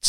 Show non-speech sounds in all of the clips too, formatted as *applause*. It's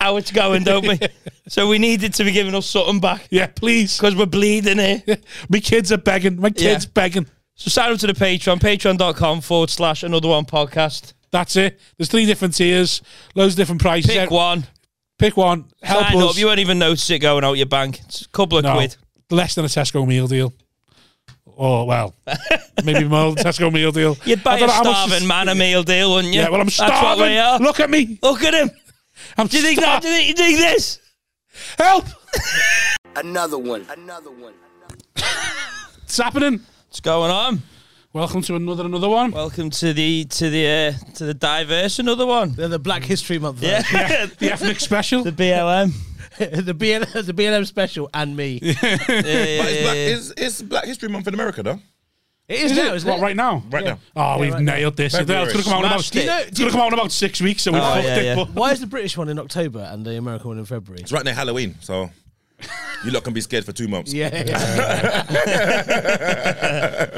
how it's going, *laughs* don't we? so we needed to be giving us something back yeah, please. because we're bleeding here. My kids are begging. My kids Yeah. begging. So sign up to the Patreon, patreon.com forward slash another one podcast. That's it. There's three different tiers, loads of different prices. Pick one. Pick one. Help Sign us. up. You won't even notice it going out your bank. It's a couple of No, quid. less than a Tesco meal deal. Or *laughs* well, maybe more than Tesco meal deal. You'd buy I don't a know how much this- starving man a meal deal, wouldn't you? Yeah, well, I'm That's what we are. starving. Look at me. Look at him. I'm Do you think that? starving. Do you think, do you think this? *laughs* Help! Another one. Another one. It's happening. What's going on? Welcome to another another one. Welcome to the to the uh, to the diverse another one. They're the Black History Month. Yeah, the ethnic special. *laughs* the BLM. version. *laughs* the BLM, the BLM special, *laughs* and me. it But it's, black, it's, it's Black History Month in America, though. is, now, isn't What, it? right now? Right now. Oh, we've nailed this. It's February. Oh, going to come out in about. Smashed it. You know- It's going to come out in about six weeks, so we fucked Oh, yeah, it. yeah. But Why is the British one in October and the American one in February? It's right near Halloween, so *laughs* you lot can be scared for two months. Yeah, yeah.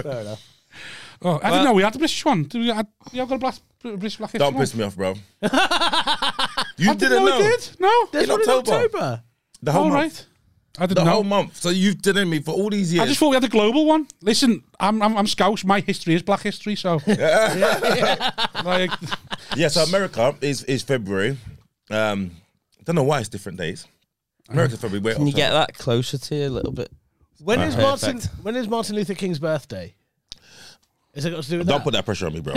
oh, I didn't know we had the British one. Do we? Had, we have got a black, British black. Don't history piss one? me off, bro. you I didn't know we did. No. There's In one October. in October. The whole All month. right. I The didn't know. whole month. So you've done me for all these years. I just thought we had a global one. Listen, I'm I'm, I'm Scouse. My history is black history, *laughs* so *laughs* like yeah, so America is, is February. Um, don't know why it's different days. America's February. Wait, Can you get that closer to you a little bit? When is Martin? Perfect. When is Martin Luther King's birthday? Is it got to do with Don't that? put that pressure on me, bro.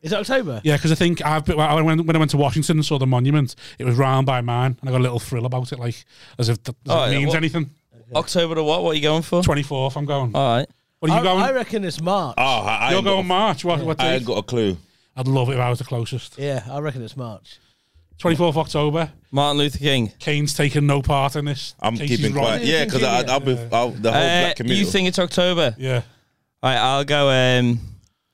Is it October? yeah, because I think I've been, when, I went- when I went to Washington and saw the monument, it was round by mine, and I got a little thrill about it, like as if th- as Oh, it yeah, means what- anything. October to what? What are you going for? Twenty fourth, I'm going. All right. what are you I, going? I reckon it's March. oh, I, I, You're ain't got, going March. What, what a- I date? ain't got a clue. I'd love it if I was the closest. yeah, I reckon it's March. Twenty fourth October. Martin Luther King. Kane's taking no part in this. I'm Casey's keeping right. quiet. Yeah, because I'll be I'll, the whole Uh, black community. you think it's October? Yeah. All right, I'll go. Um,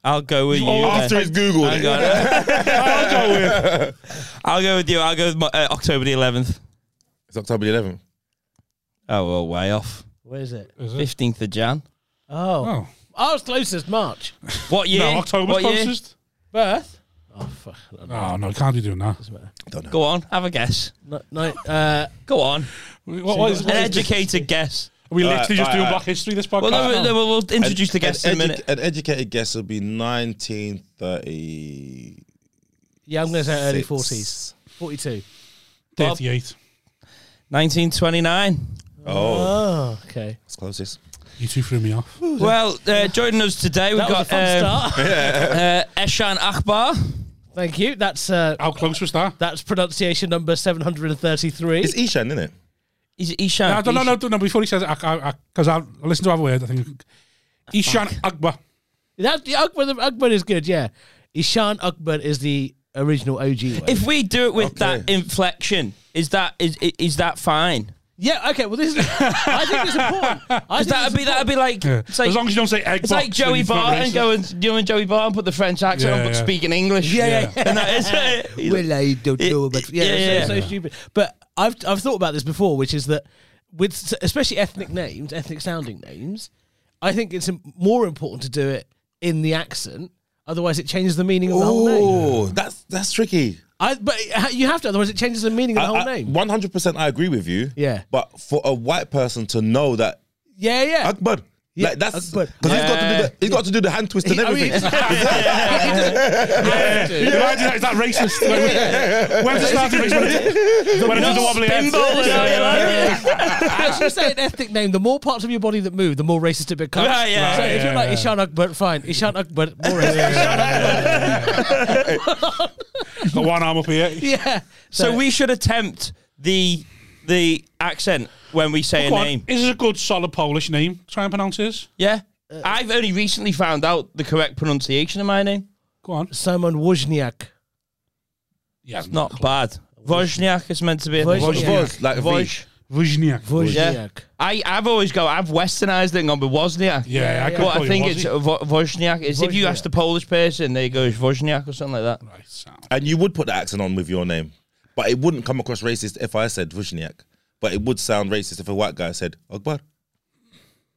I'll go with you. uh, after he's googled Hang it. on. Oh, I'll go with. *laughs* I'll go with you. I'll go with my, uh, October the 11th. It's October the 11th. Oh, well, way off. Where is it? Is it? 15th of Jan. Oh, Oh. I was closest March. What year? No, October's what year? closest. Birth? Oh fuck! Oh no, can't be doing that. Go on, have a guess. No, no, uh, Go on, What, what is, what is an this? educated guess. Are we All literally right, just all doing right, Black History this podcast? Well, no, no, we'll, we'll An- introduce the an guest in a edu- minute. An educated guess would be 1930. yeah, I'm going to say early Six. forties, forty-two. Bob. 38. 1929. Oh, Oh, okay. it's closest. You two threw me off. Well, uh, joining us today, we've That got was a fun um, start. *laughs* uh, Eshan Akbar. Thank you. That's uh, How close was that? that's pronunciation number seven hundred and thirty-three. It's Ishan, isn't it? Is it Ishan? No, no, no, no, no, before he says it, because I, I, 'cause I, I listened to other words, I think. Ishan Agba. That the Akbar, the Akbar is good. Yeah, Ishan Akbar is the original OG. One. If we do it with that Okay. inflection, is that is i- is that fine? yeah, okay. Well, this is. I think it's important. *laughs* I think That'd it's be that'd be like, Yeah. it's like as long as you don't say egg It's like Joey Barton going, you and Joey Barton put the French accent Yeah, on, but yeah. speaking English. Yeah, yeah, And that is it. Well, I don't It- know, but yeah, yeah, it's- it's yeah. so stupid. But I've I've thought about this before, which is that with s- especially ethnic names, ethnic sounding names, I think it's im- more important to do it in the accent. Otherwise, it changes the meaning of the whole name. Oh, that's that's tricky. I, but ha- you have to, otherwise it changes the meaning of the whole name. One hundred percent, I agree with you. Yeah. but for a white person to know that Yeah, yeah. Akbar, Yeah, like that's Akbar. because he's got to do the he's got to do the hand twist and I mean, *laughs* everything. Yeah. Imagine that, is that racist? Like, when does it start *laughs* to be *laughs* racist? When it does a wobbly head. Pinball and all you like. *laughs* As you say an ethnic name, the more parts of your body that move, the more racist it becomes. Right, yeah, so yeah, if you're like Ishan Akbar, fine. Ishan Akbar, *laughs* more racist. Got one arm up here. yeah. So we should attempt the the accent when we say Go a on. name. This is a good, solid Polish name. Try and pronounce his. Yeah. I've only recently found out the correct pronunciation of my name. Go on. Simon Wozniak. Yeah, It's not bad. Wozniak is meant to be. Wozniak. Voz, like a V. Woj. Wozniak. Yeah. Wozniak. I, I've always go, I've westernized it and gone with Wozniak. Yeah, I could But call I you think Wozzy. it's uh, Vo- Wozniak. It's if you Wozniak. ask the Polish person, they go Wozniak or something like that. Right, sound. And you would put the accent on with your name, but it wouldn't come across racist if I said Vushniak. But it would sound racist if a white guy said Akbar.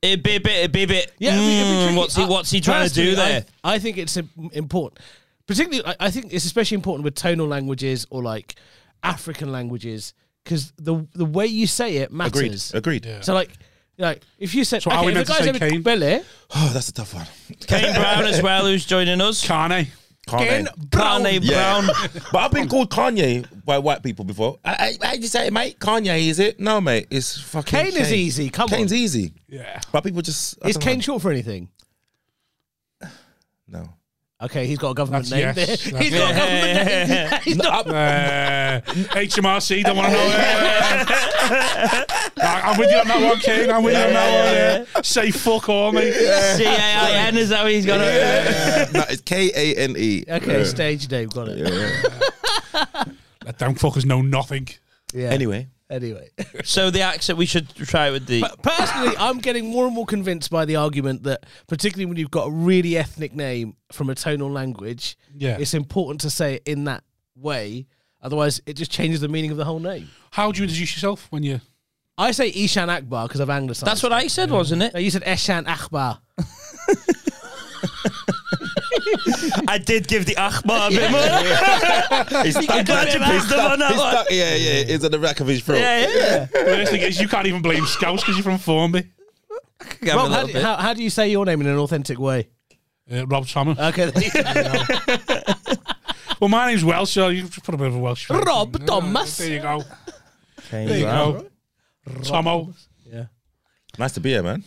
It'd be a bit, it'd be a bit. Yeah, it'd be- it'd be mm, tricky. what's he, I- what's he trying to do personally, there? I, I think it's im- important, particularly. I, I think it's especially important with tonal languages or like African languages because the the way you say it Agreed. matters. Agreed. So like, like if you said, So are okay, we if a meant to guy's say having Kane? Bele, *sighs* Oh, that's a tough one. Kane Brown as well, who's joining us. Carne. Kanye. Kane *laughs* Brown. but I've been called Kanye by white people before. I, I, I just say, mate, Kanye is it? No, mate, it's fucking. Kane is easy, come on. Kane's easy. Yeah. But people just. I is don't Kane know. short for anything? No. Okay, he's got a government That's- name. yes, there. that's- *laughs* He's got a government name. He's not. Uh, HMRC, don't want to know. Uh, I'm with you on that one, King. I'm with you on that one. Yeah. Say fuck all, mate. C A I N is how he's got it. *laughs* no, it's K A N E. *laughs* Okay, stage name, got it. That damn Uh, fuckers know nothing. Yeah. Anyway. Anyway. *laughs* So the accent, we should try it with the. But personally, I'm getting more and more convinced by the argument that, particularly when you've got a really ethnic name from a tonal language, Yeah. it's important to say it in that way. Otherwise, it just changes the meaning of the whole name. How do you introduce yourself when you? I say Ishan Akbar because I've anglicised. That's what I said, wasn't it? No, you said Eshan Akbar. I did give the Akbar a bit *laughs* more. He's can stuck. do it He's after stuck. one hour. He's stuck. *laughs* Yeah, yeah. It's at the back of his throat. Yeah, yeah. The worst thing is you can't even blame Scouse because you're from Formby. Give him a Rob, how little do, bit. how, how do you say your name in an authentic way? Uh, Rob Thomas. *laughs* Okay, *laughs* there you go. well, my name's Welsh, so you can put a bit of a Welsh. flavor. Rob Thomas. There you go. There you go. Tomo. Nice to be here, man.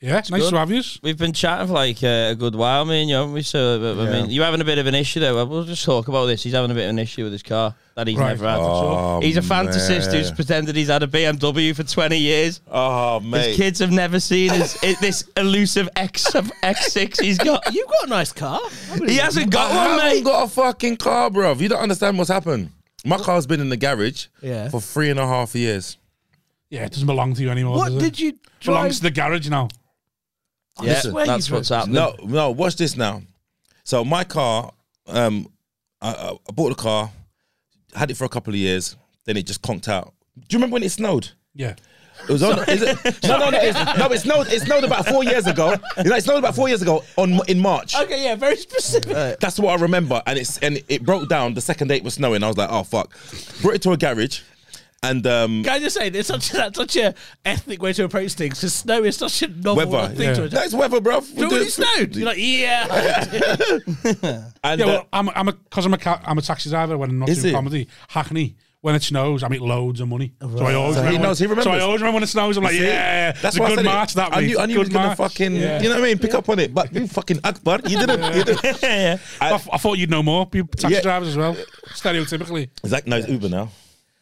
Yeah, nice good. to have you. We've been chatting for like uh, a good while, me and you, haven't we? So, uh, I mean, you're having a bit of an issue there. Well, We'll just talk about this. He's having a bit of an issue with his car that he's Right. never had. Oh, he's a fantasist man. who's pretended he's had a BMW for 20 years. Oh, His mate. kids have never seen his, i this elusive X of X6 he's got. You've got a nice car. He hasn't Oh, got I one, haven't mate. got a fucking car, bruv. You don't understand what's happened. My car's been in the garage Yeah. for three and a half years. Yeah, it doesn't belong to you anymore. What does it? did you drive? Belongs to the garage now. yeah, *laughs* Listen, that's you what's happening. No, no. Watch this now. So my car, um, I- I, I bought the car, had it for a couple of years, then it just conked out. Do you remember when it snowed? Yeah. It was on. Is it, no, no, no, it's, no. It snowed. It snowed about four years ago. You know, it snowed about four years ago on in March. Okay, yeah, very specific. That's what I remember. And it's and it broke down. The second day it was snowing. I was like, oh fuck. Brought it to a garage, and um, Can I just say, there's such a, such a ethnic way to approach things because snow is such a novel weather. thing Yeah. to attack. That's weather, bro. We But do when it- it snowed, you're like, yeah. And Yeah, uh, well, I'm, I'm a because I'm a ca- I'm a taxi driver when I'm not Is doing it? Oh, comedy. Hackney. When it snows, I make loads of money. So I always So he remember knows, he when, So I remembers. always remember when it snows. I'm like, See? Oh, yeah, that's a why I good said it. march that I week. knew, I knew he good was gonna march. fucking, Yeah. you know what I mean? Pick up on it, but you fucking Akbar, you didn't. You didn't. I, I thought you'd know more. You taxi Yeah. drivers as *laughs* well, stereotypically. It's like no, it's Uber now.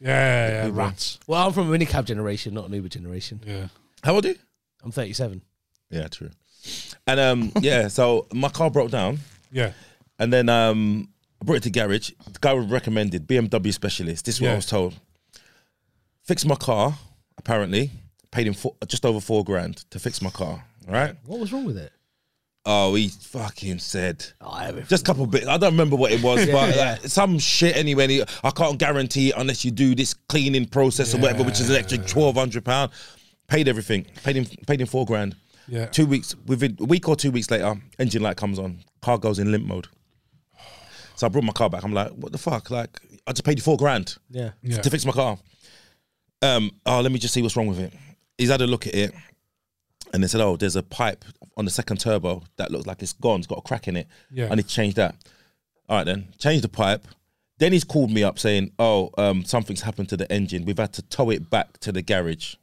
Yeah, yeah, yeah, rats. well, I'm from a minicab generation, not an Uber generation. Yeah. How old are you? I'm 37. Yeah, true. And um, yeah, so my car broke down, Yeah. and then um, I brought it to garage. The guy was recommended BMW specialist. This is what Yeah. I was told. Fixed my car. Apparently, paid him four, just over four grand to fix my car. Right? What was wrong with it? Oh, he fucking said. Oh, I have it. Just a couple bits. I don't remember what it was, but like, some shit anyway. and he- I can't guarantee it unless you do this cleaning process or whatever, which is an extra twelve hundred pound. Paid everything. Paid him. Paid him four grand. Yeah. Two weeks. Within a week or two weeks later, engine light comes on. Car goes in limp mode. So I brought my car back. I'm like, what the fuck? Like, I just paid you four grand Yeah. Yeah. to fix my car. Um, oh, let me just see what's wrong with it. He's had a look at it. and they said, "Oh, there's a pipe on the second turbo that looks like it's gone. It's got a crack in it. Yeah. I need to change that." All right, then change the pipe. Then he's called me up saying, "Oh, um, something's happened to the engine. We've had to tow it back to the garage."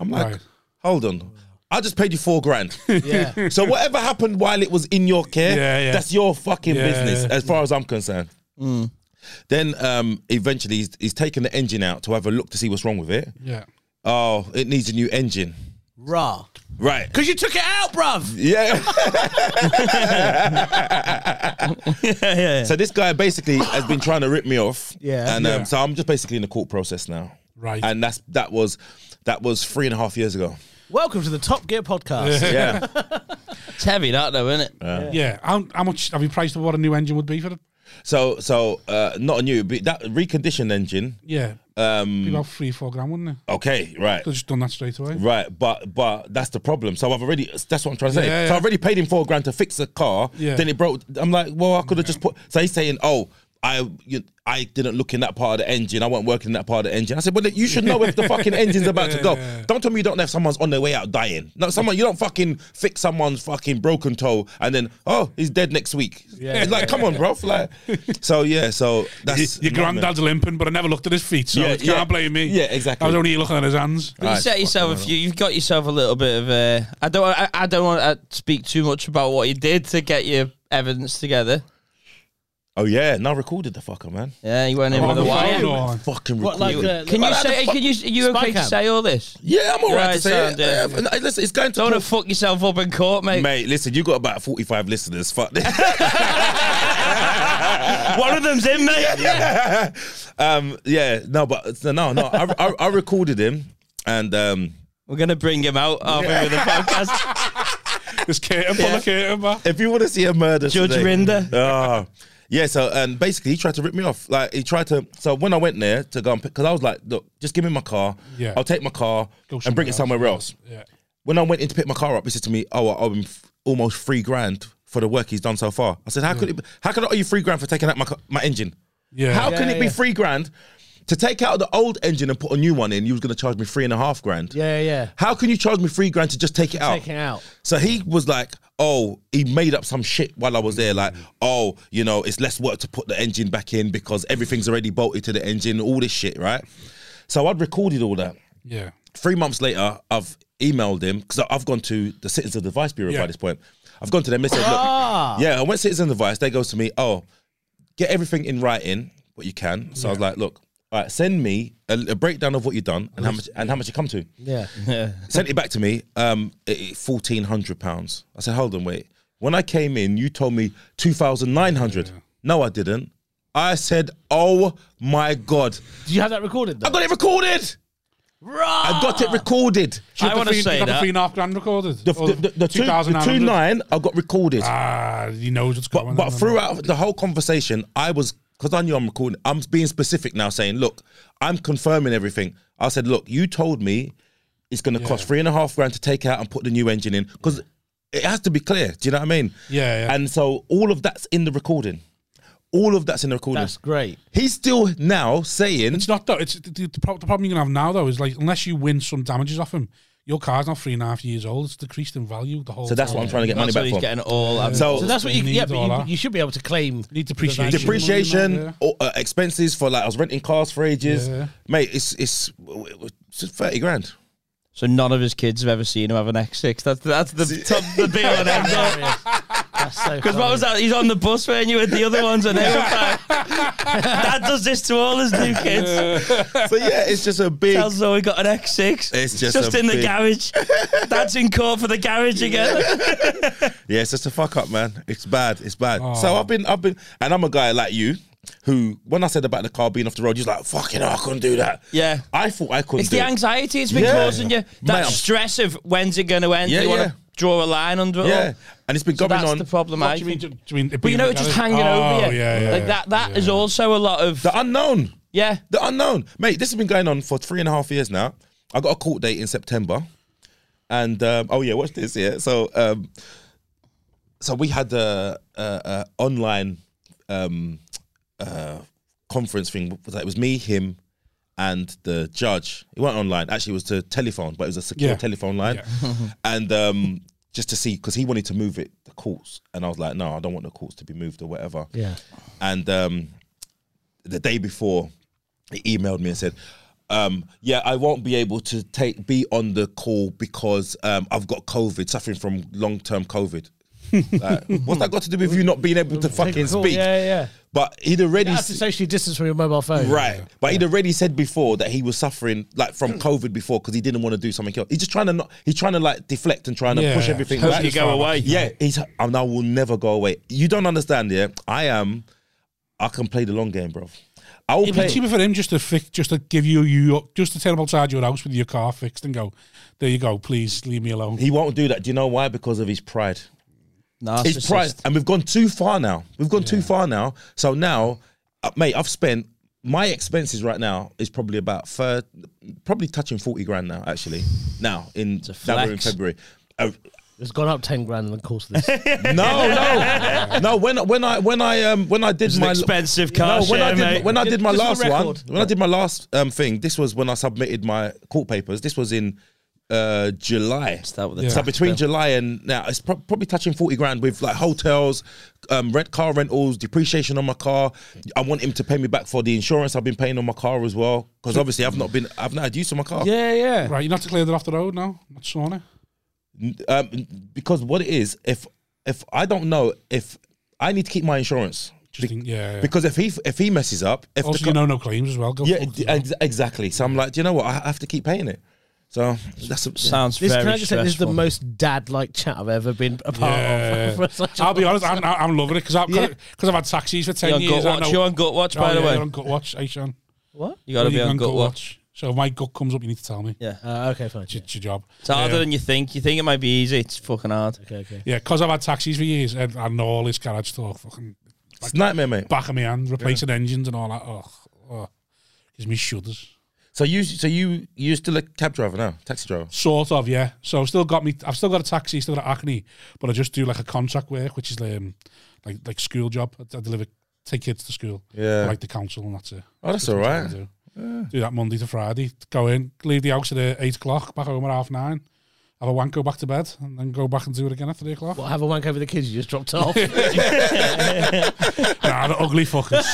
I'm like, *laughs* Right. "Hold on." I just paid you four grand. Yeah. so whatever happened while it was in your care, Yeah, yeah. that's your fucking Yeah, business, yeah. as far as I'm concerned. Mm. Then um, eventually he's, he's taken the engine out to have a look to see what's wrong with it. Yeah. Oh, it needs a new engine. Rah. Right. Because you took it out, bruv. Yeah. *laughs* yeah, yeah. so this guy basically has been trying to rip me off. Yeah. And Yeah. Um, so I'm just basically in the court process now. Right. And that's that was that was three and a half years ago. Welcome to the Top Gear podcast. *laughs* Yeah. It's heavy, that though, isn't it? Yeah. How, how much have you priced what a new engine would be for the *laughs* so so uh, not a new, but that reconditioned engine. Yeah. Um, be about three, four grand, wouldn't it? Okay. Right. Could have just done that straight away. Right, but but that's the problem. So I've already that's what I'm trying to say. Yeah, so I yeah. have already paid him four grand to fix the car. Yeah. Then it broke. I'm like, well, I could have just put. So he's saying, oh, I you, I didn't look in that part of the engine. I wasn't working in that part of the engine. I said, well, then you should know if *laughs* the fucking engine's about to go. Don't tell me you don't know if someone's on their way out dying. No, someone you don't fucking fix someone's fucking broken toe and then oh, he's dead next week. Yeah. It's like, come *laughs* on, bro. Like, so yeah, so that's Your granddad's limping, but I never looked at his feet, so Yeah, you can't yeah. blame me. Yeah, exactly. I was only here looking at his hands. But you Alright, set yourself a few. You've got yourself a little bit of a. I don't. I, I don't want to speak too much about what you did to get your evidence together. Oh yeah, now recorded the fucker man. Yeah, you went in On with a the wire. phone or- Fucking What, recorded. like, uh, Can like- you say? Can you? Are you Spy okay to cam. say all this? Yeah, I'm alright Right, to say sound, it. yeah, Yeah, yeah. and, uh, Listen, it's going to Don't want court. to fuck yourself up in court, mate. Mate, listen, you got about 45 listeners. Fuck this. *laughs* One of them's in, mate. um, yeah, no, but no, no, no. I, I, I recorded him and um, We're gonna bring him out after the podcast. This curtain, pull the curtain back. if you want to see a murder, Judge today, Rinder. Ah. yeah, so and basically he tried to rip me off. Like he tried to. So when I went there to go and pick, because I was like, look, just give me my car. Yeah. I'll take my car Go and bring it somewhere somewhere else. Yeah. When I went in to pick my car up, he said to me, "Oh, I owe him f- almost three grand for the work he's done so far." I said, "How could it? Be, how could I owe you three grand for taking out my ca- my engine?" Yeah. How Yeah, can it be yeah. three grand to take out the old engine and put a new one in? You was going to charge me three and a half grand. *laughs* Yeah, yeah. How can you charge me three grand to just take it out? Take it out. So he was like, "Oh, he made up some shit while I was there. Like, oh, you know, it's less work to put the engine back in because everything's already bolted to the engine. All this shit, right? So I'd recorded all that. yeah. Three months later, I've emailed him because I've gone to the Citizens Advice Bureau Yeah. by this point. I've gone to them. They said, "Look, Ah. yeah, I went Citizen Advice. They goes to me, oh, get everything in writing, what you can. So I was like, look, all right, send me a, a breakdown of what you've done and how much and how much you come to. Yeah. Sent it back to me, um, fourteen hundred pounds. I said, hold on, wait. When I came in, you told me two thousand nine hundred. No, I didn't. I said, oh my god, *laughs* Do you have that *laughs* recorded though? I got it recorded. I got it recorded. Do you have I the wanna three- say you have the that. three and a half grand recorded. The, Or the, the, the, two, the 2,900? two nine, I got recorded. Ah, he knows what's going But, on. but throughout the whole conversation, I was because I knew I'm recording. I'm being specific now, saying, "Look, I'm confirming everything." I said, "Look, you told me it's going to cost three and a half grand to take out and put the new engine in because it has to be clear." Do you know what I mean? Yeah, yeah. And so all of that's in the recording. All of that's in the recording. That's great. He's still now saying, It's not though. It's the, the, the pro- the problem you're gonna have now though is like unless you win some damages off him, your car's not three and a half years old. It's decreased in value the whole. "So that's what I'm trying to get money That's what back he's from." getting all. I'm- So, So that's what you. Need Yeah, all but that. you, you should be able to claim. Need depreciation. The value. depreciation Yeah. or, uh, expenses for like I was renting cars for ages, Yeah. mate. It's it's it's thirty grand. So none of his kids have ever seen him have an X6. That's that's the *laughs* top the deal and end of it. That's so. Because what was that? He's on the bus when you with the other ones, and they were *laughs* like, "Dad does this to all his new kids." *laughs* so yeah, it's just a big. Tells Zoe got an X6. It's just a in the big- garage. Dad's in court for the garage *laughs* again. Yeah, it's just a fuck up, man. It's bad. It's bad. So Oh. I've been, I've been, and I'm a guy like you, who when I said about the car being off the road, you're like, fucking, hell, I couldn't do that. Yeah. I thought I couldn't. It's do the it. anxiety it's been Yeah. causing you. That Mate, I'm- stress of when's it going to end? Yeah, you yeah. want to draw a line under it. Yeah, all. and it's been So going that's on. the problem. I What do you mean? think. Do, do you mean? it But being you know, in it's the just garage? hanging over Oh, you. Yeah, yeah. like that. That is yeah. also a lot of the unknown. yeah. The unknown, mate. This has been going on for three and a half years now. I got a court date in September, and um, oh yeah, watch this. Yeah, so um, so we had a, a, a online um, uh, conference thing. It was me, him, and the judge. It went online. Actually, it was to telephone, but it was a secure Yeah. *laughs* telephone line. and um, just to see, because he wanted to move it, the courts. And I was like, no, I don't want the courts to be moved or whatever. Yeah. And um, the day before, he emailed me and said, um, yeah, I won't be able to take be on the call because um, I've got COVID, suffering from long term *laughs* COVID. Like, what's that got to do with you not being able to fucking Cool. speak? Yeah, yeah. But he'd already You have to s- socially distance from your mobile phone. Right. But he'd already said before that he was suffering like from *clears throat* COVID before because he didn't want to do something else. He's just trying to not he's trying to like deflect and trying to Yeah. push everything Hope back. you go away. Yeah, he's and I will never go away. You don't understand, yeah. I am I can play the long game, bro. I will It'd play be cheaper for him just to fix, just to give you, you just to turn up outside your house with your car fixed and go, there you go, please leave me alone. he won't do that. Do you know why? Because of his pride. It's Narcissist. pride, and we've gone too far now. We've gone too far now. So now, uh, mate, I've spent my expenses right now is probably about third, probably touching forty grand now. Actually, now in a January and flex. February. Uh, It's gone up ten grand in the course of this. no, *laughs* no, no. When when I when I um when I did It's an my expensive car when share, I did mate. when I did my Just for last the one, record. when I did my last um thing, this was when I submitted my court papers. This was in uh July. Start with the Yeah. So tax between bill. July and now, it's prob- probably touching forty grand with like hotels, um, rent car rentals, depreciation on my car. I want him to pay me back for the insurance I've been paying on my car as well, because obviously I've not been, I've not had use of my car. yeah, yeah. Right, you're not to clear that off the road now. Not sauna. Um, because what it is, if if I don't know if I need to keep my insurance, Just think, yeah. because if he if he messes up, if also, the you co- know, no claims as well. Go yeah, fuck ex- yourself. exactly. So I'm like, do you know what? I have to keep paying it. So that's a, Sounds *laughs* This, very can I just say, this is the stressful. most dad-like chat I've ever been a part *laughs* Yeah. *laughs* of. *laughs* for such a I'll be long honest, I'm, I'm loving it because I've, Yeah. cause I've had taxis for 10 You're on years. gut I watch. know- You're on gut watch, by Oh, the yeah, way. You're on gut watch, Aishan. What? You got to be You're on gut watch. So if my gut comes up, you need to tell me. Yeah. Uh, okay, fine. Yeah. It's your job. It's harder Yeah. than you think. You think it might be easy. It's fucking hard. Okay, okay. Yeah, because I've had taxis for years and I know all this garage talk, fucking it's a nightmare, mate. back of my hand, replacing engines and all that. Oh, oh, gives me shudders. So you so you you still a cab driver now, taxi driver? Sort of, yeah. So I've still got me. I've still got a taxi. Still got acne, but I just do like a contract work, which is um, like like school job. I, I deliver take kids to school. Yeah. like the council and that's it. Oh, that's all what I right. Do. do that Monday to Friday. Go in, leave the house at uh, eight o'clock, back home at half nine. Have a wank, go back to bed, and then go back and do it again at three o'clock. What, have a wank over the kids you just *laughs* dropped off? Nah, the ugly *laughs* fuckers.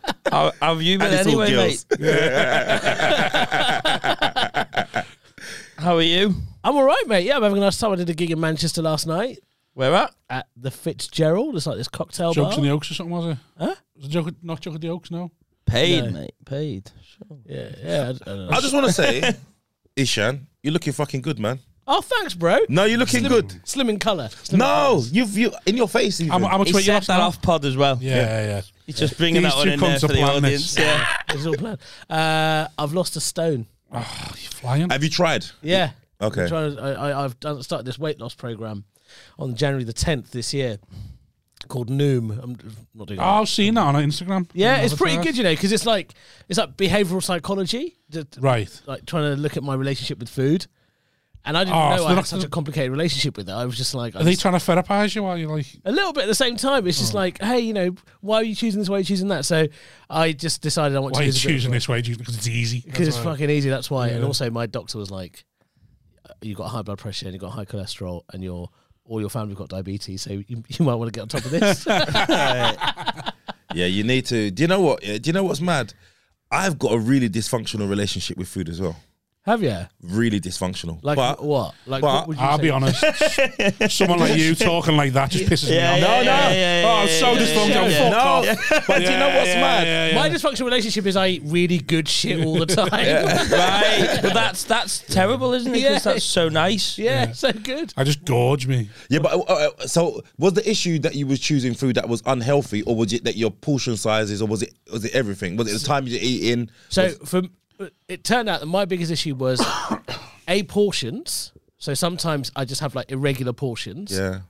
*laughs* How, have you been it's all anyway, girls. mate? *laughs* How are you? I'm all right, mate. Yeah, I'm having a nice time. I did a gig in Manchester last night Where at? at the Fitzgerald. It's like this cocktail Jokes bar. in the Oaks or something, was it? Huh? Was it joke, not joke at the Oaks, no? Paid, No. mate. Paid. yeah, yeah. I- I don't know. I just want to *laughs* say, Ishan, you're looking fucking good, man. Oh, thanks, bro. No, you're looking good. Slim in colour. Slim No, you've you in your face. Even. I'm, I'm a He tweet you set last that night. off pod as well. Yeah, yeah, yeah. He's just bringing These that one two in there cunts are for the planning audience. this. Yeah. It was all planned. Uh, I've lost a stone. You're flying. Have you tried? Yeah. Okay. I'm trying to, I, I, I've done, started this weight loss program on January the 10th this year called Noom. I'm not doing that. Oh, I've seen that on Instagram. Yeah, it's pretty good, you know, because it's like it's like behavioural psychology, just Right. like trying to look at my relationship with food. And I didn't Oh, so know I they're had not- such a complicated relationship with it. I was just like, I Are they Oh. just- trying to therapize you while you're like, a little bit at the same time. It's just like, hey, you know, why are you choosing this? Why are you choosing that? So I just decided I want why are to you use a bit of- choosing this way? Because it's easy. because That's it's why. fucking easy. That's why. And Yeah. also, my doctor was like, "You got high blood pressure, and you got high cholesterol, and your all your family have got diabetes, so you, *laughs* you might want to get on top of this." Yeah, you need to. Do you know what? yeah, Do you know what's mad? I've got a really dysfunctional relationship with food as well. have you? Really dysfunctional. Like but, *laughs* what? Like but- what would you I'll say? be *laughs* honest. Someone like you talking like that just pisses Yeah, me yeah, off. yeah, yeah, yeah, oh, I'm yeah, so yeah, dysfunctional. Fuck yeah, No, off. *laughs* but do you know what's yeah, mad? yeah, yeah. My dysfunctional relationship is I eat really good shit all the time. *laughs* yeah. *laughs* right. But that's that's terrible, isn't it? 'Cause Yeah. that's so nice. so good. I just gorge me. Yeah, but uh, uh, so was the issue that you was choosing food that was unhealthy, or was it that your portion sizes, or was it was it everything? Was it the time you're eating? So for it turned out that my biggest issue was a portions. So sometimes I just have like irregular portions, Yeah.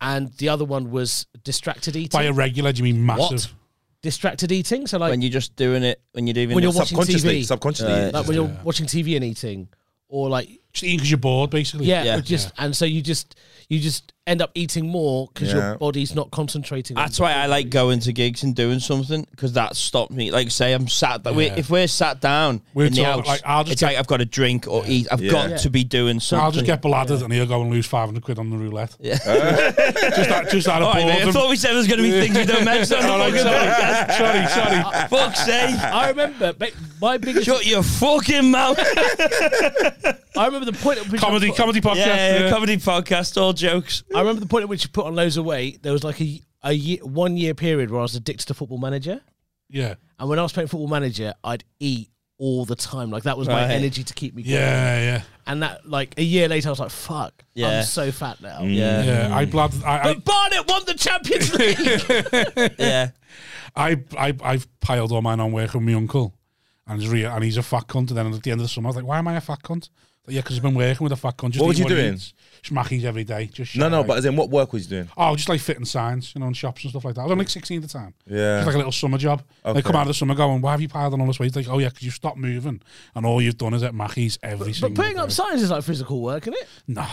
and the other one was distracted eating. By irregular, do you mean massive? what? Distracted eating. So like When you're just doing it, when you're doing When it. you're watching subconsciously, TV. subconsciously. Right. like when you're watching TV and eating, or like Just eating because you're bored, basically. Yeah, Yeah. it just and so you just you just end up eating more because Yeah. your body's not concentrating. on- That's why I like going to gigs and doing something because that stopped me. Like, say I'm sat. we- Yeah. If we're sat down We're in the talking, house, like, I'll just it's get- like I've got to drink or eat. I've Yeah. got Yeah. to be doing something. I'll just get bladdered and he'll go and lose 500 quid on the roulette. *laughs* Yeah. just out, just *laughs* out of All right, mate, Oh, I boredom. *laughs* thought we said there was going to be things we don't mention. All on the right, fucking Oh, *laughs* podcast. sorry, sorry, *laughs* sorry. *laughs* Fuck's sake! I remember ba- my biggest. Shut your fucking mouth. I remember the point at which I Comedy, put- comedy podcast. yeah, yeah. comedy podcast, all jokes. I remember the point at which you put on loads of weight. There was like a a year, one year period where I was addicted to Football Manager, yeah. and when I was playing Football Manager, I'd eat all the time. Like that was my Right. energy to keep me going. Yeah, yeah, And that like a year later, I was like, "Fuck, Yeah. Mm. I'm so fat now." Yeah, yeah. I bladdered. I, I, But Barnet won the Champions League. *laughs* yeah, I, I, I've piled all mine on work with my uncle, and he's re- and he's a fat cunt. And then at the end of the summer, I was like, "Why am I a fat cunt?" Like, yeah, because I've been working with a fat cunt. Just What was eat you he doing? eats. Smackies every day. Just No, shit no, like- but as in what work was you doing? oh, just like fitting signs, you know, in shops and stuff like that. I was only like sixteen at the time. Yeah. just like a little summer job. They Okay. come out of the summer going, "Why have you piled on all this weight?" Like, oh yeah, because you stopped moving, and all you've done is at Mackey's every single. But putting day. up signs is like physical work, isn't it? No.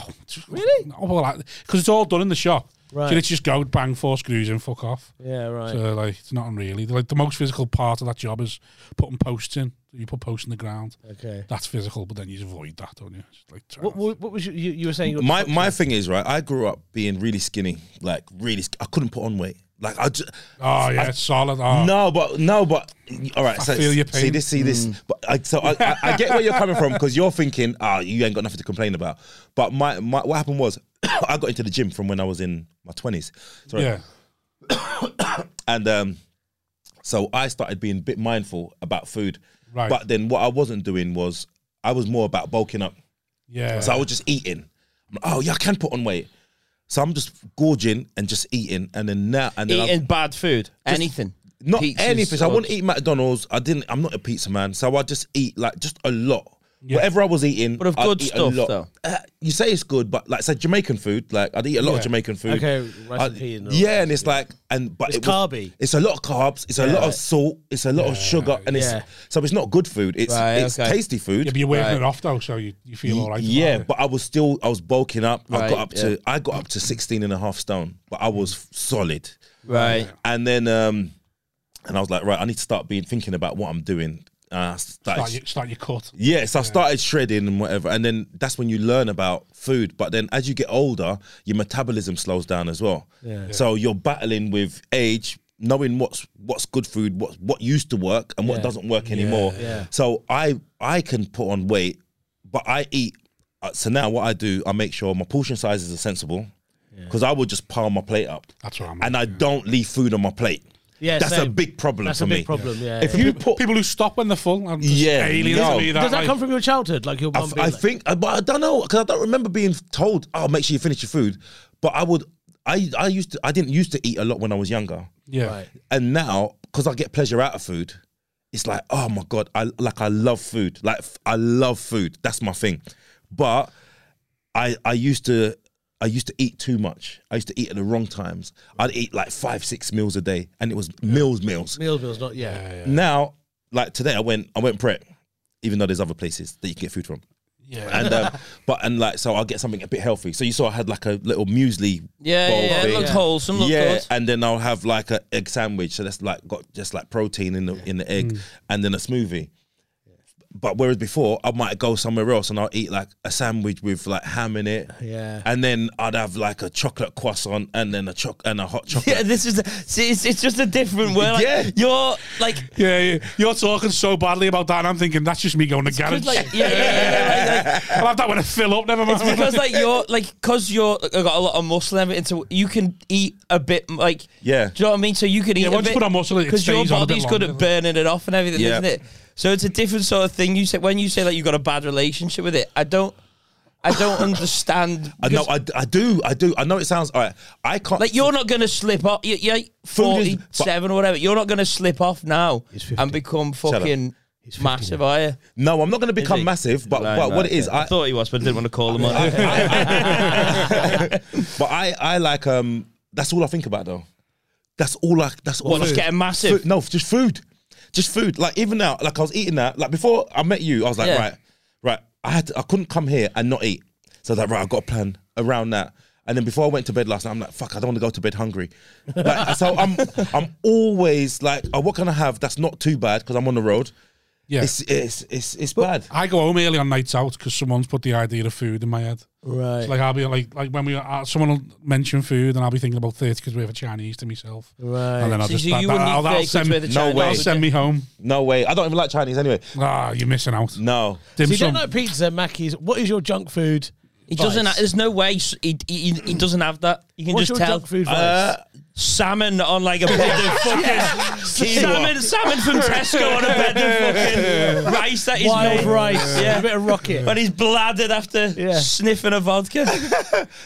Really? No, well, because it's all done in the shop. Right. So it's just go, bang four screws in, fuck off. Yeah, right. So, like, it's not really. Like, the most physical part of that job is putting posts in. You put posts in the ground. okay. That's physical, but then you avoid that, don't you? It's like, What, what, what was you, you? You were saying you were My my thing is right. I grew up being really skinny, like really. Sk- I couldn't put on weight. Like I just oh, yeah, it's solid. Oh, no, but no, but all right. so feel your See pain. this, see this. Mm. But I, so I, I, I get where you're coming from because you're thinking, ah, you ain't got nothing to complain about. But my, my what happened was, *coughs* I got into the gym from when I was in my twenties. Sorry, Yeah. and um, so I started being a bit mindful about food. Right. But then what I wasn't doing was I was more about bulking up. Yeah. So I was just eating. I'm like, oh yeah, I can put on weight. So I'm just gorging and just eating, and then now and then I'm- eating bad food, anything, not Pizzas, anything. So I wouldn't subs. eat McDonald's. I didn't. I'm not a pizza man, so I just eat like just a lot. Whatever I was eating, But of I'd good eat stuff, a lot. though. Uh, you say it's good, but like so Jamaican food, like I'd eat a lot Yeah. of Jamaican food. Okay, rice and I'd- pea and all yeah, that, and it's like and but It's it was- carby. It's a lot of carbs. It's a lot of salt. It's a lot of sugar, and it's Yeah. so it's not good food. It's Right, it's okay. tasty food. yeah, but you're working Right. it off, though, so you, you feel all right. about Yeah, it. but I was still I was bulking up. I Right, got up to I got up to 16 and a half stone, but I was f- solid. right? And then um and I was like, right, I need to start being thinking about what I'm doing. And I started Start your, start your cut. yeah, so I started shredding and whatever, and then that's when you learn about food. But then as you get older, your metabolism slows down as well. Yeah. So you're battling with age, knowing what's what's good food, what what used to work and what Yeah. doesn't work anymore. Yeah. So I I can put on weight, but I eat. uh, So now what I do, I make sure my portion sizes are sensible, because I will just pile my plate up, That's what I'm and I don't leave food on my plate. Yeah, that's a same. big problem That's for a big me. problem. Yeah. If you put People who stop when they're full. I'm just Yeah, alien no. to me. That, does that like- come from your childhood? Like your I, mum? f- being I like- think, uh, but I don't know because I don't remember being told. Oh, make sure you finish your food. But I would, I, I used to, I didn't used to eat a lot when I was younger, Yeah. Right. and now because I get pleasure out of food, it's like, oh my god, I like I love food. Like f- I love food. That's my thing. But I, I used to. I used to eat too much. I used to eat at the wrong times. I'd eat like five, six meals a day, and it was meals, meals. Meal bill's not. Yeah. Now, like today, I went, I went prep, even though there's other places that you can get food from Yeah. and um, *laughs* but and like so I'll get something a bit healthy. So you saw I had like a little muesli Yeah, bowl yeah, yeah. It thing. looked wholesome. Looked Yeah, good. and then I'll have like a egg sandwich. So that's like got just like protein in the in the egg, Mm. and then a smoothie. But whereas before I might go somewhere else and I'll eat like a sandwich with like ham in it, Yeah. and then I'd have like a chocolate croissant and then a choc and a hot chocolate. *laughs* *laughs* Yeah, this is see, it's, it's just a different word. Like, Yeah. you're like, Yeah, yeah, you're talking so badly about that, and I'm thinking that's just me going to garage. *laughs* 'cause, like yeah, yeah, yeah, yeah, like, like, I'll have that when I fill up. Never mind. because like you're like because you're like, I've got a lot of muscle and everything, so you can eat a bit like Yeah. Do you know what I mean? So you can eat Yeah, a once you bit put on muscle, it because your stays on a bit body's good longer, at doesn't burning it off and everything, Yeah. isn't it? So it's a different sort of thing. You say when you say like you got a bad relationship with it, I don't, I *laughs* don't understand. I know, I, I do, I do. I know it sounds all right. I can't Like you're not going to slip off. You're, you're like 47 or whatever. You're not going to slip off now He's 50. and become up. fucking massive, are you? No, I'm not going to become he? massive. But Right, but right, what it is, okay. I, I, thought he was, but I didn't want to call him on. it. *laughs* But I, I like um. That's all I think about though. That's all I. That's all. What, I just think- getting massive? Food- no, just food. Just food. Like even now, like I was eating that. Like before I met you, I was like, Yeah. right, right. I I had to, I couldn't come here and not eat. So I was like, right, I've got a plan around that. And then before I went to bed last night, I'm like, fuck, I don't want to go to bed hungry. Like, *laughs* so I'm I'm always like, oh, what can I have that's not too bad because I'm on the road. Yeah. It's it's it's it's bad. I go home early on nights out because someone's put the idea of food in my head. Right. It's like I'll be like, like when we uh, someone will mention food, and I'll be thinking about thirty because we have a Chinese to myself. Right. And then I'll So just you that, wouldn't that'll, eat that'll 30 send, with a No Chinese way. that'll would send you? me home. No way. I don't even like Chinese anyway. Ah, you're missing out. No. Dim so you sum. don't like pizza, Mackey's. What is your junk food? He doesn't. Vibes. Ha- there's no way s- he, he, he doesn't have that. You can What's just your tell. junk food vibes? Uh, salmon on like a bed *laughs* of fucking salmon, salmon from Tesco on a bed of *laughs* fucking rice that he's Wild made. rice. Yeah. A bit of rocket. When he's bladdered after Yeah. sniffing a vodka.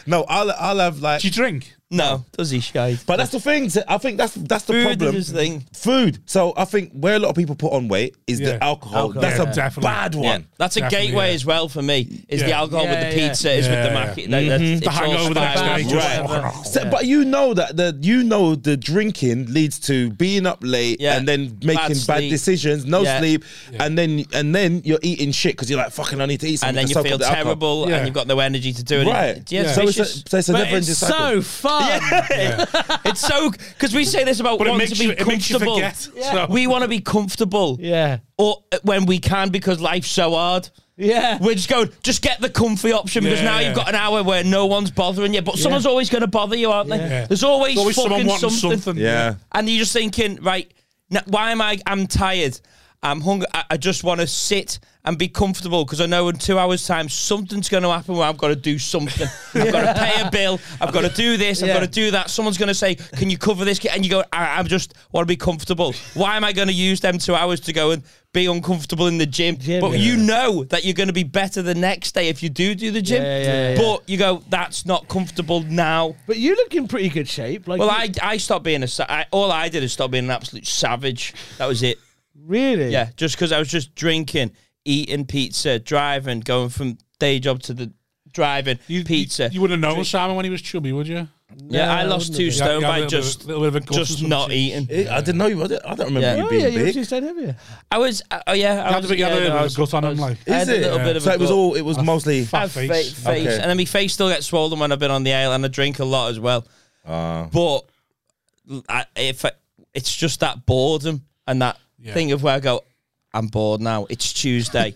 No, I'll I'll have like Do you drink? No, does he shite? But that's the thing. so I think that's that's the Food is problem. his thing. Food. So I think where a lot of people put on weight is Yeah. the alcohol. Alcohol, That's yeah. a Definitely. bad Yeah, one. that's a Definitely, gateway yeah. as well for me. Is the Yeah. alcohol Yeah, with the yeah. pizza? Is with the Yeah, Mm-hmm. market? Like, that's- it's The all hangover the next spirals. day. Just Oh. Right. *laughs* fucking- So- But you know that the you know the drinking leads to being up late Yeah. and then Bad making bad, sleep. decisions, no Yeah. sleep, and then and then you're eating shit because you're like fucking I need to eat And something. then to you soak feel up the alcohol." terrible, Yeah. and you've got no energy to do it. right? Yeah, it's So it's a, vicious. so it's a But never-ending it's cycle. so fun. *laughs* it's so because we say this about But it wanting makes to be you, it makes you comfortable. forget. So- We want to be comfortable, Yeah. or uh, when we can because life's so hard. Yeah. *laughs* We're just going, just get the comfy option because Yeah, now yeah. you've got an hour where no one's bothering you, but someone's always going to bother you, aren't they? Yeah. There's always, There's always someone fucking wanting something. something. yeah. And you're just thinking, right, n- why am I? I'm tired. I'm hungry. I, I just want to sit and be comfortable because I know in two hours' time something's going to happen where I've got to *laughs* do something. I've got to pay a bill. I've got to do this. Yeah. I've got to do that. Someone's going to say, "Can you cover this?" And you go, "I, I just want to be comfortable." Why am I going to use them two hours to go and be uncomfortable in the gym? Gym, but yeah. you know that you're going to be better the next day if you do do the gym. Yeah, yeah, yeah. But you go, "That's not comfortable now." But you look in pretty good shape. Like, Well, you- I, I stopped being a sa- I, all I did is stop being an absolute savage. That *laughs* was it. really. Yeah, just because I was just drinking, eating pizza, driving, going from day job to the driving pizza. You, wouldn't have known Simon when he was chubby, would you? yeah, I No, lost I wouldn't two have. Yeah, stone yeah, a by little bit of- just little bit of a gut or just something. not eating. It- Eh, I didn't know you. I don't, I don't remember Yeah. you Oh being yeah, you big. obviously stayed heavier. I was uh, oh yeah, I had was, a bit- you had a yeah, little no, bit of I was- gut on I him, was- like. I had Is a it? little bit of So a it was gut. all. It was mostly. fat I fa- face. face, Okay. and then my face still gets swollen when I've been on the ale, and I drink a lot as well. Ah. but I, if I, it's just that boredom and that Yeah. thing of where I go, I'm bored now. *laughs* It's Tuesday.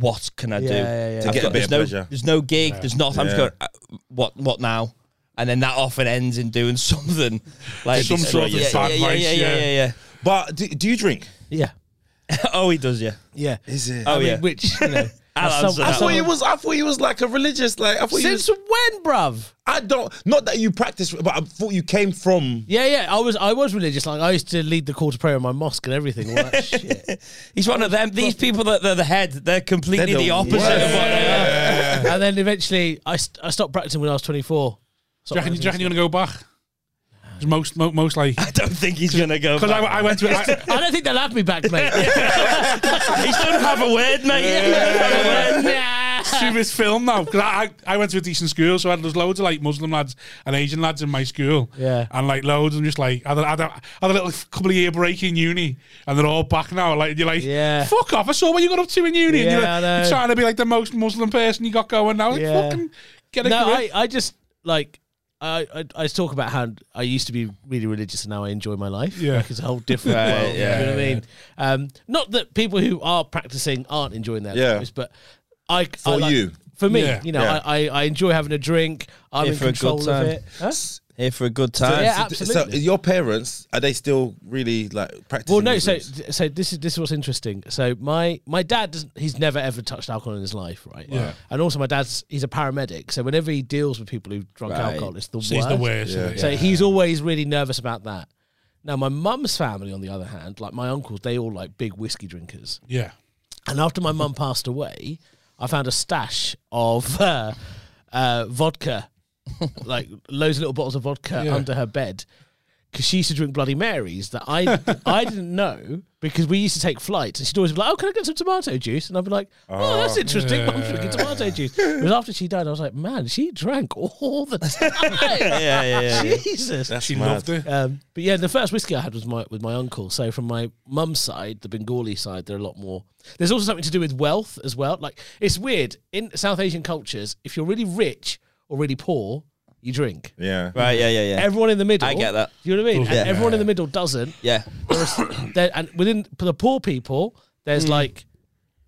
what can I do? Yeah, yeah, yeah. To I've get a bit there's of no, pleasure. There's no gig. There's nothing. I'm just Yeah. going. uh, What? What now? And then that often ends in doing *laughs* something like Some sort of yeah, bad yeah, yeah, vice, yeah, yeah, yeah. yeah, But do, do you drink? Yeah. yeah. *laughs* oh, he does. Yeah. Yeah. Is it? Oh, I mean, yeah. Which *laughs* you know. I'll as some- answer as that I thought one. you someone- was. I thought you was like a religious. Like I thought you. Was, Since when, bruv? I don't. Not that you practice, but I thought you came from. Yeah, yeah. I was I was religious. Like I used to lead the call to prayer in my mosque and everything. All *laughs* that shit. He's one of them. These people that they're the head, they're completely They're the the opposite of what they are. and then eventually I, st- I stopped practicing when I was 24. Do you reckon, do you reckon you're going to go back? 'Cause most, mo- most like. *laughs* I don't think he's gonna go. Because I, back. I went to. I, I don't think they'll have me back, *laughs* mate. he's don't have a word, mate. He doesn't have a word. *laughs* to this film now because I, I I went to a decent school, so I had, there's loads of like Muslim lads and Asian lads in my school. Yeah. and like loads, and just like I had, a- I had, a, I had a little couple of year break in uni, and they're all back now. Like you're like, Yeah. fuck off! I saw what you got up to in uni. and Yeah, you're, I like, know. you're trying to be like the most Muslim person you got going now. Like, Yeah. fucking get a no, grip. I, I just like I, I I talk about how I used to be really religious and now I enjoy my life. Yeah. like it's a whole different Right, world. yeah, you know what I mean? Um, not that people who are practicing aren't enjoying their Yeah. lives, but I for you. for me, Yeah. you know, Yeah. I, I I enjoy having a drink. I'm Yeah, in for a good control of time. it. Huh? Here for a good time. Yeah, So absolutely. your parents are they still really like practicing? Well, no. So, Muslims? so this is this is what's interesting. So, my my dad doesn't. He's never ever touched alcohol in his life, right? Yeah. And also, my dad's he's a paramedic, so whenever he deals with people who've drunk Right. alcohol, it's the So worst. he's the worst. Yeah. isn't he? So he's always really nervous about that. Now, my mum's family, on the other hand, like my uncles, they all like big whiskey drinkers. yeah. And after my mum passed away, I found a stash of *laughs* uh, uh, vodka, like loads of little bottles of vodka Yeah. under her bed. because she used to drink Bloody Marys that I I didn't know because we used to take flights and she'd always be like, "Oh, can I get some tomato juice?" And I'd be like, "Oh, that's interesting. I'm drinking tomato juice." It was after she died. I was like, "Man, she drank all the time. Yeah, yeah, yeah. *laughs* Jesus." She loved it. Um, but yeah, the first whiskey I had was my with my uncle. So from my mum's side, the Bengali side, they're a lot more. There's also something to do with wealth as well. Like it's weird in South Asian cultures, if you're really rich or really poor, you drink. Yeah. Right, yeah, yeah, yeah. Everyone in the middle, I get that. You know what I mean? Yeah. And everyone in the middle doesn't. yeah. Whereas there- and within for the poor people, there's like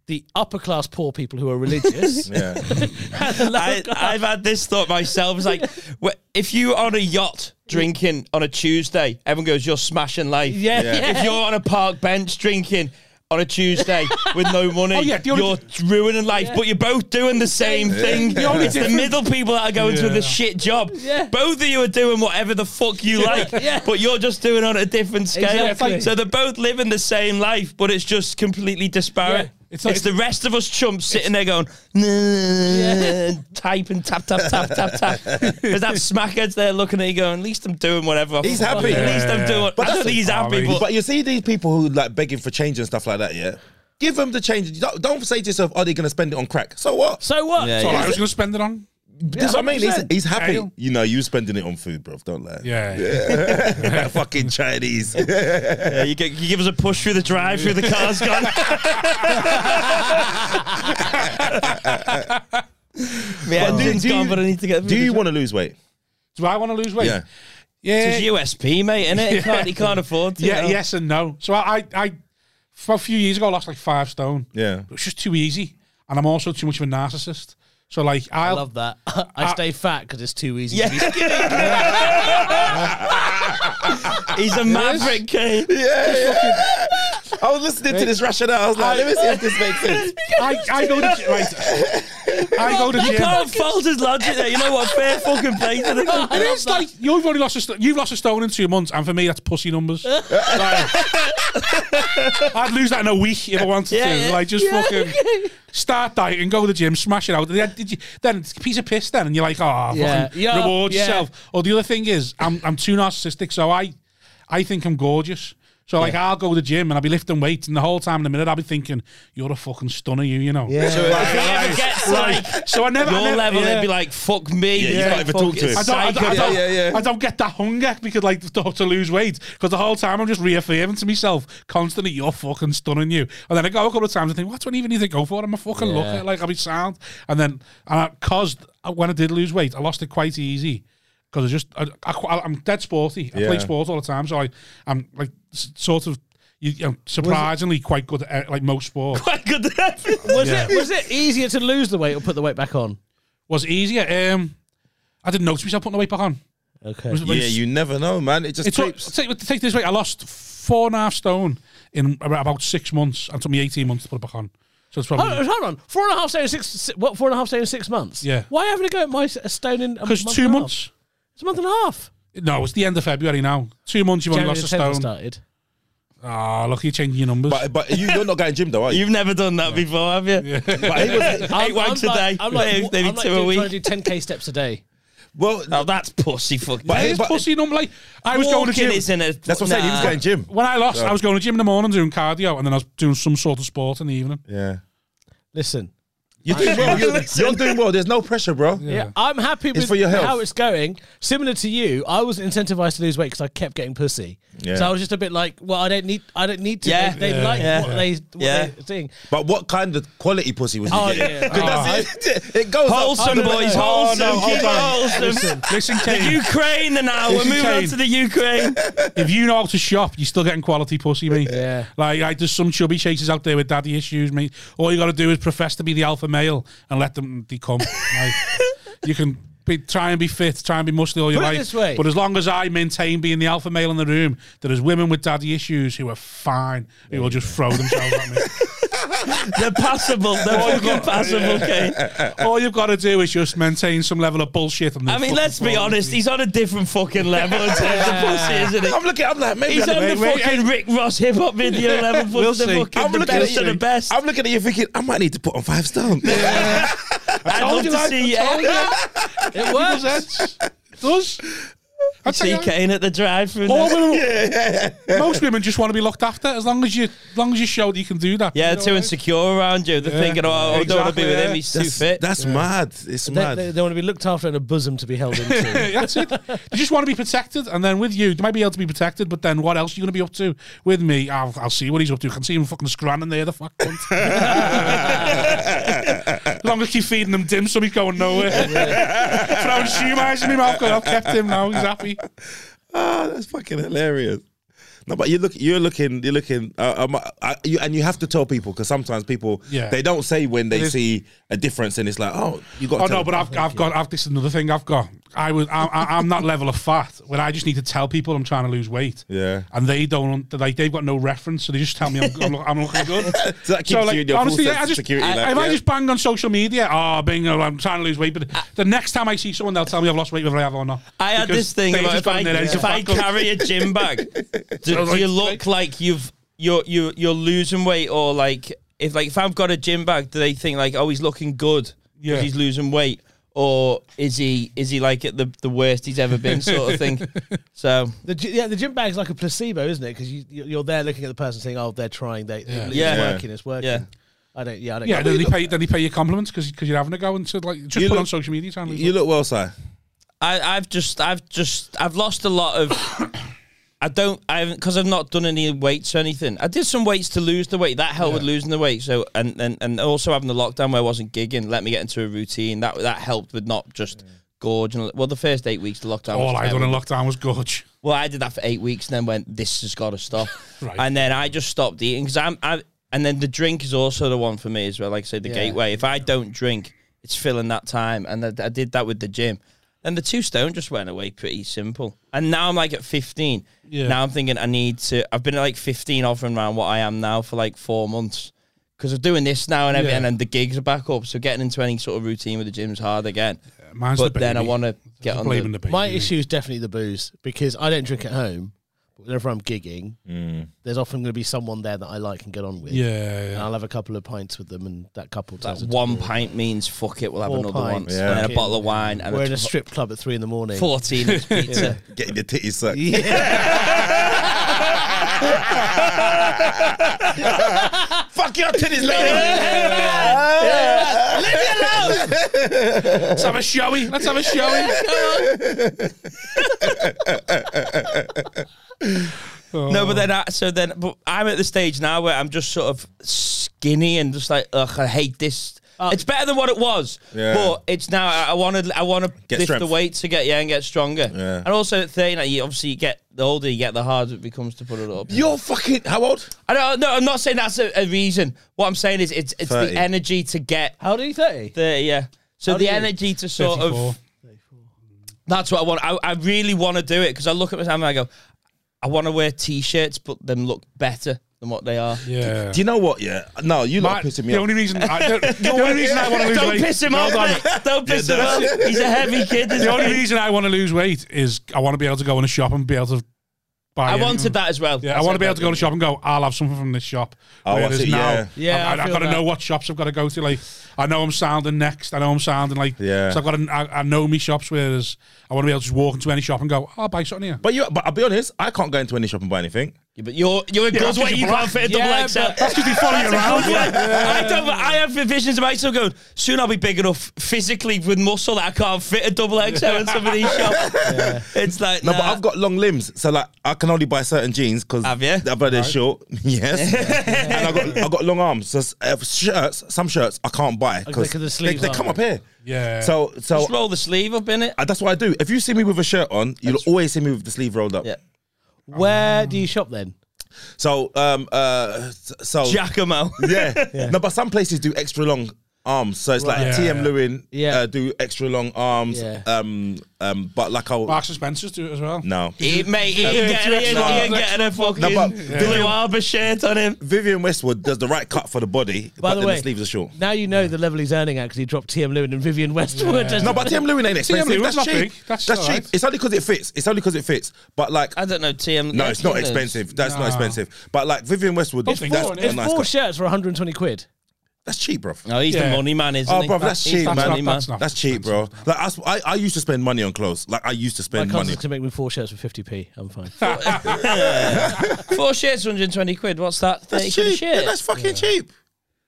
the upper class poor people who are *laughs* religious. Yeah. and the lower I, class- I've had this thought myself. *laughs* It's like, wh- if you're on a yacht drinking on a Tuesday, everyone goes, you're smashing life. yeah, Yeah. yeah. If you're on a park bench drinking on a Tuesday with no *laughs* money, Oh, yeah, the only you're ruining life, but you're both doing the same thing. The only it's the difference- middle people that are going through the Yeah. shit job. Yeah. Both of you are doing whatever the fuck you like, Yeah. but you're just doing it on a different scale. Exactly. So they're both living the same life, but it's just completely disparate. Yeah. It's It's, like- the rest of us chumps sitting there going, yeah. type and tap, tap, tap, tap, tap. Because that smackhead's there looking at you going, at least I'm doing whatever. I He's fucking happy. like. At least Yeah. I'm doing, But I don't that's- think he's Oh, I happy, mean- but But you see these people who like begging for change and stuff like that, yeah? Give them the change. Don't, don't say to yourself, are they going to spend it on crack? So what? So what? Yeah, That's all Uh, yeah. I was going to spend it on. That's what I mean. He's, 100%. he's happy. Yeah. You know, you spending it on food, bro. Don't lie. Yeah. that fucking Chinese. *laughs* Yeah, you, get, you give us a push through the drive through the car's gone. yeah, Well, has do you- gone, but I need to get. *laughs* Do you want to lose weight? Do I want to lose weight? Yeah. Yeah. It's USP, mate, innit? You can't, you can't afford to. yeah. you know? Yes and no. So I, I, I, for a few years ago, I lost like five stone. Yeah. It was just too easy, and I'm also too much of a narcissist. So like, I I'll, love that. *laughs* I stay fat because it's too easy. Uh, *laughs* Yeah. To be He's a maverick, Kane. *laughs* I was listening to this rationale. I was like, let me see if this makes sense. *laughs* I, I go to right. I go to You gym. can't fault his logic there. You know what? Fair fucking play to the It *laughs* is like you've only lost a st- you've lost a stone in two months, and for me that's pussy *laughs* numbers. Like, I'd lose that in a week if I wanted Yeah, to. yeah. Like just *laughs* fucking start dieting, go to the gym, smash it out. Then, did you, then it's a piece of piss. Then and you're like, oh, Yeah. fucking Yeah, reward yeah. yourself. Or the other thing is, I'm I'm too narcissistic, so I I think I'm gorgeous. So like I'll go to the gym and I'll be lifting weights, and the whole time in the minute I'll be thinking, you're a fucking stunner, you you know. So *laughs* if he ever gets like So I never I your never, level, yeah. they'd be like, "Fuck me." Yeah, you can't even fuck talk to it, him. I don't, I, don't, I, psycho. don't, Yeah, yeah, yeah. I don't get that hunger because like to, to lose weight because the whole time I'm just reaffirming to myself constantly you're fucking stunning you and then I go a couple of times and think what do I even need to go for I'm a fucking look at like I'll be sound and then and because when I did lose weight I lost it quite easy because I just I, I, qu- I'm dead sporty I play Yeah. sport all the time so I I'm like s- sort of you, I'm surprisingly quite good at uh, like most *laughs* sports *laughs* Quite good. was it was it easier to lose the weight or put the weight back on? was it easier um I didn't notice myself putting the weight back on Okay. Was it Yeah, like you never know, man. It just It took, creeps. take, take this way. I lost four and a half stone in about, about six months, and took me eighteen months to put it back on. So it's Oh, probably hold on. Four and a half stone, six. si- What? Four and a half stone, in six months. Yeah. Why haven't I go at my s- a stone in? a because month two and a half? months. It's a month and a half. No, it's the end of February now. Two months you've only January lost a the 10th I stone. started. Ah, look, you're changing your numbers. But, but you, you're not going gym though, are you? You've never done that before, have you? But he *laughs* was- Eight wanks a day. Like, I'm like, maybe I'm maybe like two a doing- week. trying to do 10k steps a day. well, Oh, that's pussy fucking. But- It is but- pussy number. Like I was going to Walking gym. isn't it? that's what I'm saying. He was going gym. When I lost, I was going to gym in the morning doing cardio, and then I was doing some sort of sport in the evening. Yeah. Listen. You're doing well. You're, you're doing well. There's no pressure, bro. Yeah. I'm happy with for your health. how it's going. Similar to you, I was incentivized to lose weight because I kept getting pussy. Yeah. So I was just a bit like, well, I don't need, I don't need to. Yeah. They, they Yeah. like Yeah. what they, what Yeah. they're seeing. But what kind of quality pussy was he Oh, getting? yeah. 'Cause that's it. *laughs* It goes up. Wholesome, boys. Wholesome. no, hold keep it on. *laughs* wholesome. Listen, The Kane, Ukraine now. We're Listen, moving on Kane. to the Ukraine. if you know how to shop, you're still getting quality pussy, mate. Yeah. Like, like there's some chubby chasers out there with daddy issues, mate. All you got to do is profess to be the alpha male and let them be come. like, you can be, try and be fit, try and be muscly all your Put it life. this way. But as long as I maintain being the alpha male in the room, there is women with daddy issues who are fine who will just throw themselves at me. They're passable. They're fucking passable, Kane. All you've got to do is just maintain some level of bullshit. And I they'll mean, let's fucking be fall honest. into He's on a different fucking level in terms of pussy, isn't he? I'm looking. I'm like, maybe He's on I'm, the Wait, wait, fucking Rick Ross hip hop video level. We'll the see. fucking I'm the looking at best of you. the best. I'm looking at you thinking I might need to put on five stone. I'd love you, to lad, see I told you. you. It works. you. Does I'd say See Kane at the drive-through. All now. women- Most women just want to be looked after as long as you, as long as you show that you can do that. Yeah, You they're know too what I mean? insecure around you. They're Yeah. thinking, oh, I don't want to Exactly, be with him. yeah. He's too That's, fit. that's mad. It's They, mad. they, they want to be looked after and a bosom to be held into. Yeah, That's it. They just want to be protected, and then with you, they might be able to be protected. But then, what else are you going to be up to with me? I'll, I'll see what he's up to. I can see him fucking scranning there, the fuck. cunt. as long as keep feeding him dim sum, he's going nowhere. *laughs* Throwing shoe eyes in my mouth. Going, I've kept him now. He's happy. Ah, that's fucking hilarious. No, but you look, you're looking, you're looking, uh, um, uh, you, and you have to tell people because sometimes people, Yeah. they don't say when they It is- see a difference, and it's like, oh, you got. Oh to no, tell but them. I've, I've got. I've, this is another thing I've got. I was. I, I, I'm that level of fat when I just need to tell people I'm trying to lose weight. Yeah. And they don't. Like they've got no reference, so they just tell me I'm, I'm, look- I'm looking good. *laughs* So that keeps you in your full sense I of just, security, I- like, if I yeah. just bang on social media, oh, bingo, I'm trying to lose weight, but the next time I see someone, they'll tell me I've lost weight whether I have or not. I had Because this thing they've about just if got I, in their heads if of I fuck up. carry *laughs* a gym bag, do, do you look like you've you're you you're losing weight or like if like if I've got a gym bag, do they think like oh he's looking good 'cause Yeah. he's losing weight or is he is he like at the the worst he's ever been sort *laughs* of thing? So the, gy- yeah, the gym bag's like a placebo, isn't it? Because you, you- you're there looking at the person saying, "Oh, they're trying. They, Yeah. It's Yeah. working. It's working." Yeah. I don't. Yeah, I don't. Yeah, get then it. they pay. Then they pay your compliments because you're having a go and so like just You put look- on social media. Trying to lose you weight. look well, sir. I, I've just, I've just, I've lost a lot of. *coughs* I don't, I haven't, because I've not done any weights or anything. I did some weights to lose the weight. That helped with losing the weight. So, and, and and also having the lockdown where I wasn't gigging let me get into a routine. That that helped with not just gorging. Well, the first eight weeks of lockdown. was all I done in terrible. lockdown was gorge. Well, I did that for eight weeks and then went, this has got to stop. *laughs* Right. And then I just stopped eating because I'm, I, and then the drink is also the one for me as well. Like I say, the gateway. If I don't drink, it's filling that time. And I, I did that with the gym. And the two stone just went away pretty simple. And now I'm like at 15. Yeah. Now I'm thinking I need to, I've been at like 15 offering around what I am now for like four months. Because I'm doing this now and everything, Yeah. and the gigs are back up. So getting into any sort of routine with the gym's hard again. Mine's but the then I baby. want to get I'm on the, blaming the baby. My issue is definitely the booze because I don't drink at home. But whenever I'm gigging, Mm. there's often going to be someone there that I like and get on with. Yeah, And yeah. I'll have a couple of pints with them, and that couple That turns into one pint means fuck it, we'll have Four another one. pints, Yeah. And then a fucking- bottle of wine and We're a, in *laughs* a tw- strip club at three in the morning. *laughs* 14 inch *laughs* pizza. Getting your titties sucked. Fuck your titties, *laughs* lady. Let's have a showy. Let's have a showy. No, but then I, so then but I'm at the stage now where I'm just sort of skinny and just like ugh, I hate this. it's better than what it was, Oh. Yeah. but it's now I want to I want to Get lift the strength. weight to get yeah and get stronger. Yeah. And also at 30, like, you obviously you get the older you get, the harder it becomes to put it up. You're fucking how old? I don't no, I'm not saying that's a, a reason. What I'm saying is it's it's 30. the energy to get How old are you? Thirty. 30, yeah. So How do the you- energy to sort of 54. That's what I want. I, I really want to do it because I look at myself and I go, I want to wear t-shirts, but them look better than what they are. Yeah. Do you know what? Yeah, no, you My- lot are pissing me the off. only reason I, the, the only reason I want to lose *laughs* Don't weight. piss him off, Hold on. mate. Don't piss him that's off. He's a heavy kid. The only reason I want to lose weight is I want to be able to go in a shop and be able to buy. I anything. wanted that as well. Yeah, I want to be able to go to a shop and go. I'll have something from this shop. Oh, I Whereas see, now, yeah. Yeah, I I've, I've feel got to that. know what shops I've got to go to. Like, I know I'm sounding next. I know I'm sounding like. Yeah. So I've got to. I, I know me shops. Whereas I want to be able to just walk into any shop and go. I'll buy something here. But you, but I'll be honest, I can't go into any shop and buy anything. Yeah, But you're you're a Yeah, good that's way. just You black. can't fit a Yeah, double XL. but- That's because they follow you around. I don't. I have visions of myself going. Soon I'll be big enough physically with muscle that I can't fit a double XL in some *laughs* of these shops. It's like No, nah. but I've got long limbs, so like I can only buy certain jeans because Have you? I've got short, *laughs* *laughs* yes. and I got I got long arms, so s- uh, shirts, some shirts I can't buy because Because of the they, sleeves they aren't come they? up here. Yeah. So so Just roll the sleeve up in it. uh, that's what I do. If you see me with a shirt on, you'll always see me with the sleeve rolled up. Yeah. Where do you shop then? So um uh s- so Giacomo. yeah. No, but some places do extra long arms, so it's Right. like Yeah. TM Lewin Yeah. uh, do extra long arms. Yeah. Um um, but like I'll Marks and Spencers do it as well. no. It, mate, he ain't Yeah, getting, it's he ain't not- getting a fucking but- Blue Arbor shirt on him. Vivian Westwood does the right cut for the body, but By the then way, the sleeves are short. Now you know the level he's earning actually dropped TM Lewin and Vivian Westwood. No, but Tim Lewin ain't expensive. Lewin's that's not cheap. big. That's That's, alright. cheap. It's only because it fits. It's only because it fits. But like, I don't know, TM. no, yeah, it's not Tim Lewis. expensive. That's Nah. not expensive. But like Vivian Westwood, It's that's four, a isn't it? nice Four guy. shirts for 120 quid. That's cheap, bro. No, he's Yeah. the money man, isn't Oh, he? *laughs* bruv, that's He's cheap, the man. money That's not- That's cheap, bro. Like I, I, I used to spend money on clothes. Like I used to My spend money. cousin's gonna make me four shirts for fifty p. I'm fine. Four shirts, 120 quid. What's that? 30 That's quid a cheap. Yeah, shirt? that's fucking cheap.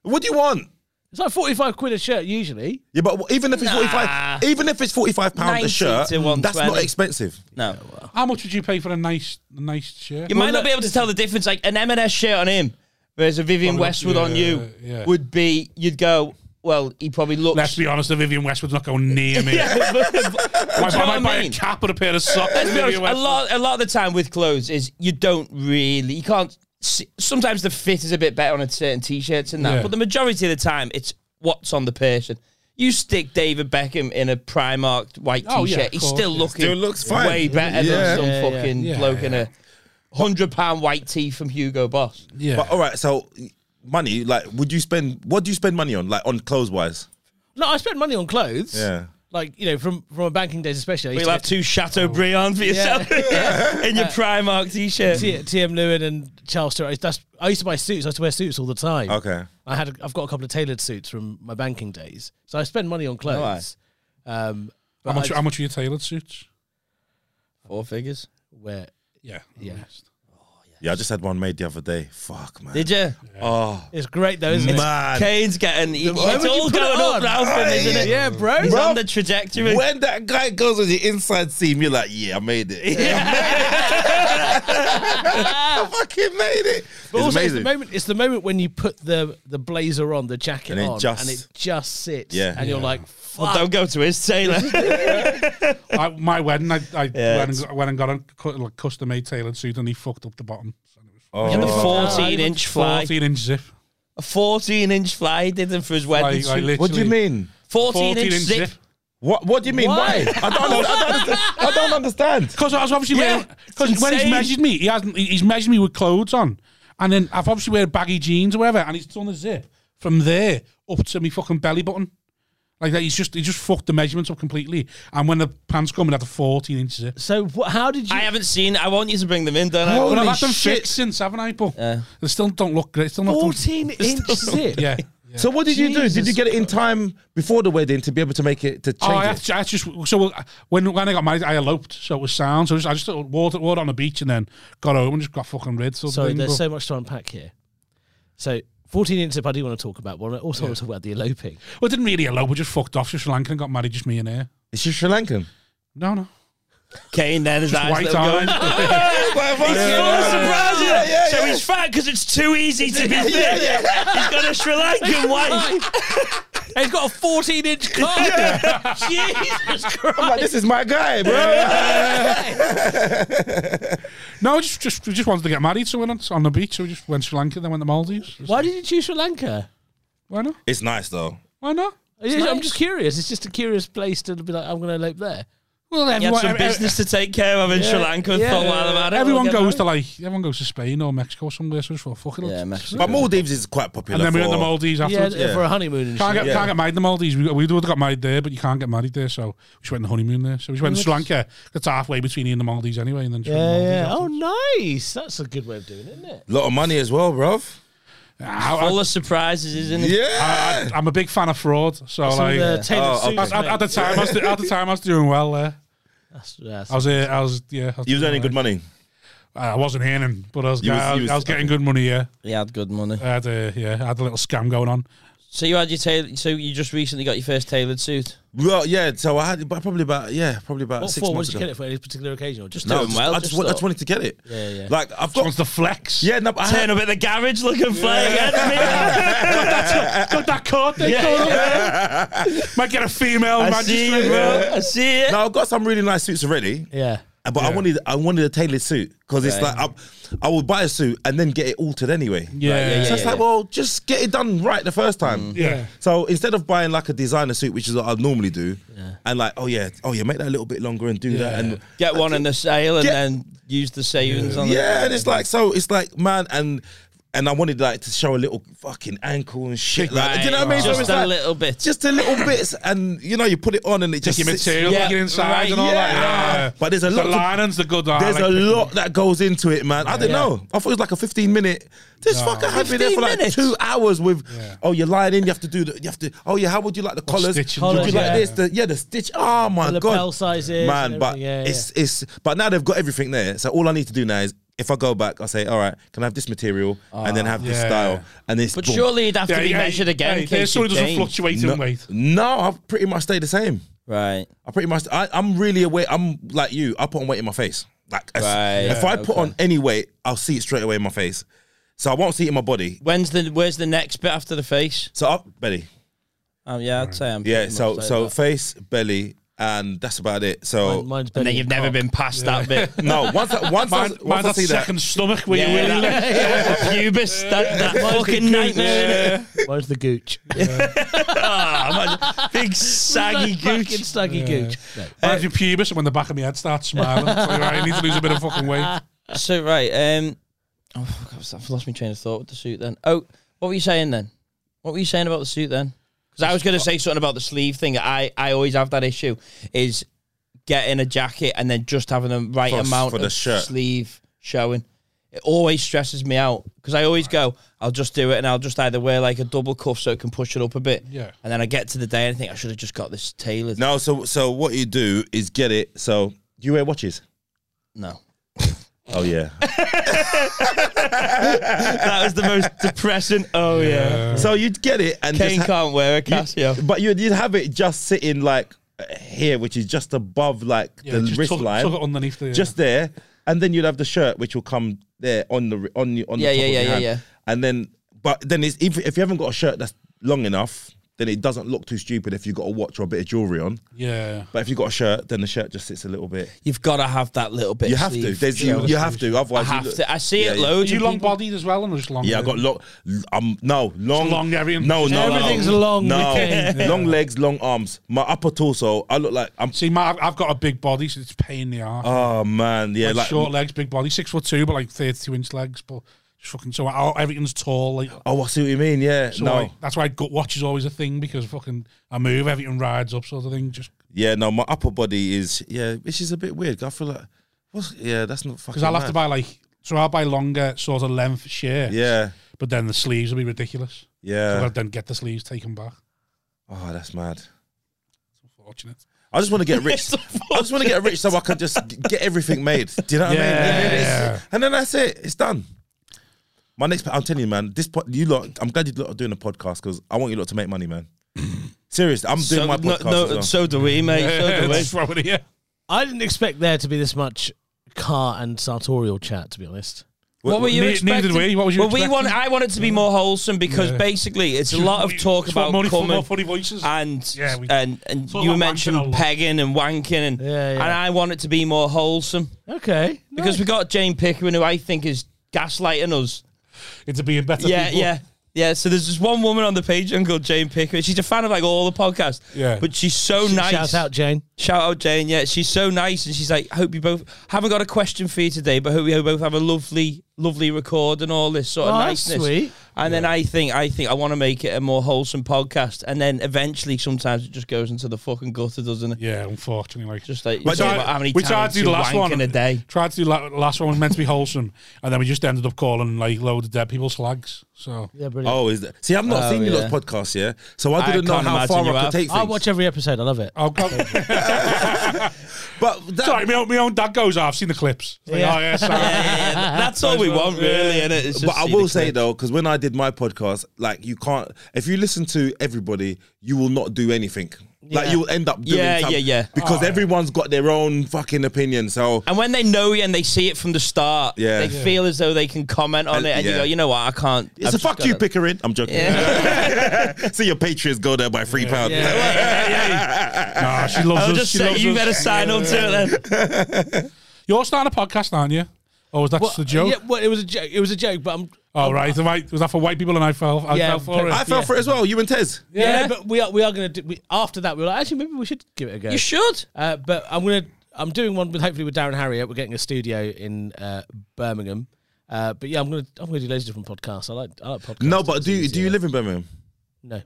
What do you want? It's like forty five quid a shirt usually. Yeah, but even if it's forty Nah. five, even if it's forty five pound a 90 shirt, to 120. that's not expensive. no. How much would you pay for a nice, nice shirt? You might not be able to tell the difference. Like an M&S shirt on him versus a Vivian Probably not- Westwood on yeah, you yeah. would be, you'd go, well, he probably looks. Let's be honest, the Vivian Westwood's not going near me. *laughs* Yeah, but- but- I do you know might, what I buy a mean? cap and a pair of socks. Let's be honest, Vivian a Westwood. lot, a lot of the time with clothes is you don't really, you can't. See, sometimes the fit is a bit better on a certain t-shirts and that, Yeah. but the majority of the time it's what's on the person. You stick David Beckham in a Primark white Oh, yeah, t-shirt, of he's course, still yeah. looking Still looks fine. way better Yeah. than some Yeah, yeah, fucking yeah. bloke in a hundred pound white tee from Hugo Boss. Yeah. But all right, so money. Like, would you spend? What do you spend money on? Like on clothes wise? No, I spend money on clothes. Yeah. Like you know, from from my banking days especially. I used We'll to have get two Oh. Chateaubriand for *laughs* yourself *laughs* in your Primark t-shirt. T- TM Lewin and Charles Stewart. I used- That's I used to buy suits. I used to wear suits all the time. Okay. I had a, I've got a couple of tailored suits from my banking days, so I spend money on clothes. Um, but how, much, I how much are your tailored suits? Four figures. wear Yeah. Yeah. Yeah, I just had one made the other day. Fuck man. Did you? oh it's great though, isn't it? man. Kane's getting. Why It's would you all put it going on? up, Ralph, isn't it? Yeah, bro. He's Bro. on the trajectory. When that guy goes on the inside seam, you're like, yeah, I made it. I fucking made it. But it's also, amazing. it's the moment. It's the moment when you put the the blazer on, the jacket And it on, just- and it just sits. Yeah. and you're Yeah. like, Well, fuck. don't go to his tailor. I, my wedding, I, I Yeah, went, and it's- got, went and got a cu- like, custom made tailored suit and he fucked up the bottom. the oh. 14 inch fly. 14 inch zip. 14 inch fly he did them for his wedding. Like, I suit. What do you literally- mean? 14, 14 inch zip. What What do you mean? Why? Why? I, don't, under- I, don't understand. I don't understand. Because I was obviously Yeah, wearing. Because it's when he's insane. measured me, he hasn't. he- He's measured me with clothes on, and then I've obviously wear baggy jeans or whatever, and he's done the zip from there up to me fucking belly button, like that. He's just he just fucked the measurements up completely. And when the pants come, it had a fourteen inch zip. So wh- how did you? I haven't seen. I want you to bring them in, don't I? Oh. But I've Holy had them shit. fixed since, haven't I? But they still don't look great. Still not done- Fourteen inch zip. Yeah. So what did you do? Did Jesus you get it in time before the wedding to be able to make it to Oh, change I, it? actually- I just so when when I got married, I eloped, so it was sound. So I just, I just wore it- wore it on the beach and then got home and just got fucking rid. So Sorry, there's so much to unpack here. So 14 inch zip, I do want to talk about, but I also want to talk about the eloping. well, I didn't really elope. We just fucked off to Sri Lanka and got married, just me and her. Is she Sri Lankan? No, no. Kane then his eyes. White let him go. eyes. He's full of surprise. Yeah, yeah, So yeah. he's fat because it's too easy to be fit. He's got a Sri Lankan wife. And he's got a *laughs* 14 inch car. Jesus I'm Christ. like, this is my guy, bro. No, just just we just wanted to get married, so we went on the beach. So we just went to Sri Lanka, then went to Maldives. Why did you choose Sri Lanka? Why not? It's nice though. Why not? It's- I'm just curious. It's just a curious place to be like, I'm going to elope there. Well, He had everyone, some ev- ev- business to take care of in Sri Lanka and yeah. thought, while I'm at it, I'll everyone get goes married. to like everyone goes to Spain or Mexico or somewhere. So just thought, fuck it. Yeah, let's- Mexico. But Maldives is quite and popular. then we went for- to Maldives Yeah, afterwards. Yeah. for a honeymoon and Can't shit. get, can't get married in the Maldives. We, we would have got married there, but you can't get married there. So we just went on the honeymoon there. So we just went to Sri Lanka. That's halfway between you and the Maldives anyway. And then just went to yeah, the yeah. Maldives afterwards. Oh, nice. That's a good way of doing it, isn't it? Lot of money as well, bro. I, Full of surprises, isn't it? Yeah. am a big fan of fraud. So Some of like the at, tailored Oh, suits, okay. at- mate. at the time, I was do- at the time I was doing well there. That's- that's- I was, uh, I was, yeah. I You was doing earning all good right. money. I wasn't earning, but I Ah, was, You was- I, was, you was- I was getting good money. Yeah, He had good money. I had a yeah, I had a little scam going on. So you had your tailor. So you just recently got your first tailored suit. Well, yeah. So I had but probably about yeah, probably about what six for? months Would you ago. get it for any particular occasion? Or just No, I Doing just, well, I just, just wa- I thought. just wanted to get it. Yeah, yeah. Like I've Wants to got. flex. Yeah, no, but I had, Turn up at the garage looking flying *laughs* at me. got that card. They Yeah. call *laughs* it. Might get a female I see you, magistrate. bro. I see it. No, I've got some really nice suits already. yeah. Uh, But I wanted I wanted a tailored suit because it's like I, I would buy a suit and then get it altered anyway. Yeah, Mm. Right, So yeah, it's like, well, just get it done right the first time. Yeah. So instead of buying like a designer suit, which is what I normally do, and like, oh yeah, oh yeah, make that a little bit longer and do that, and Get one in the sale and Get- then use the savings on it. yeah, and it's like so, it's like man, and and I wanted like to show a little fucking ankle and shit. Like, do you know what I mean? So Just it's a like- little bit. Just a little bits, and you know, you put it on and it just Take your sits- material, yeah, like your insides right, and all that. yeah. Yeah. But there's a lot The to- linings, the good. I There's like a picking lot that goes into it, man. I don't Yeah. know. I thought it was like a 15 minute. This fucker had me there 15 for like minutes? two hours with. Yeah. Oh, you're lying in. You have to do the. You have to. Oh yeah, how would you like the collars? stitching, would you yeah. like this? The, yeah, the stitch. Oh my The god. lapel sizes man. and but everything, yeah, it's it's. But now they've got everything there. So all I need to do now is. If I go back, I say, "All right, can I have this material and then have this Ah, yeah. style and this?" But boom. surely you'd have to Yeah, be yeah, measured again. yeah, in There's case you someone who doesn't gain. fluctuate no, in weight. no, I've pretty much stayed the same. Right. I pretty much, I, I'm really aware. I'm like you. I put on weight in my face. Like as- Right, if yeah, I put on any weight, I'll see it straight away in my face. So I won't see it in my body. When's the where's the next bit after the face? So I, belly, Um, yeah, I'd say I'm. yeah. pretty So much so like that. face, belly, and that's about it. So Mine- mine's and better then you've than never cock. been past that *laughs* bit. no, once I, once I, Mine, once mine I that see that, second stomach where Yeah, you *laughs* really that- let the pubis, that, that fucking nightmare. innit? Mine's the *laughs* gooch. Ah, man, big *laughs* saggy Fucking gooch. snuggy gooch. No. Mine's your pubis, and when the back of my head starts smiling, *laughs* it's like, right, I need to lose a bit of fucking weight. So right, um, oh fuck, I've- I've lost my train of thought with the suit. Then, oh, what were you saying then? What were you saying about the suit then? Because I was going to say something about the sleeve thing. I I always have that issue is getting a jacket and then just having the right For- amount for the of shirt. sleeve showing. It always stresses me out because I always go, I'll just do it and I'll just either wear like a double cuff so it can push it up a bit. Yeah. And then I get to the day and I think I should have just got this tailored. no. So so what you do is get it. So you wear watches. no. *laughs* Oh yeah. that was the most *laughs* depressing. Oh yeah. so you'd get it and Kane just ha- can't wear a Casio. but you'd, you'd have it just sitting like here, which is just above like Yeah, the just wrist tuck, line. tuck it underneath the. just there, and then you'd have the shirt which will come there on the on the on Yeah, yeah, the top of yeah, your yeah, hand. yeah. and then but then it's if if you haven't got a shirt that's long enough, then it doesn't look too stupid if you got a watch or a bit of jewelry on. yeah. But if you got a shirt, then the shirt just sits a little bit. You've got to have that little bit. You of have to. sleeve There's you, showing. you have to. I Otherwise, you have look- to. I see Yeah, it yeah. Are loads. you of long people- bodied as well, and just long? Yeah, I got long. Um, no long, long, everything. No, no, no. Everything's long No, with *laughs* Kane. long legs, long arms. My upper torso, I look like I'm. See, my, I've got a big body, so it's a pain in the arse. Oh man, yeah, like, like short legs, big body, six foot two, but like thirty-two inch legs. But just fucking so I, everything's tall. Like oh, I see what you mean. Yeah, so no, I- that's why gut watch is always a thing because fucking I move, everything rides up, sort of thing. Just Yeah, no, my upper body is yeah, which is a bit weird. 'cause I feel like what's yeah, that's not fucking. because I'll have to mad. buy like so I'll buy longer sort of length shirts. Yeah, but then the sleeves will be ridiculous. So yeah. I'll then get the sleeves taken back. Oh, that's mad. Fortunate. I just want *laughs* to get rich. I just want to get rich so I can just g- get everything made. Do you know what I mean? Yeah. And then, it's- and then that's it. It's done. My next, I'm telling you, man. This pod, you lot. I'm glad you lot are doing a podcast because I want you lot to make money, man. Seriously, I'm doing So, my no, podcast. no, as well. so do we, *laughs* mate. So do we. Just throw it here. I didn't expect there to be this much car and sartorial chat, to be honest. What were you Ne- expecting? Neither did we. What was you well, we expecting? want. I want it to be more wholesome because Yeah. basically it's a lot of talk Just want about money for coming more funny voices. and Yeah, we- and and Talk you about wanking a mentioned lot. pegging and wanking and Yeah, yeah. and I want it to be more wholesome Okay. because we got Jane Pickering who I think is gaslighting us. Into being better. yeah, people. yeah. Yeah, so there's this one woman on the Patreon called Jane Pickering. She's a fan of like all the podcasts. Yeah. But she's so nice. Shout out, Jane. Shout out Jane. Yeah, she's so nice, and she's like, "Hope you both haven't got a question for you today, but hope you both have a lovely, lovely record and all this sort of Oh, that's niceness." sweet. And then I think, I think I want to make it a more wholesome podcast, and then eventually, sometimes it just goes into the fucking gutter, doesn't it? Yeah, unfortunately, like Just like you We talk tried- about how many we times tried to do you the last wank one in *laughs* a day. Tried to do la- last one was meant to be wholesome, and then we just ended up calling like load of dead people slags. So Yeah, brilliant. Oh, is that? See, I've not Oh, seen you yeah. lot's podcast, yeah. So I I didn't know can't how imagine far you I could have. take things. I watch every episode. I love it. *laughs* I'll go. but that, Sorry, my own, my own dad goes. "Oh, I've seen the clips. It's like, Yeah. oh, yeah, *laughs* sorry. Yeah, yeah, yeah. That's all we want, really, and it's just but I see the will say clip. though, because when I did my podcast, like you can't. If you listen to everybody, you will not do anything. Like Yeah. you will end up doing. Yeah, some- yeah, yeah. Oh. Because everyone's got their own fucking opinion. So And when they know you and they see it from the start, Yeah. they Yeah. feel as though they can comment on And- it, and you yeah. go, you know what, I can't. it's I've a just fuck you, gotta-" Pickering. I'm joking. *laughs* See your Patriots go there by three pounds. Nah, she loves I'll us. just she say loves you us. better sign up to it then. You're starting a podcast, aren't you? Oh, was that Well, just a joke? Yeah, well, it was a joke. It was a joke, but I'm. Oh, right. the right- Was that for white people? And I fell. I Yeah, fell for it. I fell Yeah. for it as well. You and Tez. Yeah, Yeah. but we are we are gonna do. We, after that, we were like, actually, maybe we should give it a go. You should. Uh, but I'm gonna I'm doing one with hopefully with Darren Harriet. We're getting a studio in uh, Birmingham, Uh, but yeah, I'm gonna I'm gonna do loads of different podcasts. I like I like podcasts. No, but do you, do you live in Birmingham? No,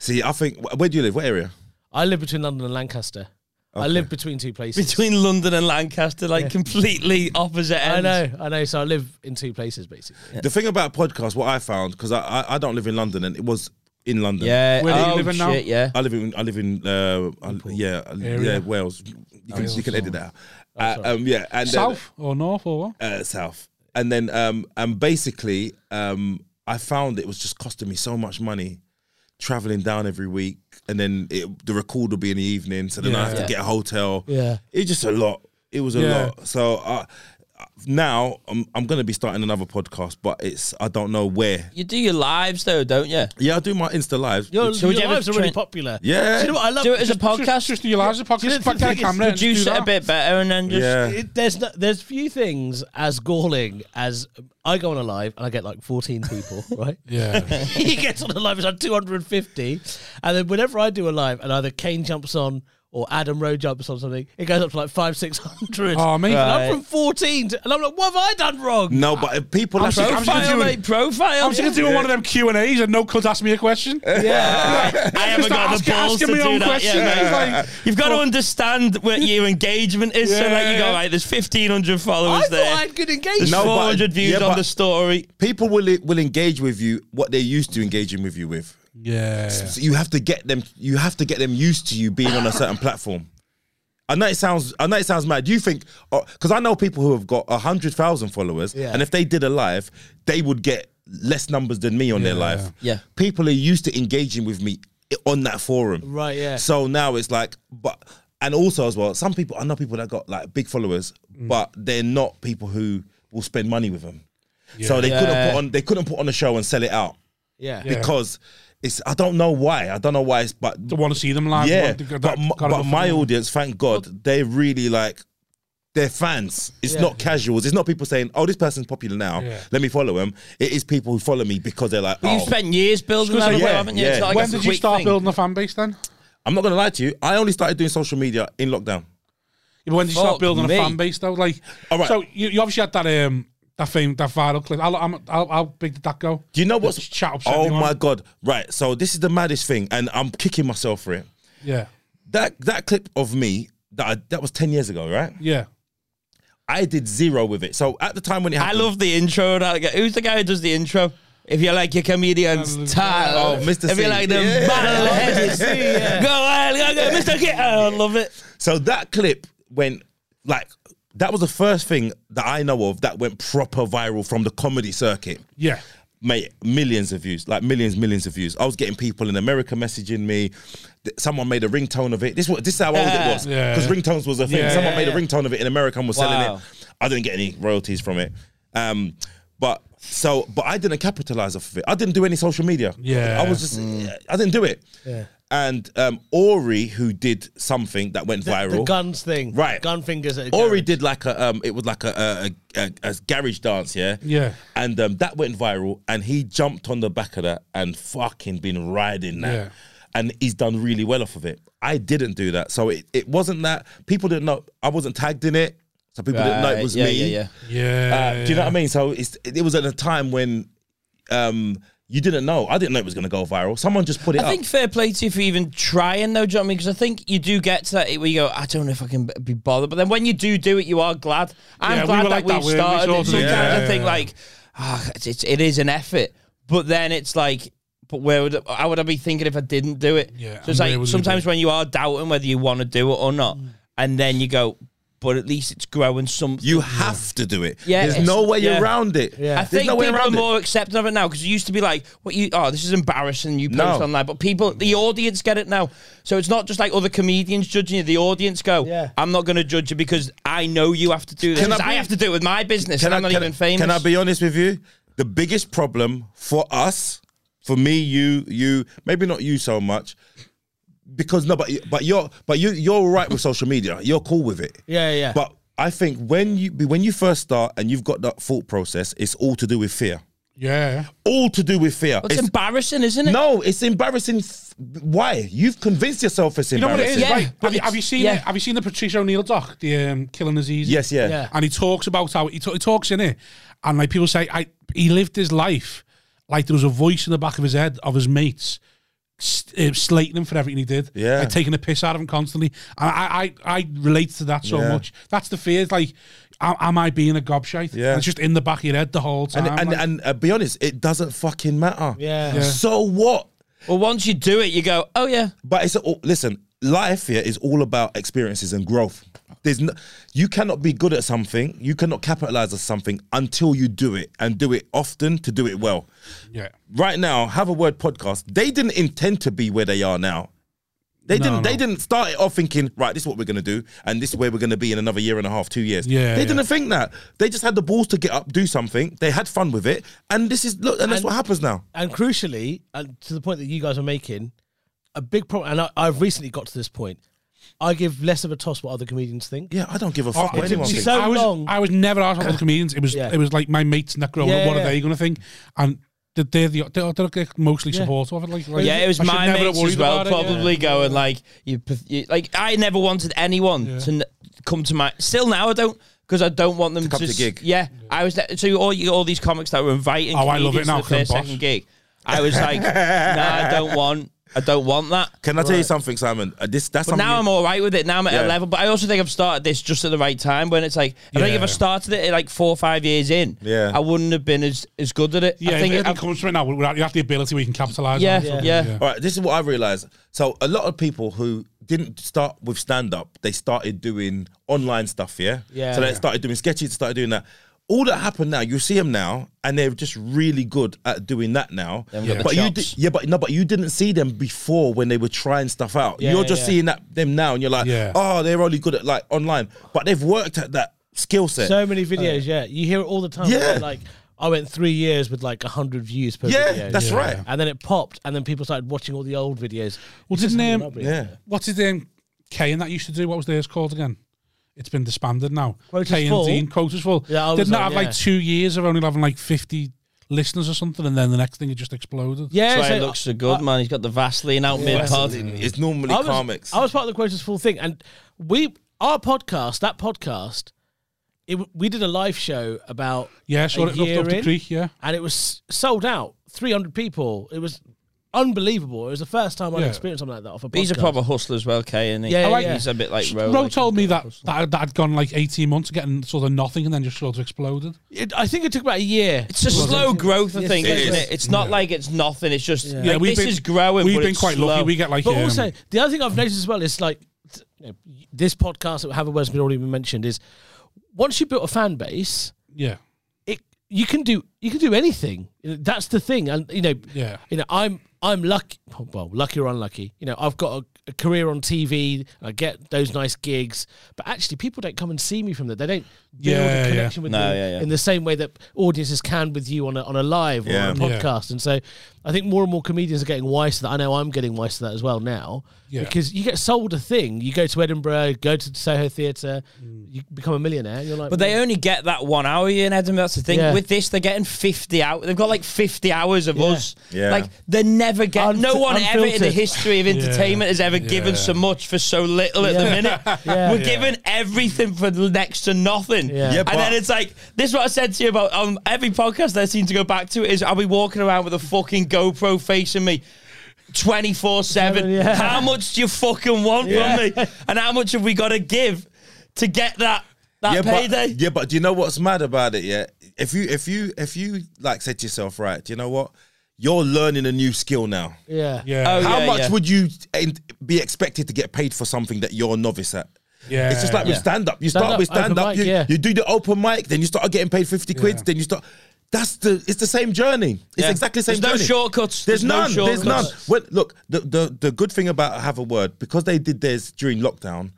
See, I think wh- where do you live? What area? I live between London and Lancaster. I Okay. live between two places. *laughs* Between London and Lancaster, like completely opposite I ends. know, I know. So I live in two places basically. The thing about podcasts, what I found, because I, I I don't live in London, and it was in London. Yeah. Where do you oh, live in shit, now? yeah. I live in I live in uh, I- yeah I- Area. yeah Wales. You can, you can edit that. out. sorry. Uh, um, yeah, and then- South or north or what? uh, south, and then um, and basically um, I found it was just costing me so much money traveling down every week, and then it, the record would be in the evening, so then I have to Yeah. get a hotel. Yeah. it's just a lot. It was a Yeah. lot. So uh, now I'm I'm going to be starting another podcast, but it's I don't know where. You do your lives though, don't you? Yeah, I do my Insta lives. Your, Shall we your do it lives are with really Trent? popular. Yeah. Do you know what I love? Do it as a Just podcast. Just, just do your lives a podcast. Just Fuck that think it's camera. and produce do it a that. bit better, and then just Yeah. it, there's no, there's few things as galling as I go on a live and I get like 14 people, *laughs* *laughs* right? Yeah. he gets on a live, it's like 250. And then whenever I do a live and either Kane jumps on or Adam Rowe jumps on something, it goes up to like five, 600. Oh, me. And Right. I'm from 14. To, and I'm like, what have I done wrong? No, but if people. I'm actually- just- I'm profile, doing- mate, profile. I'm sick of *laughs* doing one of them Q and A's and no cunt asked me a question. Yeah. I haven't Just got ask- the balls to asking me do own that. yet, questions, mate. like- You've got to understand what your engagement is, so that you go Yeah. right. There's 1,500 followers I thought there. I had good engagement. there's No, but- 400 views yeah, on but- the story. people will will engage with you what they're used to engaging with you with. Yeah. So you have to get them. You have to get them used to you being on a certain platform. I know it sounds. I know it sounds mad. You think because I know people who have got hundred thousand followers, Yeah. and if they did a live, they would get less numbers than me on their live. Yeah. people are used to engaging with me i- on that forum. Right, yeah. So now it's like, but and also as well, some people I know people that got like big followers, but they're not people who will spend money with them. So they couldn't Yeah. put on. They couldn't put on a show and sell it out Yeah. Yeah. because it's I don't know why I don't know why it's but To want to see them live. yeah want to get but, that m- kind of but my feeling. audience thank God they're really like they're fans it's Yeah. not casuals it's not people saying oh this person's popular now Yeah. let me follow him it is people who follow me because they're like But oh You've spent years building that, Yeah, up, haven't you? It's yeah. not like When a did you quick start thing. building a fan base then? I'm not gonna lie to you I only started doing social media in lockdown Yeah, but when did you Fuck start building me. a fan base though? Like, All right. so you, you obviously had that um that fame that viral clip. How, how, how, how big did that go? do you know what's Just chat up oh everyone. my god right so this is the maddest thing and I'm kicking myself for it Yeah, that that clip of me that I, that was ten years ago right yeah. I did zero with it so at the time when it I happened love the intro. that guy- Who's the guy who does the intro? If you like your comedian's Oh, title, Mr. If you C. like the Yeah. *laughs* battle-headed, go on, go, go, Mr. K. Oh, I love it. So that clip went like that was the first thing that I know of that went proper viral from the comedy circuit. Yeah. Mate, millions of views, like millions, millions of views. I was getting people in America messaging me. Th- Someone made a ringtone of it. This was this is how old it was Yeah. because ringtones was a thing. Yeah. Someone Yeah, made a yeah. ringtone of it in America and was selling Wow. it. I didn't get any royalties from it, um, but so but I didn't capitalize off of it. I didn't do any social media. Yeah. Mm. I was just I didn't do it. And um, Ori, who did something that went viral, The guns thing. Right. Gun fingers. At a Ori garage. did like a um, it was like a a, a, a garage dance, yeah, Yeah. and um, that went viral, and he jumped on the back of that and fucking been riding that, Yeah. and he's done really well off of it. I didn't do that, so it, it wasn't that people didn't know I wasn't tagged in it, so people didn't know it Right, was yeah, me. yeah, yeah. Uh, Yeah. Do you know what I mean? So it's, it was at a time when um, you didn't know. I didn't know it was gonna go viral. Someone just put it I up. think fair play to you for even trying, though, do you know what I mean? Because I think you do get to that where you go, I don't know if I can b- be bothered. But then when you do do it, you are glad. I'm Yeah, we glad were that like we've that, weren't we? started. Sort it. of. Sometimes I Yeah. think, like, ah, it's, it's, it is an effort. But then it's like, but where would I, how would I be thinking if I didn't do it? Yeah, So and it's where like would you sometimes be? Mm. when you are doubting whether you want to do it or not, and then you go, but at least it's growing something. you have to do it. Yeah, There's it's- no way yeah. around it. Yeah. I There's think no way people are around it. more accepting of it now because it used to be like, "What you? Oh, this is embarrassing." You post No. online, but people, the audience, get it now. So it's not just like other comedians judging you. The audience go, Yeah. "I'm not going to judge you because I know you have to do this. Can I 'Cause I, be- have to do it with my business. and I'm not even famous." Can I be honest with you? The biggest problem for us, for me, you, you, maybe not you so much, because no, but but you're but you you're all right with social media. You're cool with it. Yeah, yeah. But I think when you when you first start and you've got that thought process, it's all to do with fear. Yeah. All to do with fear. It's, It's- embarrassing, isn't it? no, it's embarrassing. f- Why? You've convinced yourself it's You know what it is, embarrassing. Yeah, right? but Have you, have you it's- seen yeah. it? Have you seen the Patricia O'Neill doc, the um, Killing Disease? Yes, yeah. Yeah. and he talks about how he, ta- he talks in it, and like people say, I he lived his life like there was a voice in the back of his head of his mates st- uh, slating him for everything he did, Yeah. like taking a piss out of him constantly. And I I, I relate to that so Yeah. much. That's the fear. It's like, am, am I being a gobshite? Yeah. And it's just in the back of your head the whole time. And, and, like- and uh, be honest, it doesn't fucking matter. Yeah. Yeah. So what? Well, once you do it, you go, oh yeah, But it's all, listen, life here is all about experiences and growth. There's no, you cannot be good at something, you cannot capitalize on something until you do it and do it often to do it well. yeah, Right now, Have a Word podcast, they didn't intend to be where they are now. They No, didn't. They no. didn't start it off thinking, right, this is what we're gonna do, and this is where we're gonna be in another year and a half, two years. Yeah, they yeah. didn't think that. They just had the balls to get up, do something. They had fun with it, and this is look, and that's And- what happens now. and crucially, and to the point that you guys are making, a big problem. And I, I've recently got to this point. I give less of a toss what other comedians think. Yeah, I don't give a Oh, fuck what I- anyone see, thinks. So I was, long. I was never asked *coughs* about the comedians. It was Yeah. it was like my mates and that growing up. Yeah, What are yeah. they going to think? And they're, they're, the, they're, they're mostly Yeah. supportive of it. Like, like, yeah. It was I should my never have mates worried as well, about it, yeah. probably going like you, pref- you, like I never wanted anyone to n- come to my. Still now I don't because I don't want them to, come to s- gig. Yeah, I was there, so all you, all these comics that were inviting. Oh, I love it comedians now, To the first, 'cause I'm second boss. gig. I was like, nah, *laughs* I don't want. I don't want that. Can I tell you something, Simon? Uh, this that's But something. now I'm all right with it. Now I'm at Yeah. a level. But I also think I've started this just at the right time when it's like, I think if I Yeah. started it like four or five years in, Yeah. I wouldn't have been as, as good at it. Yeah, I think it, it, it comes from it now. We we have the ability we can capitalize. Yeah, on. it. yeah. all right. This is what I realized. So a lot of people who didn't start with stand up, they started doing online stuff. Yeah. Yeah. So they started doing sketches, started doing that. All that happened now, you see them now, and they're just really good at doing that now. got the But you, chops. yeah, but no, but you didn't see them before when they were trying stuff out. Yeah, you're just yeah. seeing that them now, and you're like, Yeah. oh, they're only good at like online, but they've worked at that skill set. So many videos, yeah. You hear it all the time. Yeah. Like I went three years with like hundred views per yeah, video. that's right. And then it popped, and then people started watching all the old videos. Well, didn't um, rubbish. Yeah. what's his name? Kay and that used to do. What was theirs called again? It's been disbanded now. Quota's Kay full. and Dean quotas full. Yeah, I was didn't that on, have yeah. like two years of only having like fifty listeners or something, and then the next thing it just exploded. Yeah, That's why so it looks so good, man. He's got the Vaseline out mid pod. It's normally I was, comics. I was part of the quotas full thing, and we our podcast, that podcast, it, w- we did a live show about yeah. So a it year up, up the in, creek. Yeah, and it was sold out, three hundred people. It was unbelievable. It was the first time I'd Yeah. experienced something like that off a podcast. He's a proper hustler as well, Kay, isn't he? Yeah, I yeah, like yeah. he's a bit like Ro. Ro like- told me that, that that had gone like eighteen months, getting sort of nothing, and then just sort of exploded. It- I think it took about a year. It's a slow growth, I Yes, think, it isn't is. it? It's not like it's nothing. It's just Yeah. like, Yeah, we've this been- is growing. We've but been it's quite slow. lucky. We get like, But um, also, the other thing I've noticed as well is like t- you know, this podcast that Have a Word's been already been mentioned is once you built a fan base, yeah, it you can do you can do anything. You know, That's the thing, and you know, Yeah. you know, I'm I'm lucky. Well, lucky or unlucky, you know, I've got a, a career on TV. I get those nice gigs, but actually, people don't come and see me from there. They don't build Yeah, a yeah. connection with No, me yeah, yeah. in the same way that audiences can with you on a on a live or Yeah. on a Yeah. podcast. And so, I think more and more comedians are getting wise to that. I know I'm getting wise to that as well now Yeah. because you get sold a thing. You go to Edinburgh, go to Soho Theatre, Mm. you become a millionaire. You're like, But they "Well, only get that one hour in Edinburgh. That's the thing. Yeah. With this, they're getting fifty out. They've got like fifty hours of Yeah. us. Yeah. Like they never get. Unf- no one ever in the unfiltered. history of entertainment has ever given Yeah. so much for so little at the Yeah. minute. *laughs* Yeah. We're Yeah. giving everything for next to nothing. Yeah. Yeah, and then but- it's like this. Is what I said to you about um, every podcast. I seem to go back to is: Are we walking around with a fucking GoPro facing me? 24 7. Yeah. How much do you fucking want from me? And how much have we got to give to get that, that yeah, payday? But, yeah, but do you know what's mad about it? Yeah, if you if you if you like said to yourself, right, do you know what? You're learning a new skill now. yeah, yeah. Oh, How yeah, much yeah. would you and be expected to get paid for something that you're a novice at? Yeah. It's just like with Yeah. stand up. You Stand start up, with stand open up, mic, you, yeah. you do the open mic, then you start getting paid 50 quid, Yeah. then you start. That's the it's the same journey. It's Yeah. exactly the same There's no journey. shortcuts. There's, There's no none. There's none. shortcuts. Well, look, the, the the good thing about Have a Word, because they did theirs during lockdown,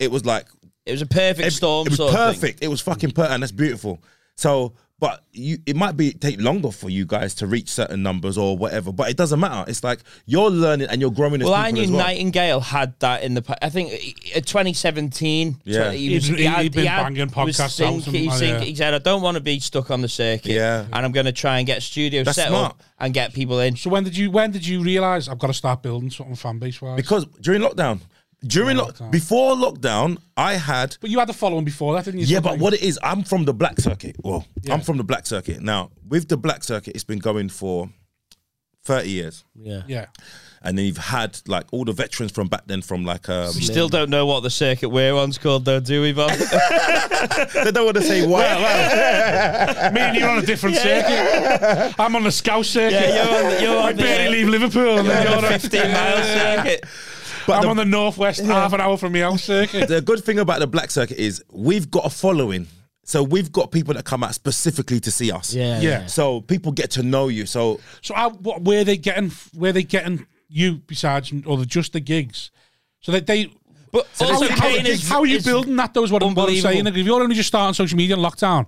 it was like It was a perfect Every- storm. It was sort of thing. perfect. It was fucking perfect, and that's beautiful. So, but you, it might be take longer for you guys to reach certain numbers or whatever. But it doesn't matter. It's like you're learning and you're growing. As Well, I people knew as well. Nightingale had that in the. pa- I think uh, 2017. Yeah. 20 He'd been- he'd been banging was podcasts out think- something he, like think- that. he said, "I don't want to be stuck on the circuit. Yeah. and I'm going to try and get studio That's set smart. up and get people in." So when did you when did you realize I've got to start building something fan base wise? because during lockdown, during lock Lockdown. before lockdown, I had but you had the following before that, didn't you? Yeah, but Something. what it is, I'm from the black circuit. Well, I'm from the black circuit. Now, with the black circuit, it's been going for 30 years. Yeah. Yeah, And then you've had like all the veterans from back then from like um We still don't know what the circuit we're on's called, though, do we, *laughs* Bob? they don't want to say why. me and you're on a different circuit. I'm on the scout circuit. yeah, you're on. the- You're I on the, uh, barely leave Liverpool. and you're you're on the *laughs* 15 mile circuit. But I'm the- on the northwest, half an hour from my house circuit. the good thing about the black circuit is we've got a following. So we've got people that come out specifically to see us. Yeah. Yeah. So people get to know you. So So I, what, where they getting where they getting you besides or the, just the gigs? So that they. But How, also, how, Kane is how are you is- building that? Though is what I'm, what I'm unbelievable. saying. Like, if you're only just starting social media in lockdown,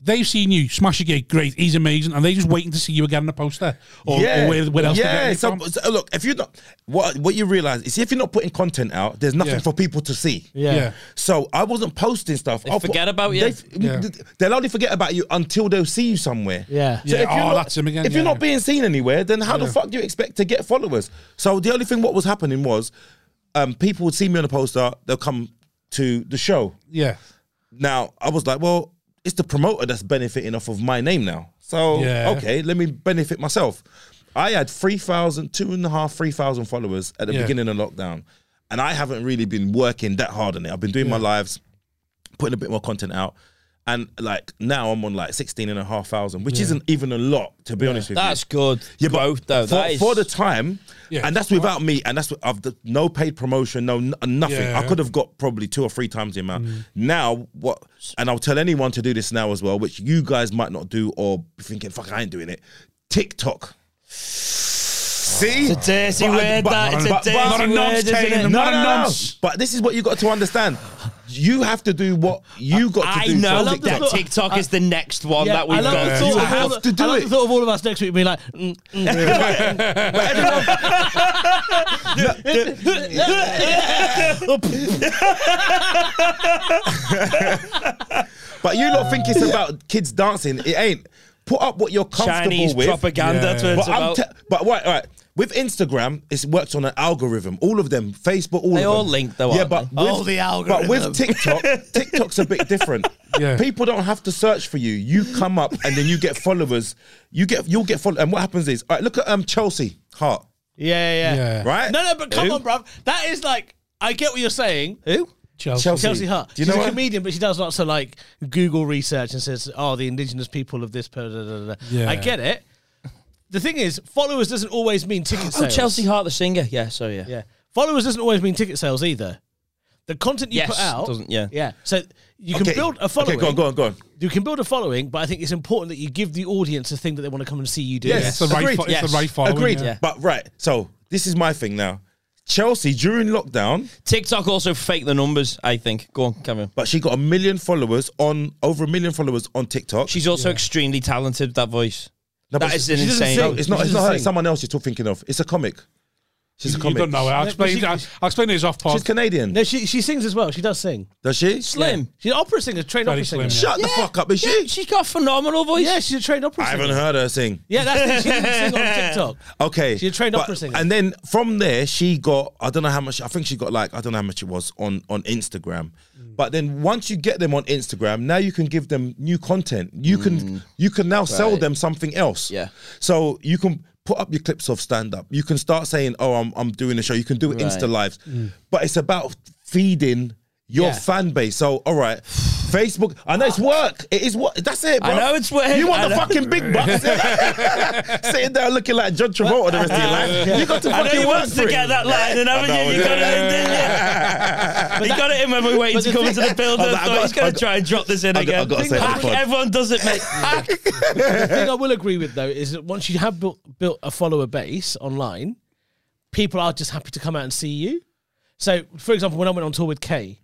they've seen you smash a gig. Great, he's amazing, and they're just waiting to see you again on a poster or, or where, where else. Yeah, Yeah, to get you so, from. so look, if you're not what what you realize is if you're not putting content out, there's nothing Yeah. for people to see. Yeah. Yeah. So I wasn't posting stuff. I'll forget about you. They, Yeah. will only forget about you until they'll see you somewhere. Yeah. So Yeah, if you're oh, not, that's him again, If you're yeah. not being seen anywhere, then how the fuck do you expect to get followers? So the only thing what was happening was, um, people would see me on a poster. They'll come to the show. yeah, Now I was like, well, it's the promoter that's benefiting off of my name now. So Yeah. okay, let me benefit myself. I had 3,000, two and a half, 3,000 followers at the Yeah. beginning of lockdown. And I haven't really been working that hard on it. I've been doing my lives, putting a bit more content out. And like now I'm on like 16 and a half thousand, which isn't even a lot, to be honest with you. That's good. Yeah, but Growth, though. for, that is, for the time, Yeah. and that's without me, and that's with- I've d- no paid promotion, no n- nothing. Yeah. I could have got probably two or three times the amount. Mm. Now what? And I'll tell anyone to do this now as well, which you guys might not do or be thinking, "Fuck, I ain't doing it." TikTok. See, It's a dirty But I- word, but- that. It's a but- but- dirty not a word, nonce, isn't Kane. it? No, no, Not a no, no. nonce. But this is what you got to understand. You have to do what you got to I do. know for that TikTok. TikTok is the next one Yeah, that we've I love the got. thought You of have all to the- do I love it. the thought of all of us next week being like, *laughs* mm, mm. *laughs* But you lot think it's about kids dancing. It ain't. Put up what you're comfortable Chinese with. propaganda Yeah. turns But I'm about. te- but right, right. With Instagram, it's worked on an algorithm. All of them, Facebook, all They of all them. link though, Yeah, aren't but they? All the But with TikTok, *laughs* TikTok's a bit different. Yeah. People don't have to search for you. You come up and then you get followers. You get you'll get followers. And what happens is, all right, look at um Chelsea Hart, yeah, yeah, Yeah. right? No, no, but come Who? on, bruv. That is like, I get what you're saying. Who? Chelsea. Chelsea. Chelsea Hart. Do you She's know a what? comedian, but she does lots of like Google research and says, "Oh, the indigenous people of this." per- Da, da, da, da. Yeah. I get it. The thing is, followers doesn't always mean ticket Oh, sales. Chelsea Hart, the singer. Yeah, so yeah. Yeah, followers doesn't always mean ticket sales either. The content you Yes, put out doesn't- yeah. yeah. So you Okay. can build a following. Okay, go on, go on, go on. You can build a following, but I think it's important that you give the audience a thing that they want to come and see you do. Yes. It's the right. Agreed. fo- it's Yes. the right following. Agreed. Yeah. But right, so this is my thing now. Chelsea during lockdown, TikTok also faked the numbers. I think. Go on, Cameron. but she got a million followers on over a million followers on TikTok. She's also extremely talented. That voice. No, but that is she- an she doesn't insane. sing. It's not. She It's not doesn't her. sing. It's someone else you're thinking of. It's a comic. She's a You comic. don't know. I'll Yeah, explain. but she- I'll, I'll explain this off pod. She's Canadian. No, she she sings as well. She does sing. Does she? Slim. She's an opera singer, trained Very opera singer. slim, Shut the fuck up, is Yeah, she? she's got a phenomenal voice. Yeah, she's a trained opera I singer. haven't heard her sing. Yeah, that's it. She didn't *laughs* sing on TikTok. Okay. She's a trained but- opera singer. And then from there, she got, I don't know how much, I think she got like, I don't know how much it was on, on Instagram. Mm. But then once you get them on Instagram, now you can give them new content. You can you can now sell Mm. Right. them something else. Yeah. So you can put up your clips of stand up. You can start saying, oh, I'm, I'm doing a show. You can do it Insta Right. lives. But it's about feeding your Mm. Yeah. fan base. So, all *sighs* right. Facebook, I know it's work. It is what that's it, bro. I know it's work. You want I the know. fucking big bucks. *laughs* *laughs* Sitting down looking like John Travolta the rest of your life. You got *laughs* to I know fucking he work wants for to it. get that line, and haven't you? You got it in, didn't you? He got it in when we were waiting But to the come into the building. I I got- thought I he's got- I going to got- try and drop this in I got- again. I gotta say Hack, that, bud. everyone does it, mate. Hack. The thing I will agree with though is that once you have built, built a follower base online, people are just happy to come out and see you. So, for example, when I went on Hmm. tour with Kay,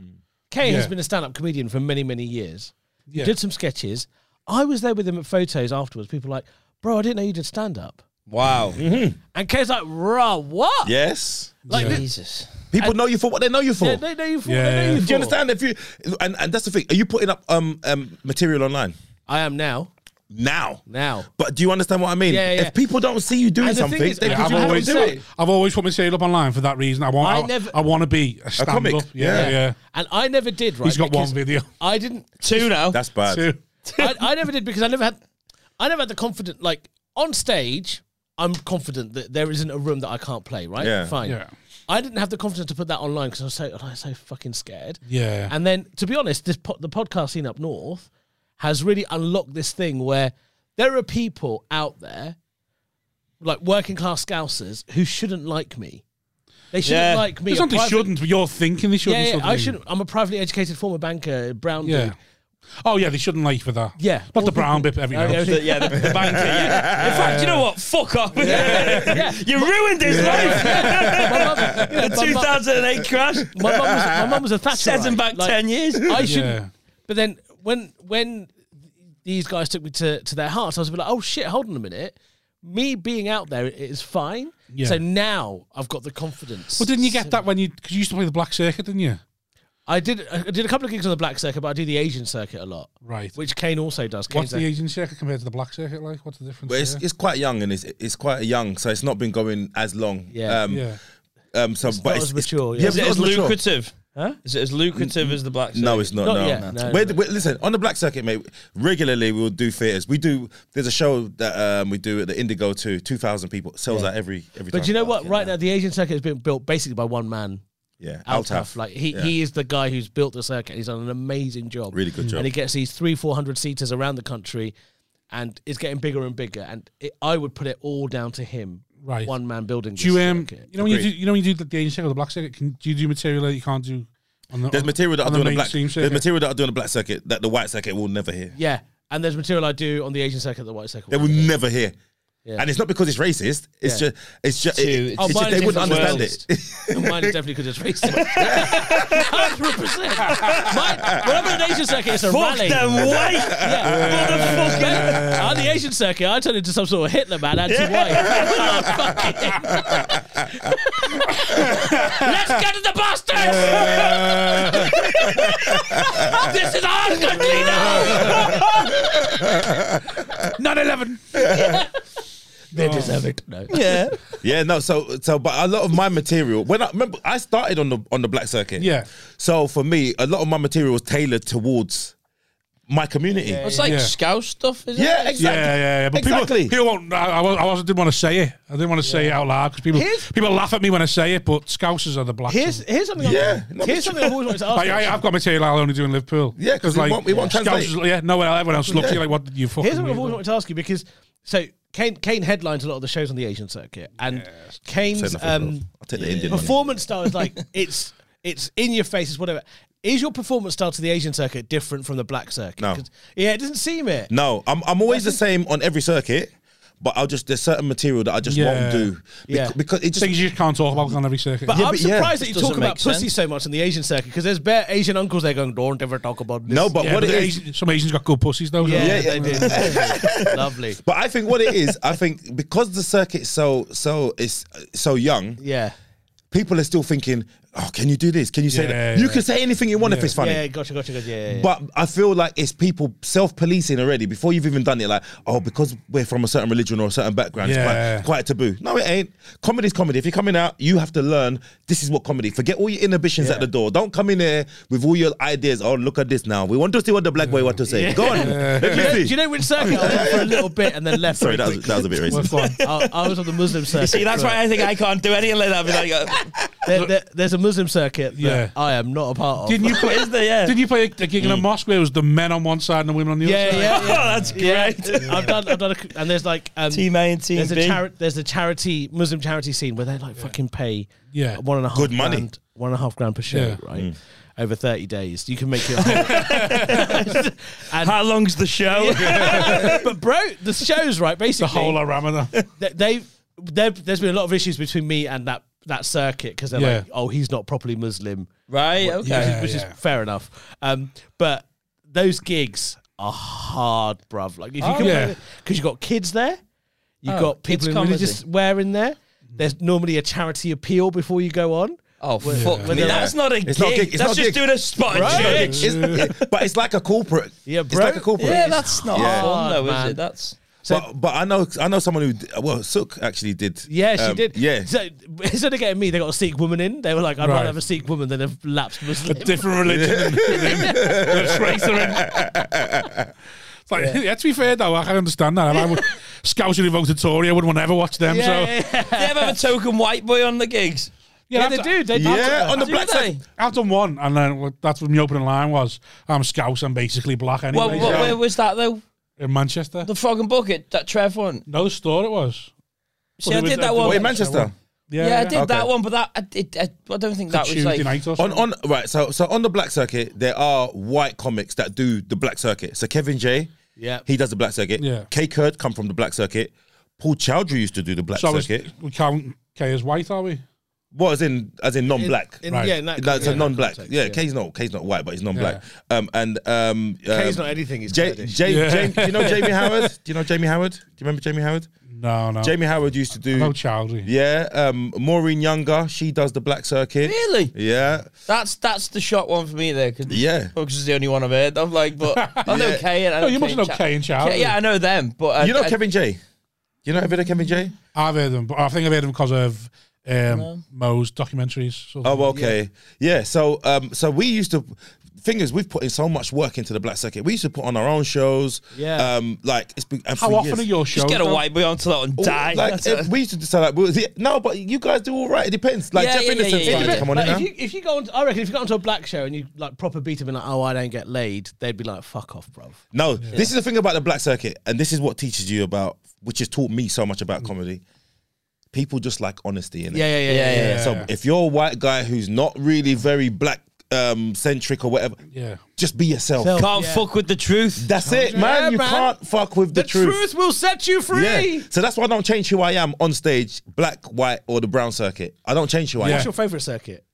Kay has Yeah. been a stand-up comedian for many, many years. Yeah. Did some sketches. I was there with him at photos afterwards. People were like, bro, I didn't know you did stand up. Wow. And Kay's like, bruh, what? Yes. Like, this- Jesus. People know you for what they know you for. they, they know you for. Yeah. They know Do you for. Do you understand? If you and, and that's the thing. Are you putting up um, um material online I am now. now? Now. But do you understand what I mean? Yeah, yeah, yeah. If people don't see you doing And the thing something, is, they yeah, I've presume you I don't always, do would say- it. I've always put my material up online for that reason. I want, I I, never- I want to be a stand comic. up. Yeah, yeah. Yeah. And I never did, right? He's got because one *laughs* video. I didn't. Two now. That's bad. Two. I, I never did because I never had. I never had the confident like on stage. I'm confident that there isn't a room that I can't play. Right? Yeah. Fine. Yeah. I didn't have the confidence to put that online because I was so I was so fucking scared. Yeah. And then, to be honest, this po- the podcast scene up north has really unlocked this thing where there are people out there, like working class scousers, who shouldn't like me. They shouldn't Yeah. like me. It's a not they private- shouldn't, but you're thinking they shouldn't. Yeah, yeah, sort of I thing. shouldn't. I'm a privately educated former banker, brown Yeah. dude. Oh, yeah, they shouldn't like you for that. Yeah. Not the brown bit, but everything Oh, else. *laughs* yeah. The- yeah, the, the banker. Yeah. In fact, you know what? Fuck off. *laughs* you ruined his *laughs* My mum- you know, life. The my mum- 2008 crash my mum was my mum was a Thatcherite. sends him back Like, 10 years. I shouldn't. Yeah. But then when when these guys took me to, to their hearts, I was a bit like, oh shit, hold on a minute. Me being out there is fine. Yeah. So now I've got the confidence. Well, didn't you get that when you, cause you used to play the Black Circuit, didn't you? I did. I did a couple of gigs on the black circuit, but I do the Asian circuit a lot, Right. which Kane also does. What's Kane's the a- Asian circuit compared to the Black Circuit like? What's the difference? But it's, there? it's quite young and it's it's quite young, so it's not been going as long. Yeah. Um, yeah. Um, so, but not it's, as it's- mature, yeah. yeah, Is Is it's it not as as mature. lucrative? Huh? Is it as lucrative as the black? No, it's not. Not no. yet, no, We're- no. we're- listen, on the Black Circuit, mate. Regularly, we'll do theaters. We do. There's a show that um, we do at the Indigo too. Two thousand people sells out every every. But time. Oh, you know what? Right now, the Asian circuit has been built basically by one man, Yeah, Altaf. Like he, Yeah. he is the guy who's built the circuit. He's done an amazing job. Really good job. And he gets these three, four hundred seaters around the country, and it's getting bigger and bigger. And it, I would put it all down to him. Right. One man building. Do you, um, circuit. you know when you do, Agreed. you know when you do the, the Asian circuit or the Black Circuit, can, do you do material that you can't do? On the, There's on- material that I do on the black. mainstream There's circuit? material that I do on the black circuit that the white circuit will never hear. yeah. And there's material I do on the Asian circuit, the white circuit. They will never hear. Yeah. And it's not because it's racist. It's Yeah. just, it's just, Dude, it, it's it's Oh, just mine they is wouldn't definitely understand racist. it. *laughs* Mine is definitely because it's racist. *laughs* Hundred percent. When I'm on an Asian circuit, it's a Fuck rally. them *laughs* white Yeah. motherfucker. Yeah. *laughs* On the Asian circuit, I turned into some sort of Hitler man, anti-white. *laughs* Let's get to the bastards! this is our country now. 9/11. They deserve it. No. Yeah. Yeah, no. So, so, but a lot of my material when I remember I started on the on the black circuit. Yeah. So for me, a lot of my material was tailored towards my community. Yeah, It's like Yeah. scouse stuff, isn't it? exactly. Yeah, yeah, yeah. But exactly. people, people won't. I, I, was- I wasn't, didn't want to say it. I didn't want to say it out loud because people, Here's- people laugh at me when I say it. But Scousers are the black. Here's here's something. I've- Yeah, no, here's but- something I've always wanted to ask. Like, I, you. have got material I'll only do in Liverpool. Yeah, 'cause it won't- it won't translate. Scousers- yeah, nowhere else- everyone else looks at you like what you fucking. Here's what I've always weirdo. wanted to ask you because so Kane Kane headlines a lot of the shows on the Asian circuit, and Kane's Said nothing, um, bro. I'll take the Indian money. performance style is like *laughs* it's it's in your face, it's whatever. Is your performance style to the Asian circuit different from the black circuit? No. 'Cause- Yeah, it doesn't seem it. No, I'm I'm always the same on every circuit, but I'll just there's certain material that I just Yeah. won't do Bec- Yeah. because it just Things you just can't talk about on every circuit. But Yeah, I'm but yeah. surprised that This you talk doesn't about make pussy sense. so much in the Asian circuit because there's bare Asian uncles there going, don't ever talk about *laughs* this. no. But yeah, what but it the is, Asian- some Asians got good pussies though. yeah, Yeah, they do. *laughs* Lovely. But I think what it is, I think because the circuit's so so is so young, Yeah. people are still thinking, "Oh, can you do this? Can you say Yeah, that? You yeah. can say anything you want if it's funny." Yeah, gotcha, gotcha, gotcha. Yeah, yeah, yeah. But I feel like it's people self-policing already before you've even done it. Like, oh, because we're from a certain religion or a certain background, Yeah. it's quite, quite taboo. No, it ain't. Comedy's comedy. If you're coming out, you have to learn this is what comedy. Forget all your inhibitions at the door. Don't come in here with all your ideas. Oh, look at this now. We want to see what the black boy want to say. Go on. Let me do see. you know which circuit I was on for a little bit and then left? Sorry, that very was, that was a bit Well, racist. *laughs* go on. quick? I, I was on the Muslim circuit. See, that's for- why I think I can't do any of that. I'll be like, uh, There, there, there's a Muslim circuit that Yeah. I am not a part of. Didn't you play? is there? Yeah. Didn't you play a, a gig in a mosque where it was the men on one side and the women on the yeah, other? side? yeah, *laughs* oh, yeah. *laughs* that's Yeah. great. I've done. I've done. A, and there's like um, Team A and Team there's B. a chari- there's a charity Muslim charity scene where they like fucking pay Yeah. one and a half Good money. grand, one and a half grand per show Yeah. right Mm. over thirty days you can make *laughs* your whole- and How long's the show? *laughs* but bro the shows right The basically whole of Ramadan. they, they there- there's been a lot of issues between me and that that circuit because they're Yeah. like oh he's not properly Muslim Right, okay. which, is, which yeah. is fair enough. Um, but those gigs are hard, bruv. Like if you Oh, can, yeah. because you've got kids there, you've Oh, got kids people in comedy. religious wear in there. Mm-hmm. There's normally a charity appeal before you go on. Oh fuck Whether me! That's not a It's gig. not a gig, it's That's not a just gig. doing a spot and Right. check. It's- yeah, but it's like a corporate. Yeah, it's bro. like a corporate. Yeah, that's not Yeah. fun though, Hard, is man. it? That's but, but I know I know someone who d- well Sook actually did. Yeah, she um, did. Yeah, So instead of getting me, they got a Sikh woman in. They were like, I'd Right. rather have a Sikh woman than a lapsed A Muslim. different religion than him. Let's race her in. It's like, yeah. to be fair though, I can understand that. I would Scouser who voted Tory, I wouldn't want to ever watch them. *laughs* Yeah, so yeah, yeah. they ever have a token white boy on the gigs. Yeah, they I've- do. They do. yeah. On the Do black they? side, I've done one, and then well, that's what my opening line was. I'm Scouse, I'm basically black anyway. Well, wh- so- where was that though? in Manchester. The frog and bucket that Trev won. no, the store it was. See, Well, I it was did at that the one. Wait, in Oh, Manchester. Yeah, Yeah, I did Okay. that one, but that I, did I, I don't think that was Tuesday like. night or On something. on right, so so on the black circuit, there are white comics that do the black circuit. So Kevin J, Yeah. he does the black circuit. Yeah. K Kurd come from the black circuit. Paul Chowdhury used to do the black so I was, circuit. we count Kay as white, are we? What as in as in non-black? In- Right. Yeah, in that No, it's yeah, a that non-black. context, yeah, K's not K's not white, but he's non-black. Um, and um, K's um, not anything. He's J, Kurdish. J, Yeah. Jamie- do you know Jamie Howard? Do you know Jamie Howard? Do you remember Jamie Howard? No, no. Jamie Howard used to do. no Chowdhury. Yeah, um, Maureen Younger, she does the black circuit. Really? Yeah, That's that's the shot one for me there. Cause yeah. Bugs is the only one I've heard. I'm like, but *laughs* I know Yeah. Kay and I No, you must know Cha- Kay and Chowdhury. Yeah, yeah, I know them, but I, You know I- Kevin J. You know a bit of Kevin J. I've heard them, but I think I've heard them because of um, Mo's documentaries. sort of. Oh, okay. Yeah. so, um, so we used to. Thing is, we've put in so much work into the black circuit. We used to put on our own shows. Yeah. Um, like it's been. and How for often years- are your shows? Just get a done? white boy onto that and Oh, die. Like That's *laughs* if it. we used to decide like, well, yeah, no, but you guys do all right. It depends. Like Yeah, Jeff yeah, yeah, Innocent yeah, started yeah. to come on in Like, now. if you if you go on, I reckon if you go onto a black show and you like proper beat them and like, oh, I don't get laid, they'd be like, fuck off, bruv. No, this is the thing about the black circuit, and this is what teaches you about, which has taught me so much about comedy. People just like honesty in it. Yeah, yeah, yeah, yeah. yeah, yeah. So if you're a white guy who's not really very black um, centric or whatever, Yeah. just be yourself. Self. Can't Yeah. fuck with the truth. That's it, man. Yeah, you man. can't fuck with the, will set you Yeah. So that's why I don't change who I am on stage, black, white, or the brown circuit. I don't change who Yeah. I am. What's your favourite circuit?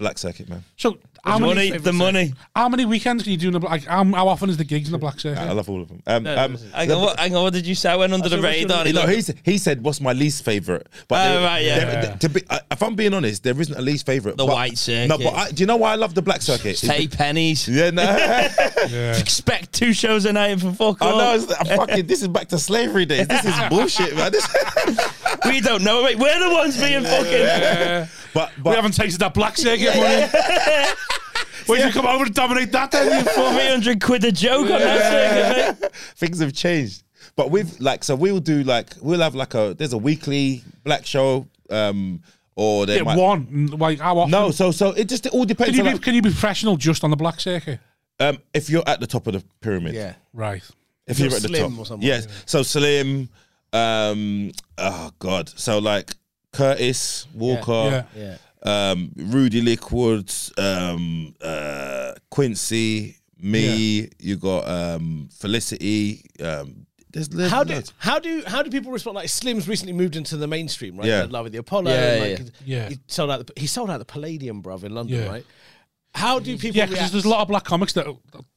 Black circuit, man. So how many, Money, the money. how many weekends can you do in the black? How, how often is the gigs in the black I circuit? love all of them. Um, um, Hang on, what, hang on, what did you say? I went under the said, what's your- radar. and he no, looked- he, s- he said, "What's my least favorite?" Oh, right, yeah. there- Yeah. to be, I- if I'm being honest, there isn't a least favorite. The white circuit. No, but I, do you know why I love the black circuit? It's Pay pennies. be- yeah, no. *laughs* Yeah. Expect two shows a night for fuck I all. know. It's, *laughs* I'm fucking, this is back to slavery days. This is bullshit, man. *laughs* This- We don't know, mate. We're the ones being fucking. but but We haven't tasted that black circuit money. Wait till you come over and dominate that then, *laughs* you fool. 300 quid a joke on that circuit, mate. things have changed. But we've like so we'll do like we'll have like a there's a weekly black show um or there Get might one. Mm, Like how often? no so so it just it all Can depends. you, on, be, like, can you be professional just on the black circuit? um, if you're at the top of the pyramid, Right. if you're You're at the Slim top, or someone, yes. So Slim, um, oh god, so like Curtis Yeah. Walker, Yeah. um, Rudy Lickwood, um, uh, Quincy, me. You got um, Felicity. Um, there's loads- How do loads. how do how do people respond? Like Slim's recently moved into the mainstream, right? Yeah. Like, Love with the Apollo. Yeah, and, like, yeah. He sold out. The, he sold out the Palladium, bruv, in London, Yeah. right? How do people? Yeah, because react? there's a lot of black comics that,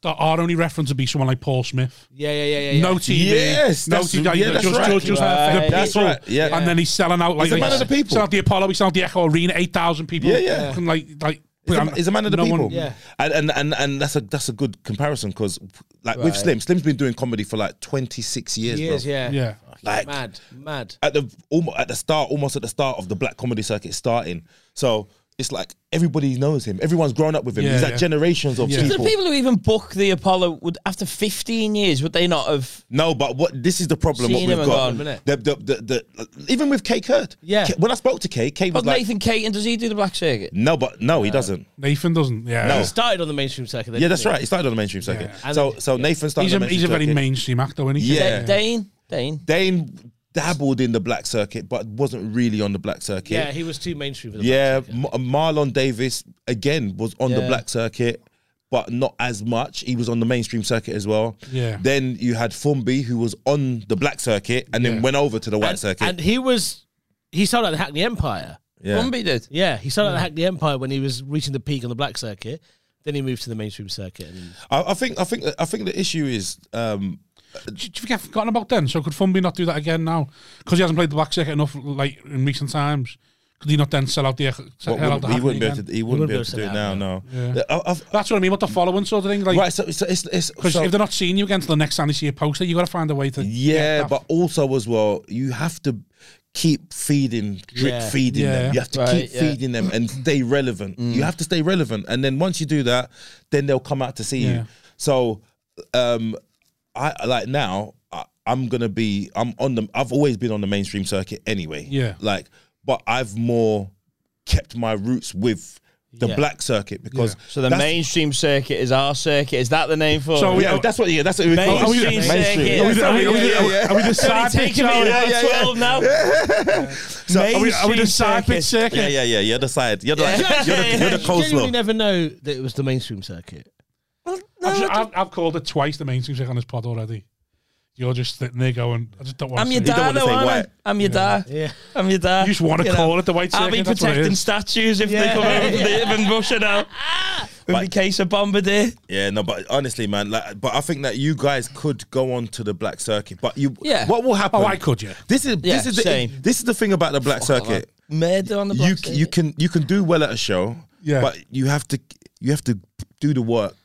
that our only reference would be someone like Paul Smith. Yeah, yeah, yeah, yeah. yeah. No TV. Yes, no that's- TV. yeah, that's just, right. just, just Right. the people. That's right, yeah. And then he's selling out like He's a man like, of the people. Selling out the Apollo. He's selling out the Echo Arena. Eight thousand people. Yeah, yeah. And like like. He's a, he's a man of the no people, one- Yeah. and, and and and that's a that's a good comparison because, like with Slim, Slim's been doing comedy for like twenty six years, bro. Years, yeah. Yeah. Like- mad, mad. at the almost at the start, almost at the start of the black comedy circuit starting. So it's like everybody knows him. Everyone's grown up with him. Yeah, He's had yeah. generations of Yeah. The people. people who even book the Apollo would, after 15 years, would they not have? No, but what this is the problem. What Seen we've him and got, gone, the, innit? the, the, the- even with Kay Kurt. Yeah. Kay- when I spoke to Kay, Kay was But like, Nathan Caton, does he do the black circuit? no, but no, he doesn't. Nathan doesn't. Yeah. No. He started on the mainstream circuit. then, Yeah, didn't that's he? right. He started on the mainstream circuit. And So then- so Nathan started. He's on a the he's a very mainstream circuit. mainstream actor. Isn't he? Yeah. Dane, Dane. Dane dabbled in the black circuit, but wasn't really on the black circuit. Yeah, he was too mainstream for the Yeah, Ma- Marlon Davis again was on the Yeah. black circuit, but not as much. He was on the mainstream circuit as well. Yeah. Then you had Fumbi, who was on the black circuit and then went over to the white and, circuit. and he was he sold out the Hackney Empire. yeah. Brumby did. Yeah, he sold out the Hackney Empire when he was reaching the peak on the black circuit. Then he moved to the mainstream circuit. And I, I think I think I think the issue is um, Did you forget forgotten about then? So could Fumby not do that again now? Because he hasn't played the back circuit enough, like in recent times. Could he not then sell out the? Sell what out wouldn't- the he Hackney wouldn't be again? able to he wouldn't be able to do it sell out, now. No, I- I've- That's what I mean. What the following sort of thing, like right. So, so it's it's because so- if they're not seeing you against the next time they see a poster, you got to find a way to. Yeah, get that. but also as well, you have to keep feeding, drip Yeah. feeding Yeah. them. You have to Right, keep yeah. Mm. feeding them and stay relevant. You have to stay relevant, and then once you do that, then they'll come out to see Yeah. you. So, um, I like now. I, I'm gonna be. I'm on the. I've always been on the mainstream circuit anyway. Yeah. Like, but I've more kept my roots with the Yeah. black circuit because So the that's- mainstream circuit is our circuit. Is that the name for So it? we- Yeah, that's what. Yeah, that's what Oh, we Mainstream call it. circuit. Mainstream. Are we- are we- are we- Yeah, yeah, are we the side Taking pitch? me Are we- down yeah, yeah. 12 now. So, are we- are we the side pitch circuit? Yeah, yeah, yeah. You're the side. You're the, Yeah. you're the, you're the You genuinely coleslaw. never know that it was the mainstream circuit. I've, I've, I've called it twice the mainstream circuit on this pod already. You're just sitting there going, I just don't want I'm to. your say it. don't dad, wanna though, say aren't I? white. I'm your dad. Yeah. I'm your dad. You just want to know. call it the white circuit. I'll be that's what it protecting is. statues if Yeah. they come over from the from Russia now. With the But- case of Bombardier. Yeah, no, but honestly, man, like, but I think that you guys could go on to the black circuit, but you, Yeah. what will happen? Oh, I could, yeah. This is Yeah, this is the same. this is the thing about the black circuit. Murder on the You block. c- you can you can do well at a show, Yeah. but you have to you have to do the work.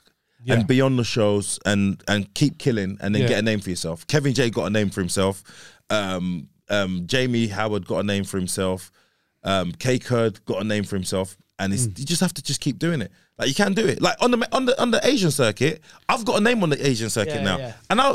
Yeah. And be on the shows and and keep killing and then Yeah. get a name for yourself. Kevin J got a name for himself. Um, um, Jamie Howard got a name for himself. Um, K Curd got a name for himself. And Hmm. it's, you just have to just keep doing it. Like you can do it. Like on the on the on the Asian circuit, I've got a name on the Asian circuit Yeah, now, yeah. and I,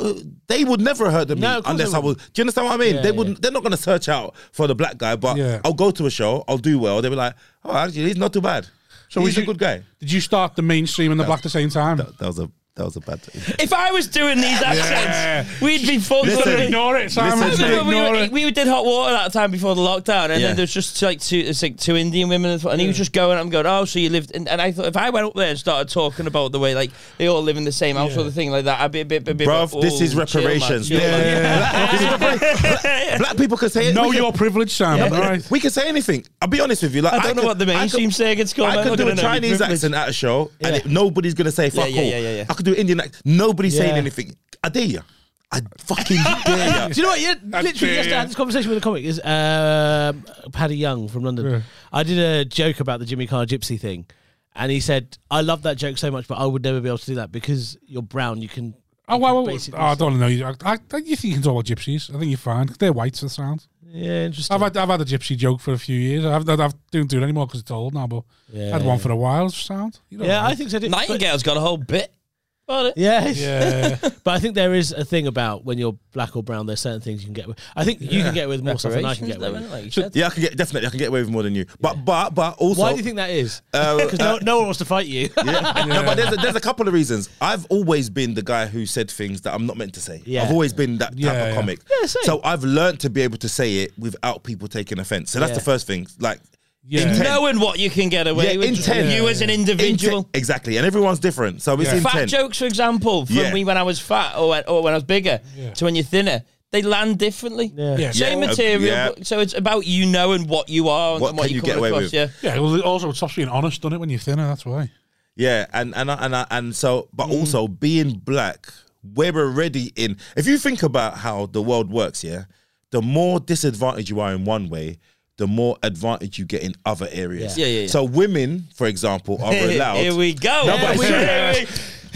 they would never have heard of No, me of course unless they I was. Do you understand what I mean? Yeah, they yeah. wouldn't. They're not going to search out for the black guy, but Yeah. I'll go to a show, I'll do well. They'll be like, oh, actually, he's not too bad. So he's would a you- good guy. Did you start the mainstream and the black at the same time? That was a that was a bad. If I was doing these accents, we'd be fucked. Listen, wouldn't we? *laughs* Ignore it, Simon. Listen, just I remember we, Ignore were, it. we did hot water that time before the lockdown, and Yeah. then there was just like two, it's like two Indian women, and, and he was just going. I'm going, oh, so you lived? In, and I thought if I went up there and started talking about the way like they all live in the same house or the thing like that, I'd be a bit, bit, bit. Bruv, like, this is "Oh, chill, man, reparations. chill, man." This is reparations. Black- *laughs* Black people can say it. Know We can- your privilege, Simon. All right. We can say anything. I'll be honest with you. Like I don't know could- what the mainstream I could, circuit's called. I man. could do don't a know. Chinese accent at a show, and it, nobody's gonna say fuck yeah, all. yeah, yeah, yeah. I could do Indian accent. Nobody's saying Yeah. anything. I dare you. I fucking *laughs* dare Do you. you know what? Yeah, That's literally, true, yesterday I yeah. had this conversation with a comic. Is um, Paddy Young from London? Yeah. I did a joke about the Jimmy Carr gypsy thing, and he said, "I love that joke so much, but I would never be able to do that because you're brown. You can." Oh, wow, wow, wow. Basically, Oh, I don't know. You- I, I, you think you can talk about gypsies? I think you're fine. They're whites. That sounds. Yeah, interesting. I've had I've had a gypsy joke for a few years. I've I've, I don't do it anymore because it's old now. But I yeah, had one for a while. it Sound. You know yeah, what I think so. Too. But- Nightingale's got a whole bit. About it. *laughs* Yeah, mean? yeah. *laughs* but I think there is a thing about when you're black or brown. There's certain things you can get. with. I think you can get with more stuff than I can get Reparations, with. though, innit? So Like, Yeah, I can get definitely. I can get away with more than you. But but but also, Why do you think that is? *laughs* Uh, Because no, no one wants to fight you. *laughs* Yeah. No, but there's a, there's a couple of reasons. I've always been the guy who said things that I'm not meant to say. Yeah. I've always been that type Yeah, of yeah. comic. Yeah, same. so I've learned to be able to say it without people taking offense. So that's Yeah. the first thing. Like Yeah. intent. Knowing what you can get away Yeah, with, intent. you as an individual. Intent- exactly. And everyone's different. So it's Yeah. fat intent. jokes, for example, from Yeah. me when I was fat or when, or when I was bigger Yeah. to when you're thinner, they land differently. Yeah. Same Yeah. material, Yeah. but- so it's about you knowing what you are and What what, can you, you come get away across. with? Yeah, yeah. Well, it also, it stops being honest, doesn't it? When you're thinner, that's why. Yeah. And and I- and I- and so but also being black, we're already in if you think about how the world works, yeah, the more disadvantaged you are in one way, the more advantage you get in other areas. Yeah. Yeah, yeah, yeah. So women, for example, *laughs* are Here- allowed Here we go. No, but- here we,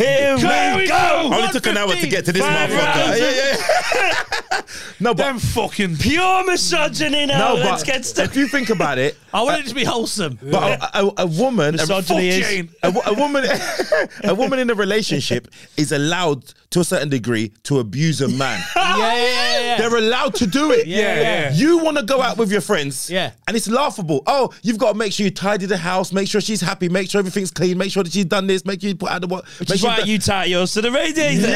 here Here we we go. I only took an hour to get to this Five motherfucker. rounds. Yeah, yeah, yeah. *laughs* no, but Them fucking. Pure misogyny now. no, but Let's get stuck. if you think about *laughs* it, I want it to be wholesome. but a, a, a woman, a, Fuck Jane. a wo- a woman, *laughs* a woman in a relationship is allowed to a certain degree to abuse a *laughs* man. yeah, yeah, yeah. They're allowed to do it. Yeah, yeah. You want to go out with your friends, Yeah. and it's laughable. Oh, you've got to make sure you tidy the house, make sure she's happy, make sure everything's clean, make sure that she's done this, make sure you put out the what. Which is why you tie yours to the radiator.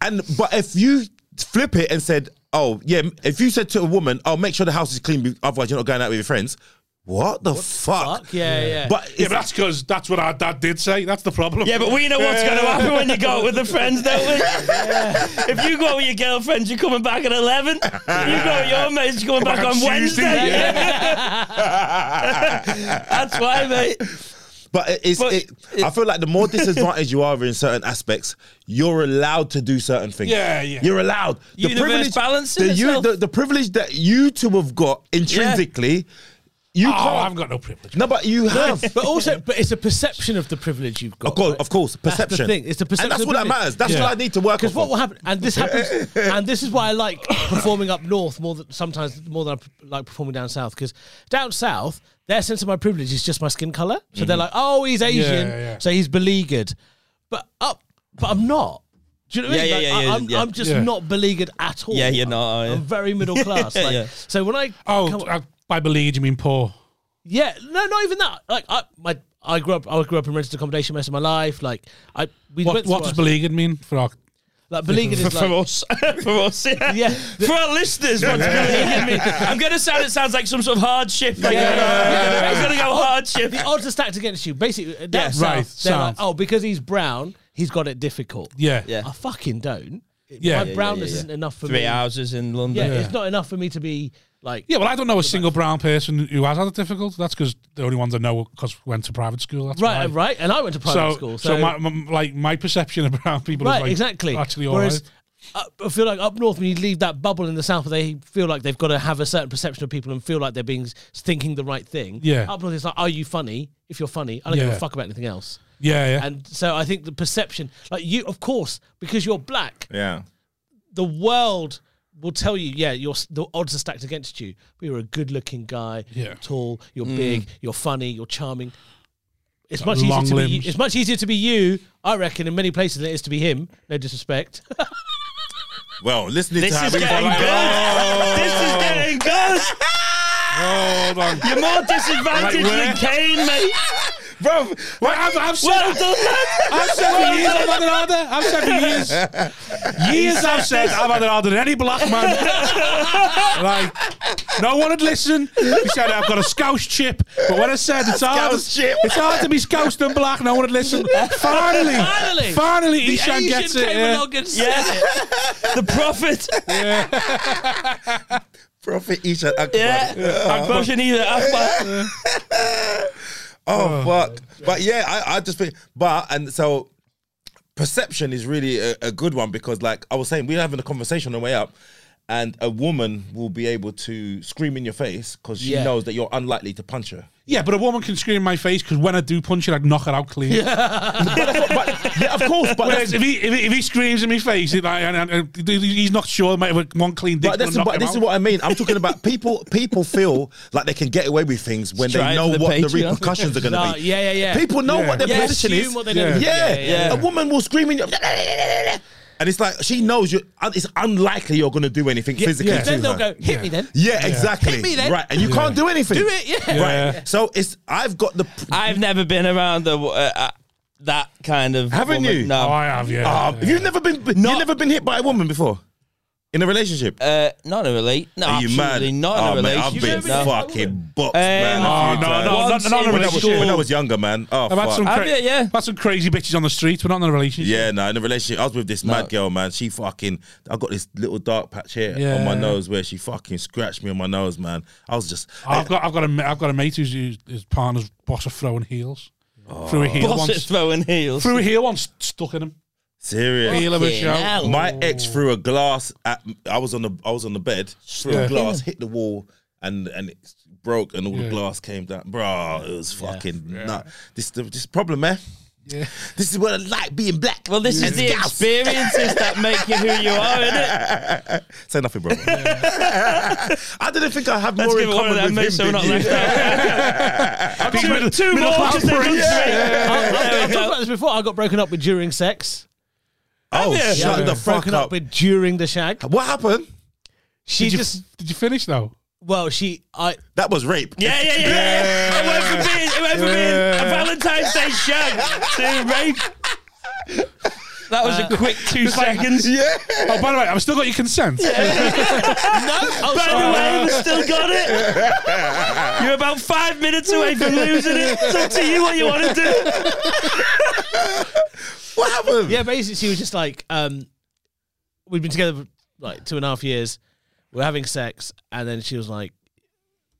And but if you flip it and said, "Oh yeah," if you said to a woman, "Oh, make sure the house is clean, be- otherwise you're not going out with your friends," what the fuck? Fuck, yeah, yeah. But Yeah, but that's because that's what our dad did say. That's the problem. Yeah, but we know what's going to happen when you go out with the friends, don't we? If you go out with your girlfriend, you're coming back at 11. You go out with your mates, you're coming back, back on *laughs* on Tuesday, Wednesday. That's why, mate. *laughs* But it- it's. But it, it- I feel like the more disadvantaged you are in certain aspects, you're allowed to do certain things. Yeah, yeah. You're allowed. Universe balance in the, you- itself. the, the privilege that you two have got intrinsically, you Oh, I can't. haven't got no privilege. No, but you have. But also, but it's a perception of the privilege you've got. Of course, right? of course, perception. That's the thing. It's the and perception. that's of what that privilege. matters. That's Yeah. what I need to work. off Because what of. will happen, and this happens, and this is why I like performing up north more than sometimes more than I like performing down south. Because down south, their sense of my privilege is just my skin color. So they're like, "Oh, he's Asian, yeah, yeah. so he's beleaguered," but up, but I'm not. Do you know what I mean? Yeah, yeah, Like, yeah, I, am yeah. I'm just Yeah. not beleaguered at all. Yeah, you're not, are you? I'm very middle class. like, yeah. So when I come- Oh, uh, by beleaguered you mean poor? yeah, no, not even that. Like I, my, I grew up, I grew up in rented accommodation most of my life. Like I, we What, went what through does our- beleaguered mean for our? like beleaguered *laughs* for, is like. us, for us, yeah. Yeah. For our listeners, what's believing me? I'm gonna sound. It sounds like some sort of hardship. Like, Yeah. uh, it's gonna go hardship. the odds are stacked against you. Basically, down south, right, they're south. like, oh, because he's brown, he's got it difficult. Yeah, Yeah. I fucking don't. Yeah. my Yeah, brownness yeah, yeah. isn't enough for Three me. houses in Yeah, London. it's not enough for me to be like. Yeah, well, I don't know a single brown person who has had it difficult. That's because the only ones I know because went to private school. That's Right, why. right, and I went to private so, school. So, so, my, my, like my perception of brown people right, is like exactly. actually all right. Whereas up- I feel like up north, when you leave that bubble in the south, they feel like they've got to have a certain perception of people and feel like they're being thinking the right thing. Yeah. up north, it's like, are you funny? If you're funny, I don't give Yeah. a fuck about anything else. Yeah, yeah. And so I think the perception, like you, of course, because you're black, Yeah. the world will tell you, yeah, you're, the odds are stacked against you. But you're a good-looking guy. Yeah. You're tall. You're big. You're funny. You're charming. It's much easier long to be. limbs. It's much easier to be you, I reckon, in many places than it is to be him. No disrespect. Well, listening This to how is we getting like, good. This Oh. is getting good. Hold *laughs* on. You're more disadvantaged where? than Kane, mate. bro. Like, I've, I've said, Well done, lad. I've said for years I've had an order. I've *laughs* said for years. Years I've said I've had an order than any black *laughs* man. Like, no one would listen. He said I've got a scouse chip. But when I said it's hard, Scouse chip. it's hard to be scoused and black, no one would listen. *laughs* Finally, Finally. finally, The Ishan Asian gets it. came yeah. along and said, Yeah. The prophet. Prophet Isha Akbar. Yeah. Akbar Shanida Akbar. Oh, fuck. But yeah, I, I just think, but, and so perception is really a, a good one because, like I was saying, we were having a conversation on the way up, and a woman will be able to scream in your face because she Yeah. knows that you're unlikely to punch her. Yeah, but a woman can scream in my face because when I do punch her, I'd knock her out clean. But, yeah, of course, *laughs* but Whereas if he, if, he, if he screams in my face, it, like, and, and, and he's not sure, might have one clean dick. But this, is, knock but him this is out. what I mean. I'm talking about people. People feel like they can get away with things when Straight they know to the what the Patreon. repercussions are *laughs* going No, to be. yeah, yeah, yeah. People know Yeah. what their Yeah, position assume is. what they're yeah. gonna do. Yeah. Yeah, yeah, a woman will scream in your. And it's like she knows you. It's unlikely you're going to do anything physically yeah. to then they'll her. go hit *laughs* me then. Yeah, exactly. Hit me then. Right, and you can't do anything. Do it, yeah. Right. Yeah. So it's I've got the. I've never been around the, uh, uh, that kind of. Haven't woman. you? Oh, No. I have, yeah. Uh, yeah. You've never been. You've never been hit by a woman before, in a relationship. Uh, not in a relate. No, Are you mad? absolutely not in a Oh, mate, relationship. I've been no. fucking boxed, Um, man. a Oh, few no, times. no, not, Once not in in a when I was relationship. when I was younger, man. Oh, I've had fuck. some, Have cra- you? Yeah. I've had some crazy bitches on the street, but not in a relationship. yeah, no, in a relationship, I was with this mad girl, man. She fucking, I got this little dark patch here on my Yeah. nose where she fucking scratched me on my nose, man. I was just, I've got, I've got a, ma- I've got a mate who's, who's his partner's boss of throwing heels. Threw a heel *laughs* Boss is once. throwing heels. Threw a heel once, stuck in him. serious. Heel of a Fucking show. hell. My ex threw a glass at. I was on the. I was on the bed. Threw Yeah. a glass, hit the wall, and and it broke, and all the Yeah. glass came down. Bro, it was fucking. nut. This the this problem, man. Yeah. This is what I like being black. Well, this is the experiences that make you who you are, *laughs* innit? Say nothing, bro. *laughs* I didn't think I had Let's more give it in one common of them, with mate, him. so we're not than you. left out. Big Two, middle- two middle more class because they've done prick. three. There I've we talked go. about this before. I got broken up with during sex. Oh, Yeah. shut the Yeah. fuck Broken up up. with during the shag. What happened? She Did you, just, did you finish though? well, she, *laughs* I, That was rape. Yeah, yeah, yeah, yeah. yeah. It went from being, it went from being a Valentine's Day *laughs* shag to rape. That was a quick two seconds. Yeah. Oh, by the way, I've still got your consent. oh, By sorry. the way, we've still got it. You're about five minutes away from losing it. It's up to you what you want to do. What happened? Yeah, basically, she was just like, um, we've been together for like two and a half years. We're having sex, and then she was like,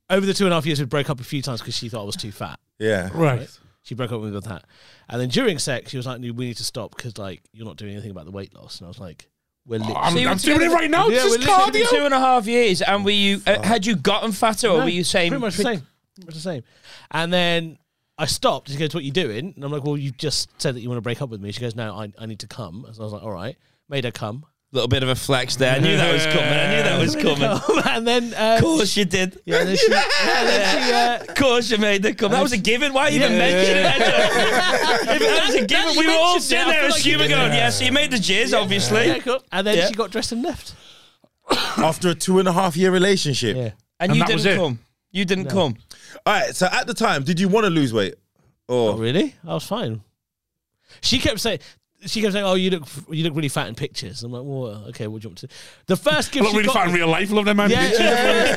over the two and a half years, we broke up a few times because she thought I was too fat. Yeah. Right. She broke up with me with that. And then during sex, she was like, "We need to stop because like you're not doing anything about the weight loss." And I was like, "We're literally." I'm, So you I'm were doing it together- right now. Yeah, this is we're literally cardio. Two and a half years, and were you uh, had you gotten fatter, or No, were you saying pretty much the same? Pretty much the same. And then I stopped. She goes, "What are you doing?" And I'm like, "Well, you just said that you want to break up with me." She goes, "No, I, I need to come." And so I was like, "All right." Made her come. little bit of a flex there? I knew that was coming. I knew that was coming. Of *laughs* and then, uh, course you did. yeah, and then she, yeah, and then she uh, Of course you made the come. That was a given. Why even mention it? *laughs* if that was a Now given, you we were all mentioned it, sitting I there feel as like you human did going, yeah, so you made the jizz, obviously. yeah, cool. and then Yeah. she got dressed and left. *laughs* after a two and a half year relationship. Yeah. And, And you that was didn't it. come. You didn't come. All right. So at the time, did you want to lose weight? Not Or Oh, really. I was fine. She kept saying, she kept saying, "Oh, you look, you look really fat in pictures." I'm like, "Well, okay, what do you want me to?" The first I gift look she really got fat me- in real life. Love them, man. Yeah, the,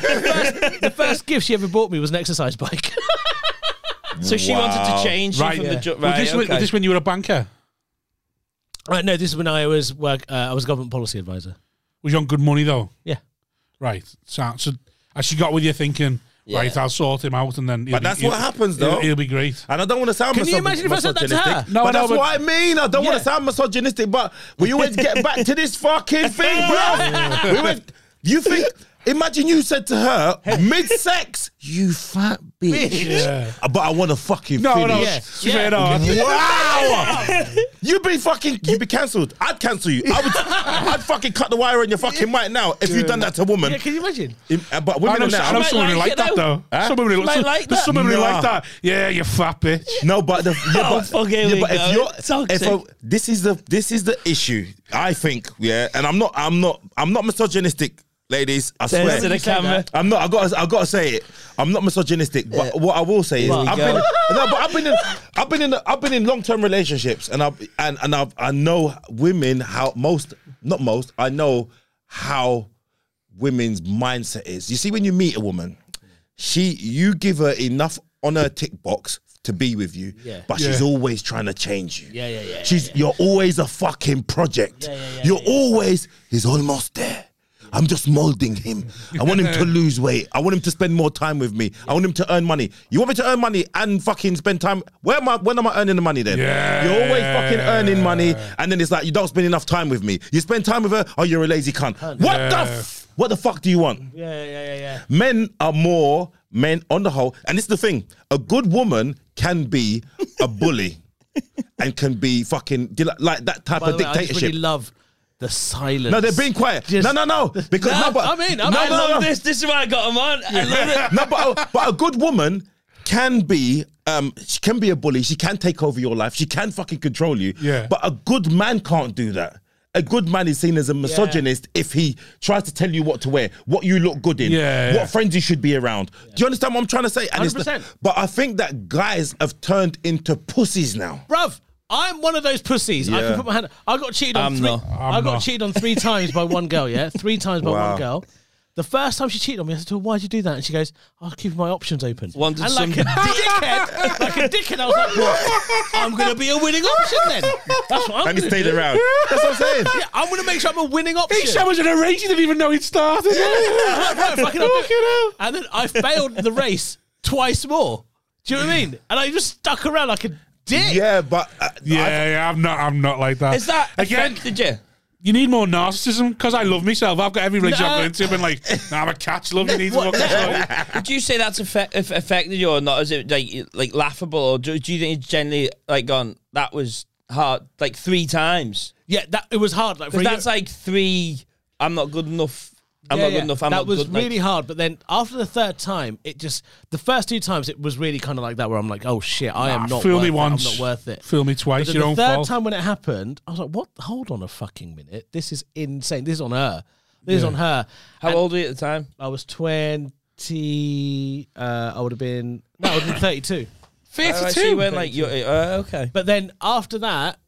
first, the first gift she ever bought me was an exercise bike. *laughs* So she wanted Wow. to change you Right. from yeah. the ju- was, right, this when, was okay. this when you were a banker? right, Uh, no, this is when I was work. Uh, I was government policy advisor. Was you on good money though? Yeah. Right. So, so as she got with you thinking, right, I'll sort him out, and then. he'll But be- that's he'll- what happens, he'll- though. He'll, be great. And I don't want to sound Can you misogy- imagine if I said that to her? misogynistic, No, but I know, that's but- what I mean. I don't want Yeah. to sound misogynistic, but we always get back to this fucking *laughs* thing, bro. we always, you think? Imagine you said to her mid-sex, "You fat bitch," Yeah. but I want to fucking No, finish. no. Yeah. She's fair enough. Wow! *laughs* You'd be fucking, you'd be cancelled. I'd cancel you. I would, I'd fucking cut the wire on your fucking mic now if you'd done that to a woman. Yeah, can you imagine? Im- uh, But I women know, are I know now. might someone who like like it, that though. Huh? Someone who Might some- like there's that. someone who like Nah. that. Yeah, you fat bitch. No, but the yeah, Oh, but, fuck, here we but go. if you're Toxic. if I, this is the this is the issue. I think yeah, and I'm not I'm not I'm not misogynistic, ladies. I Says swear. to the camera. I'm not. I got. I got to say it. I'm not misogynistic, but what I will say is, Well, I've you been, go. no, but I've been in, I've been in, I've been in long term relationships, and I and and I've, I know women how most, not most, I know how women's mindset is. You see, when you meet a woman, she, you give her enough on her tick box to be with you, Yeah. but she's Yeah. always trying to change you. Yeah, yeah, yeah, She's you're always a fucking project. you're always he's almost there. I'm just molding him. I want *laughs* him to lose weight. I want him to spend more time with me. I want him to earn money. You want me to earn money and fucking spend time? Where am I? When am I earning the money then? Yeah. You're always fucking earning money, and then it's like you don't spend enough time with me. You spend time with her, oh, you're a lazy cunt. What the? F- what the fuck do you want? Yeah, yeah, yeah, yeah. men are more men on the whole and it's the thing a good woman can be a *laughs* bully and can be fucking do you like- like that type By of the way, I just dictatorship really love the silence. no they're being quiet Just- no no *laughs* no because No, no, but, I'm in, I'm no, in. no, I no. love this. This is why I got him on. I love it. no, but a, but a good woman can be um she can be a bully. She can take over your life. She can fucking control you. Yeah. But a good man can't do that. A good man is seen as a misogynist if he tries to tell you what to wear, what you look good in, Yeah, what yeah. friends you should be around. Do you understand what I'm trying to say? And 100%. but I think that guys have turned into pussies now. bruv. I'm one of those pussies. I can Yeah. put my hand. I got cheated on. I'm three, not. I'm I got not. cheated on three times by one girl. Yeah, three times by Wow. one girl. The first time she cheated on me, I said to her, "Why'd you do that?" And she goes, "I'll keep my options open." Wanted and some- like a dickhead, like a dickhead, I was like, "What? I'm gonna be a winning option then." That's what I'm And he gonna stayed do. *laughs* around. That's what I'm saying. Yeah, I'm gonna make sure I'm a winning option. He said it was in a race. He didn't even know he'd started. I'm like, right, fucking I'll do it. And then I failed the race twice more. Do you know what I mean? And I just stuck around like a dick. Yeah, but uh, Yeah, yeah, I'm not. I'm not like that. Is that again? affected you? You need more narcissism because I love myself. I've got every relationship No. I've been to, been like, nah, I'm a catch. Love you needs more control. Would you say that's affect, if affected you or not? Is it like like laughable or do, do you think it's generally like gone? That was hard, like three times. Yeah, that it was hard. Like for a Because year- that's like three. I'm not good enough. I'm Yeah, not yeah. good enough. I'm that not was good. like- really hard. But then after the third time, it just the first two times it was really kind of like that, where I'm like, oh shit, I am Nah, not. fool worth me it. once. I'm not worth it. Fool me But twice. then Your the own third fault. time when it happened, I was like, what? Hold on a fucking minute. This is insane. This is on her. This is on her. How old were you at the time? I was twenty. Uh, I would have been no, I would have been thirty-two. Thirty-two. so Oh, you weren't like you. Uh, okay. But then after that,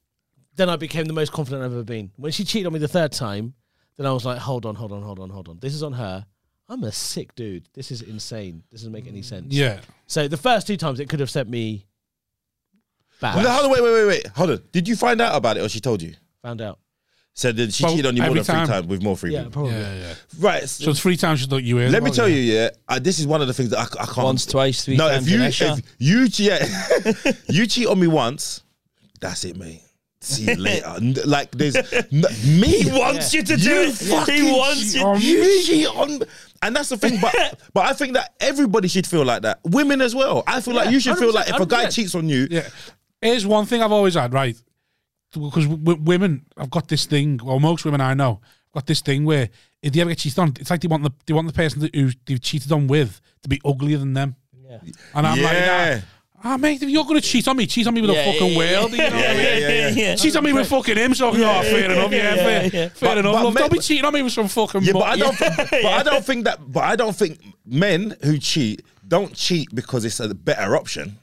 then I became the most confident I've ever been. When she cheated on me the third time, then I was like, hold on, hold on, hold on, hold on. This is on her. I'm a sick dude. This is insane. This doesn't make any sense. Mm, yeah. So the first two times it could have sent me back. No, hold on, wait, wait, wait, wait. Hold on. Did you find out about it or she told you? Found out. said that she Well, cheated on you more every than three time. times with more three Yeah, people. probably. Yeah, yeah. Right. So it's three times you thought you were. Let me tell you, yeah, I, this is one of the things that I, c- I can't. Once, twice, three no, times, if you an extra. if you che- yeah, *laughs* you cheat on me once, that's it, mate. See you *laughs* later. N- like there's n- me. He wants you to do You it. He fucking wants cheat you. on You cheat on me. And that's the thing, *laughs* but but I think that everybody should feel like that. Women as well. I feel like Yeah, you should feel like if a guy 100%. cheats on you, Yeah. Here's one thing I've always had, right? Because w- w- women, I've got this thing, or most women I know, I've got this thing where if they ever get cheated on, it's like they want the they want the person that, who they've cheated on with to be uglier than them. Yeah. And I'm Yeah. like, ah, ah, mate, if you're going to cheat on me, cheat on me with Yeah, a fucking yeah, whale. do You know what I mean? yeah, *laughs* yeah, yeah. Cheat on me with fucking him, so I can go, oh, fair enough, yeah, yeah, fair, yeah. fair But- enough. but love. Don't mate- be cheating on me with some fucking. Yeah, mo- but I *laughs* don't. But I don't think that. But I don't think men who cheat don't cheat because it's a better option.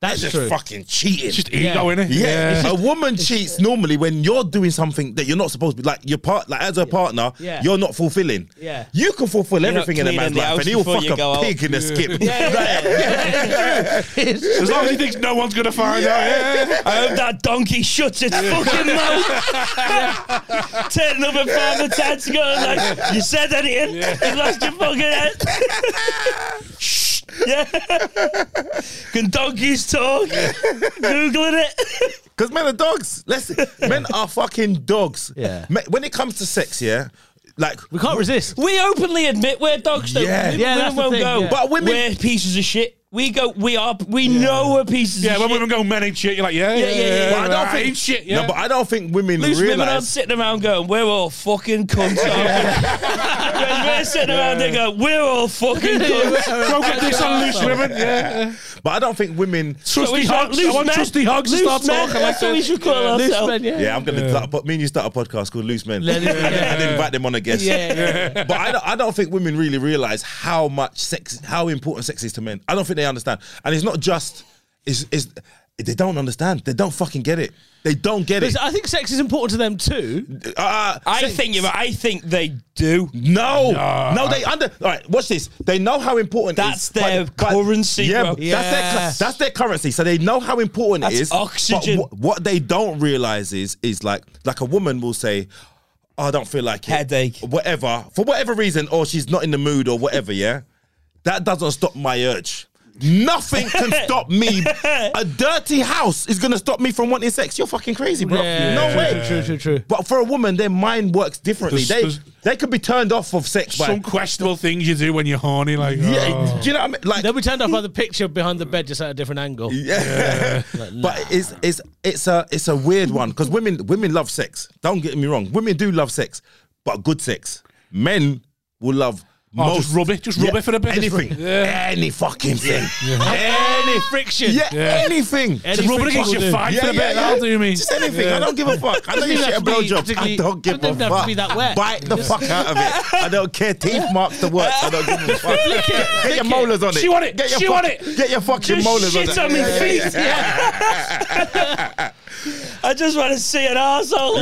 That's It's true. just fucking cheating. It's just ego, innit? yeah, a woman cheats normally when you're doing something that you're not supposed to be. Like your part, like as a partner, Yeah. you're not fulfilling. Yeah. you can fulfill not everything in a cleaning man's the life, house and he'll before fuck you go a out. pig in a skip. *laughs* As long as he thinks no one's going to find out. Yeah. I hope that donkey shuts its fucking *laughs* mouth. Turning up at Father Ted's going like, you said anything? You lost your fucking *laughs* head. Shh. Yeah. Can donkeys talk? Googling it. Because men are dogs. Let's men are fucking dogs. Yeah. Me- When it comes to sex, yeah, like We *laughs* can't resist. We openly admit we're dogs though. Yeah. women, Yeah, women that's the won't thing, go. yeah. But women- we're pieces of shit. We go. We are. We know we're pieces. Yeah, of when shit. women go men ain't shit, you're like, yeah, yeah, yeah. yeah, yeah, yeah, But I don't I think ain't shit, yeah. No, but I don't think women Loose realize. women are sitting around going, we're all fucking *laughs* cunts. aren't we?" Whereas we're sitting around there going, we're all *laughs* fucking cunts. Go get this on loose women. Yeah. but I don't think women. So we Trusty should- Hogs. I loose want men. Trusty Hogs to Loose start men, talking like that's what we this. should call Loose ourselves. men, yeah. Yeah, I'm gonna. But me and you start a podcast called Loose Men. Let it- And I *laughs* didn't yeah. invite them on a guest. Yeah. but I don't, I don't think women really realize how much sex, how important sex is to men. I don't think they understand, and it's not just. It's, it's they don't understand. They don't fucking get it. They don't get it. Because I think sex is important to them too. Uh, I sex- think you're right. I think they do. No, no, they under. All right, watch this. They know how important. it That's is, but- their but- currency, Yeah, bro. but that's their cu- Yes. that's their currency. So they know how important That's it is. oxygen. But wh- what they don't realize is is like like a woman will say. "Oh, I don't feel like it. Headache. Whatever. For whatever reason, or she's not in the mood or whatever, yeah? That doesn't stop my urge. *laughs* Nothing can stop me. A dirty house is going to stop me from wanting sex. You're fucking crazy, bro. no way. True, true, true. But for a woman, their mind works differently. There's- they there's- they could be turned off of sex by Some questionable things you do when you're horny, like *laughs* yeah. oh. Do you know what I mean? Like, They'll be turned off by the picture behind the bed just at a different angle. yeah. but it's it's it's a it's a weird one because women women love sex. Don't get me wrong. Women do love sex, but good sex. Men will love. Oh, most just rub it, just rub Yeah, it for a bit. Anything, any fucking thing, Any friction. yeah, anything. Any Just rub it friction against will your do. thigh for a bit. That'll do me. Just anything. Yeah. I don't give a fuck. I don't even give shit a have to be blowjob. I particularly- don't give it doesn't a have to fuck. be that wet. Bite the fuck out of it. I don't care. Teeth marks the work. I don't give a fuck. Get your molars on it. She want it. Get your She fuck- want it. Get your fucking molars on it. Shit on me feet. *laughs* I just want to see an arsehole.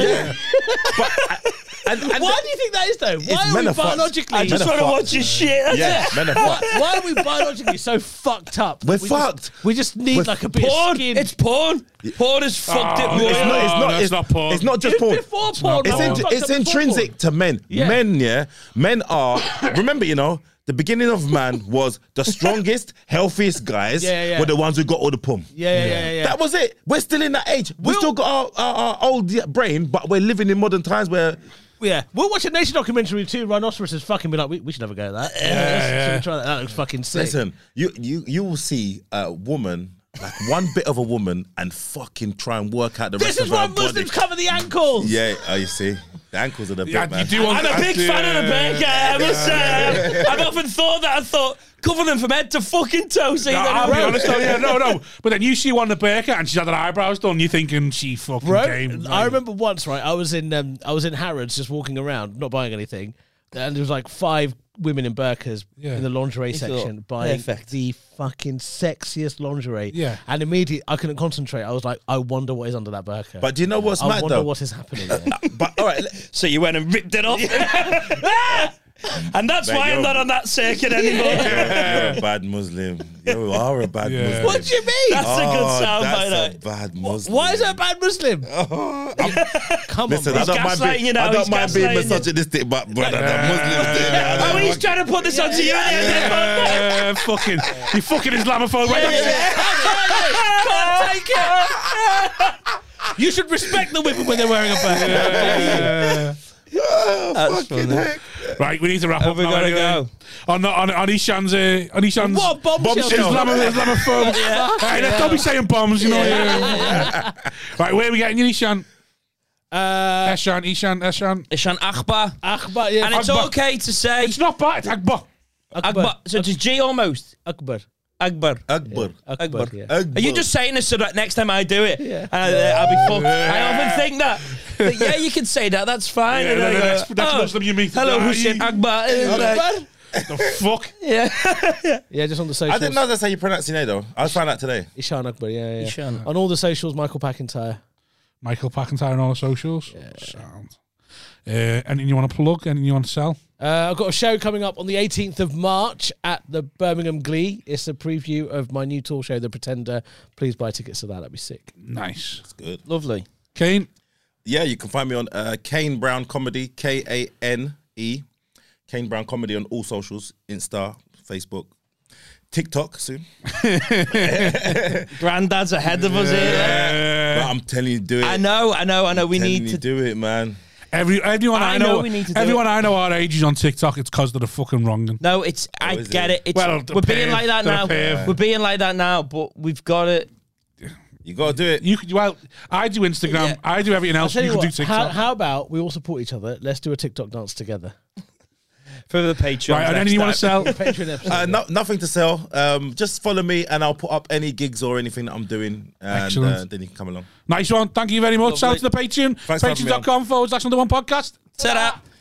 And, and Why do you think that is though? Why are men we are fucked. biologically? I just Men want are to fucked. watch your shit. That's Yeah, it. men are fucked. Why are we biologically so fucked up? that We're we fucked. Just, we just need We're like a bit of Porn. skin. It's porn. Porn has fucked it Oh, royal. It's not, it's Oh, not, no, it's not porn. It's not just It's porn. before porn. It's, no, in- we fucked it's up before intrinsic porn. to men. Yeah. Men, yeah. Men *laughs* are. remember, you know, the beginning of man was the strongest, healthiest guys Yeah, yeah. were the ones who got all the pum. Yeah, yeah, yeah, yeah. That was it. We're still in that age. We We'll- still got our, our, our old yeah, brain, but we're living in modern times where Yeah, we'll watch a nature documentary too. Rhinoceroses fucking be like, we, we should have a go at that. Yeah, yeah. Should we try that? That looks fucking sick. listen, you you you will see a woman like one bit of a woman and fucking try and work out the this rest is of her why Muslims body. cover the ankles. Yeah, oh, you see, the ankles are the big Yeah, man. you do want I'm a that, big fan of the yeah. burger. I must say, I've often thought that. I thought cover them from head to fucking toe. See No, them I'll be around. honest, though, yeah, no, no. But then you see one the Baker and she's had her eyebrows done. You're thinking she fucking Bro, game. I remember once, right? I was in um, I was in Harrods just walking around, not buying anything, and there was like five women in burqas Yeah. in the lingerie thought, section buying perfect. the fucking sexiest lingerie. Yeah. And immediately I couldn't concentrate. I was like, I wonder what is under that burqa. But do you know what's I mad wonder though? *laughs* what is happening. there. But all right, *laughs* So you went and ripped it off. Ah! And that's Mate, why I'm you're- not on that circuit anymore. You're a bad Muslim. You are a bad Yeah. Muslim. What do you mean? That's a good Oh, sound by That's a that. bad Muslim. Why is that a bad Muslim? *laughs* Come Listen, I on, bro. don't mind gaslighting you being, now, I he's don't mind being gaslighting you. misogynistic, but brother, the Muslims. they- I Oh, don't he's want- trying to put this onto you. Uh, fucking, you fucking Islamophobe. right? Can't take it. You should respect the women when they're wearing a burqa. Oh, Fucking heck. Right, we need to wrap up. we now gotta anyway. go? On on on Ishan's uh, on Ishan's What a bombshell. bombshell. Islam, Islamophobe. Hey, don't be saying bombs, you know. yeah. *laughs* right, where are we getting you, Ishan? Uh, Ishan, Ishan, Ishan. Ishan Akbar. Akbar, yeah. And it's Akbar. okay to say It's not bad. It's Akbar. Akbar. So it's G almost. Akbar. Akbar. Akbar. Akbar. Akbar. yeah. Akbar. Are you just saying this so that next time I do it, Yeah. and I, uh, I'll be fucked? I often think that. But yeah, you can say that. That's fine. Yeah, And then I the go, "Oh, next- next Muslim you meet, Hello, "Ah, Hussein you- Akbar. It's like- Akbar? The fuck? yeah. Yeah, just on the socials. I didn't know that's how you pronounce your name, though. I found out today. Ishan Akbar, yeah, yeah, yeah. Ishan. On all the socials, Michael McIntyre. Michael McIntyre on all the socials. Sound. Uh, anything you want to plug? Anything you want to sell? Uh, I've got a show coming up on the 18th of March at the Birmingham Glee. It's a preview of my new tour show, The Pretender. Please buy tickets to that. That'd be sick. Nice. It's good. Lovely. Kane. Yeah, you can find me on uh, Kane Brown Comedy, K A N E. Kane Brown Comedy on all socials Insta, Facebook, TikTok Uh, soon. Granddad's ahead of us here. But I'm telling you, do it. I know, I know, I know. We Telling need you, to. do it, man. Every everyone I, I know know, we need to do everyone I know our age is on TikTok. It's because they're the fucking wrong. No, it's. I Oh, is get it? it. It's, Well, we're being they're like that now. paved. We're being like that now, but we've got to. You gotta do it. You could well, I do Instagram. Yeah. I do everything else. Tell You, you can do what, TikTok. how, how about we all support each other? Let's do a TikTok dance together. For the Patreon. right, and next anything you want to time. sell? Patreon episode. Uh, no, nothing to sell. Um, just follow me, and I'll put up any gigs or anything that I'm doing, and uh, Excellent. then you can come along. Nice one. Thank you very much. Shout out to the Patreon. for having me on. Patreon.com forward slash under one podcast. Set up.